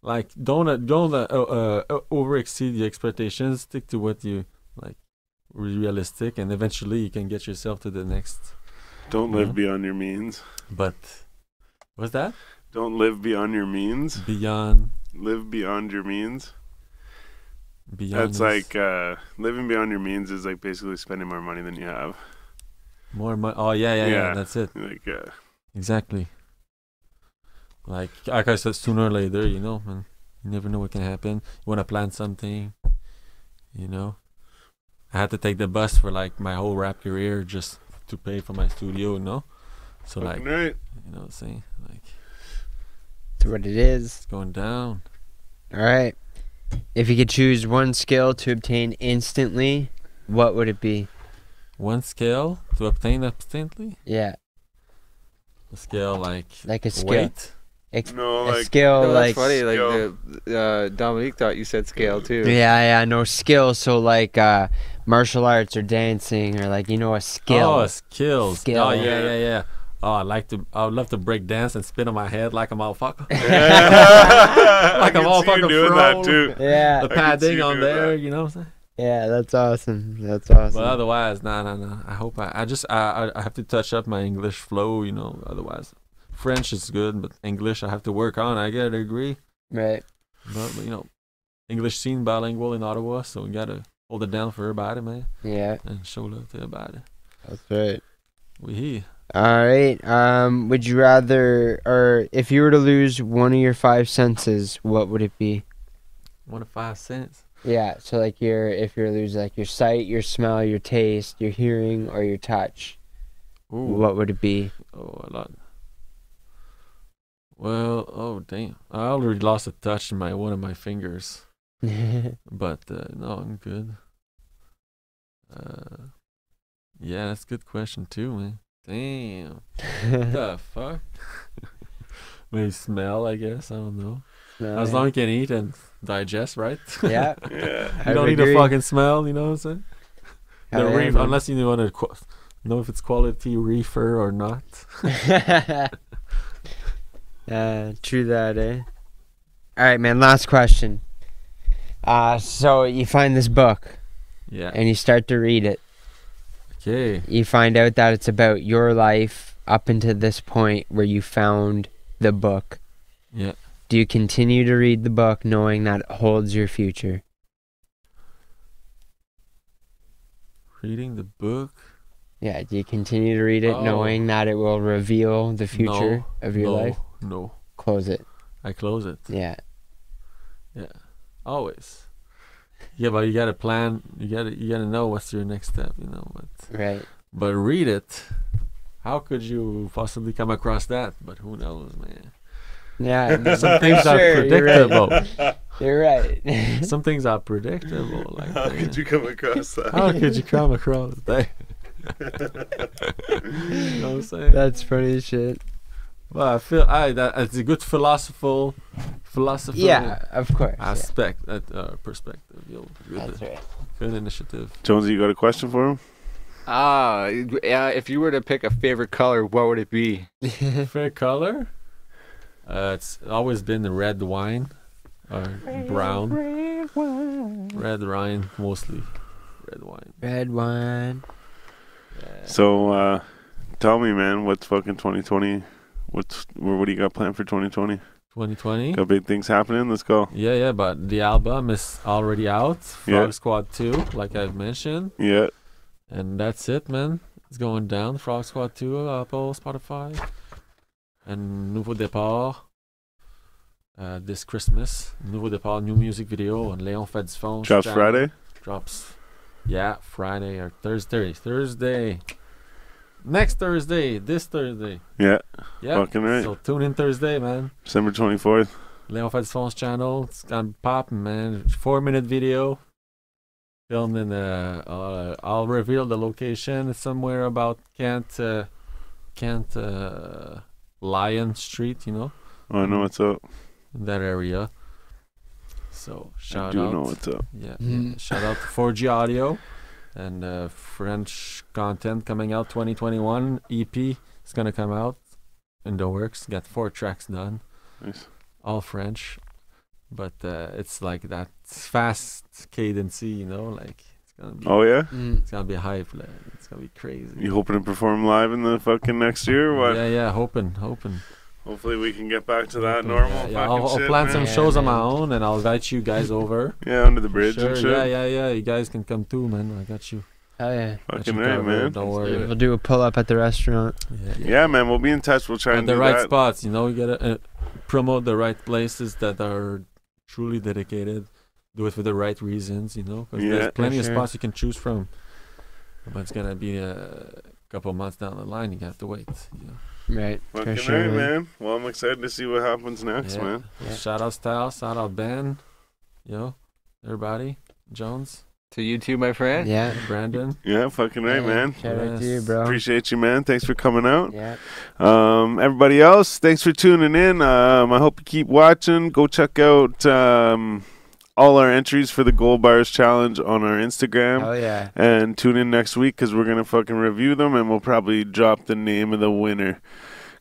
Speaker 4: like don't uh, don't uh, uh, uh, over exceed your expectations. Stick to what you like re- realistic, and eventually you can get yourself to the next.
Speaker 1: Don't
Speaker 4: Yeah.
Speaker 1: live beyond your means.
Speaker 4: But what's that
Speaker 1: Don't live beyond your means.
Speaker 4: beyond?
Speaker 1: Live beyond your means.
Speaker 4: Beyond
Speaker 1: That's
Speaker 4: is
Speaker 1: like uh, living beyond your means is like basically spending more money than you have.
Speaker 4: more money. Oh yeah, yeah, yeah,
Speaker 1: Yeah.
Speaker 4: That's it.
Speaker 1: Like uh,
Speaker 4: Exactly. Like like I said, sooner or later, you know, man, you never know what can happen. You want to plan something, you know. I had to take the bus for like my whole rap career just to pay for my studio, you know. So like,
Speaker 1: fucking right.
Speaker 4: you know, what I'm saying like
Speaker 3: That's what it is.
Speaker 4: it's going down.
Speaker 3: All right. If you could choose one skill to obtain instantly, what would it be?
Speaker 4: One scale to obtain instantly.
Speaker 3: Yeah,
Speaker 4: A scale like
Speaker 3: like a skill.
Speaker 4: weight.
Speaker 1: No,
Speaker 3: A
Speaker 1: like
Speaker 3: skill
Speaker 2: no,
Speaker 3: Oh, like
Speaker 2: that's funny. Like
Speaker 1: scale.
Speaker 2: the, uh, Dominique thought you said scale too.
Speaker 3: Yeah, yeah, no skill. So like uh martial arts or dancing or like you know a skill.
Speaker 4: Oh, skills.
Speaker 3: Skill.
Speaker 4: Oh yeah, yeah, yeah. Oh, I like to. I would love to break dance and spin on my head like a motherfucker.
Speaker 1: I
Speaker 4: Like a
Speaker 1: can see you
Speaker 4: motherfucking
Speaker 1: doing that
Speaker 4: pro.
Speaker 1: too.
Speaker 3: yeah,
Speaker 4: the
Speaker 1: I can see
Speaker 4: padding
Speaker 1: you
Speaker 4: on
Speaker 1: doing
Speaker 4: there,
Speaker 1: that.
Speaker 4: you know what I'm saying?
Speaker 3: yeah, that's awesome. That's awesome.
Speaker 4: But otherwise, nah, nah, nah. I hope I, I just, I, I, I have to touch up my English flow, you know. Otherwise, French is good, but English I have to work on. I gotta agree.
Speaker 3: right.
Speaker 4: But, but, you know, English scene bilingual in Ottawa, so we gotta hold it down for everybody, man,
Speaker 3: Yeah,
Speaker 4: and show love to everybody.
Speaker 3: that's right.
Speaker 4: We here.
Speaker 3: All right. Um, would you rather, or if you were to lose one of your five senses, what would it be?
Speaker 4: One of five cents.
Speaker 3: Yeah. So like your, if you're losing like your sight, your smell, your taste, your hearing, or your touch,
Speaker 4: Ooh.
Speaker 3: what would it be?
Speaker 4: Oh, a lot. Well, oh damn! I already lost a touch in my one of my fingers. But uh, no, I'm good. Uh, yeah, that's a good question too, man. Damn, the fuck? Maybe smell, I guess. I don't know. As long as you can eat and digest, right?
Speaker 3: yeah.
Speaker 1: Yeah.
Speaker 4: you don't need a fucking smell. You know what I'm saying? The
Speaker 3: Hell yeah,
Speaker 4: reef,
Speaker 3: man.
Speaker 4: unless you want to qu- know if it's quality reefer or not.
Speaker 3: uh, true that, eh? All right, man. Last question. Uh, so you find this book
Speaker 4: Yeah.
Speaker 3: and you start to read it.
Speaker 4: Okay.
Speaker 3: You find out that it's about your life up until this point where you found the book.
Speaker 4: Yeah.
Speaker 3: Do you continue to read the book knowing that it holds your future?
Speaker 4: Reading the book.
Speaker 3: Yeah. Do you continue to read it
Speaker 4: Oh.
Speaker 3: knowing that it will reveal the future
Speaker 4: No,
Speaker 3: of your
Speaker 4: no,
Speaker 3: life?
Speaker 4: No,
Speaker 3: Close it.
Speaker 4: I close it.
Speaker 3: Yeah.
Speaker 4: Yeah, always. Yeah, but you gotta plan. You gotta you gotta know what's your next step. You know, but
Speaker 3: Right.
Speaker 4: but read it. How could you possibly come across that? But who knows, man.
Speaker 3: Yeah.
Speaker 4: Some things are
Speaker 3: sure, you're right.
Speaker 4: predictable.
Speaker 3: You're right.
Speaker 4: Some things are predictable. Like
Speaker 1: How could
Speaker 4: damn.
Speaker 1: you come across that?
Speaker 4: how could you come across that? you know what I'm saying?
Speaker 3: That's funny shit.
Speaker 4: well, I feel I that it's a good philosophical, philosophical
Speaker 3: Yeah, of course. yeah.
Speaker 4: aspect uh, uh, perspective. Yo, good,
Speaker 3: That's right.
Speaker 4: good initiative.
Speaker 1: Jonesy, you got a question for him?
Speaker 2: Ah, yeah. If you were to pick a favorite color, what would it be?
Speaker 4: Favorite color? Uh, it's always been the red wine or brown. Red wine. mostly. Red wine.
Speaker 3: Red wine.
Speaker 1: So, uh, tell me, man, what's fucking 2020? What's or what do you got planned for 2020?
Speaker 4: 2020.
Speaker 1: Got big things happening. Let's go.
Speaker 4: Yeah, yeah, but the album is already out. Frog
Speaker 1: Yeah.
Speaker 4: Squad 2, like I've mentioned.
Speaker 1: Yeah.
Speaker 4: And that's it, man. It's going down. Frog Squad 2, Apple, Spotify. And Nouveau Départ. Uh, this Christmas. Nouveau Départ, new music video. And Léon fait du fond.
Speaker 1: Drops
Speaker 4: Channel
Speaker 1: Friday.
Speaker 4: Drops. Yeah, Friday or Thursday. Thursday. Next Thursday. This Thursday.
Speaker 1: Yeah,
Speaker 4: Yeah.
Speaker 1: Fucking right.
Speaker 4: So tune in Thursday, man.
Speaker 1: December twenty fourth.
Speaker 4: Leon Fadisfon's channel. It's gonna be popping, man. Four minute video. Filmed in uh, uh I'll reveal the location. It's somewhere about Kent uh Kent uh Lion Street, you know,
Speaker 1: Oh,
Speaker 4: Mm-hmm.
Speaker 1: I know what's up.
Speaker 4: in that area. So shout
Speaker 1: I do
Speaker 4: out.
Speaker 1: know what's up.
Speaker 4: Yeah,
Speaker 3: Mm.
Speaker 4: yeah. Shout out to 4G Audio and uh, French content coming out 2021 EP is gonna come out in the works. Got four tracks done,
Speaker 1: Nice.
Speaker 4: all French, but uh, it's like that fast cadency, you know, like it's gonna be
Speaker 1: Oh yeah,
Speaker 3: Mm.
Speaker 4: it's gonna be hype, like, it's gonna be crazy.
Speaker 1: you hoping to perform live in the fucking next year? Or what?
Speaker 4: Yeah, yeah, hoping, hoping.
Speaker 1: Hopefully we can get back to that
Speaker 4: hoping.
Speaker 1: normal
Speaker 4: Yeah, yeah,
Speaker 1: fucking
Speaker 4: I'll, I'll
Speaker 1: shit.
Speaker 4: plan
Speaker 1: man.
Speaker 4: some
Speaker 3: Yeah,
Speaker 4: shows on my
Speaker 3: man.
Speaker 4: own, and I'll invite you guys over.
Speaker 1: Yeah, under the bridge
Speaker 4: sure,
Speaker 1: and shit.
Speaker 4: yeah, yeah, yeah. You guys can come too, man. I got you.
Speaker 3: Oh yeah.
Speaker 4: Got
Speaker 1: Fucking
Speaker 4: you
Speaker 1: right,
Speaker 4: covered,
Speaker 1: man.
Speaker 4: Don't
Speaker 2: Let's do
Speaker 4: worry.
Speaker 2: it.
Speaker 3: We'll do a pull up at the restaurant.
Speaker 1: Yeah. man. We'll be in touch. We'll try
Speaker 4: at
Speaker 1: and
Speaker 4: the
Speaker 1: do
Speaker 4: right
Speaker 1: that.
Speaker 4: spots. You know, you gotta uh, promote the right places that are truly dedicated. Do it for the right reasons. You know, 'cause
Speaker 1: Yeah.
Speaker 4: there's plenty
Speaker 3: sure.
Speaker 4: of spots you can choose from. But it's gonna be a couple months down the line. You have to wait. You know?
Speaker 3: Right.
Speaker 1: Fucking
Speaker 3: For sure.
Speaker 1: right,
Speaker 3: man.
Speaker 1: man. Well, I'm excited to see what happens next,
Speaker 4: Yeah.
Speaker 1: man.
Speaker 3: Yeah.
Speaker 4: Shout out Style. Shout out Ben. You know, everybody. Jones,
Speaker 2: To you too, my friend.
Speaker 3: Yeah.
Speaker 4: Brandon.
Speaker 1: Yeah, fucking right,
Speaker 3: Yeah,
Speaker 1: man.
Speaker 3: Shout out to you,
Speaker 4: Yes.
Speaker 3: bro.
Speaker 1: Appreciate you, man. Thanks for coming out.
Speaker 3: yeah.
Speaker 1: Um, everybody else, thanks for tuning in. Um, I hope you keep watching. Go check out um, all our entries for the Gold Bars Challenge on our Instagram.
Speaker 4: Uh,
Speaker 3: Hell yeah.
Speaker 1: and tune in next week because we're gonna fucking review them and we'll probably drop the name of the winner.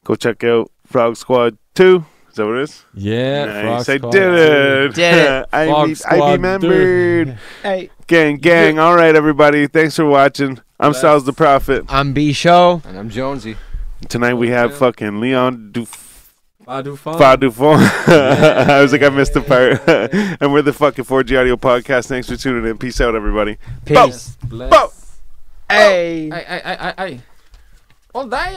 Speaker 1: Go check out Frog Squad Two. Is that what it is?
Speaker 4: Yeah,
Speaker 1: nice. I did it.
Speaker 3: Did it.
Speaker 1: I,
Speaker 4: Frog
Speaker 1: be, I
Speaker 4: Squad
Speaker 1: remembered.
Speaker 3: Hey.
Speaker 1: Gang, gang. All right, everybody. Thanks for watching. I'm Styles the Prophet.
Speaker 3: I'm B Show.
Speaker 2: And I'm Jonesy.
Speaker 1: Tonight we have fucking Leon Duf-
Speaker 4: Fadu Fun.
Speaker 1: Fadufon. I was like, I missed the part. and we're the fucking 4G Audio Podcast. Thanks for tuning in. Peace out, everybody.
Speaker 3: Peace. Oh.
Speaker 4: Bless.
Speaker 1: Bow.
Speaker 3: Hey.
Speaker 4: Hey, hey, hey, hey, hey. All day.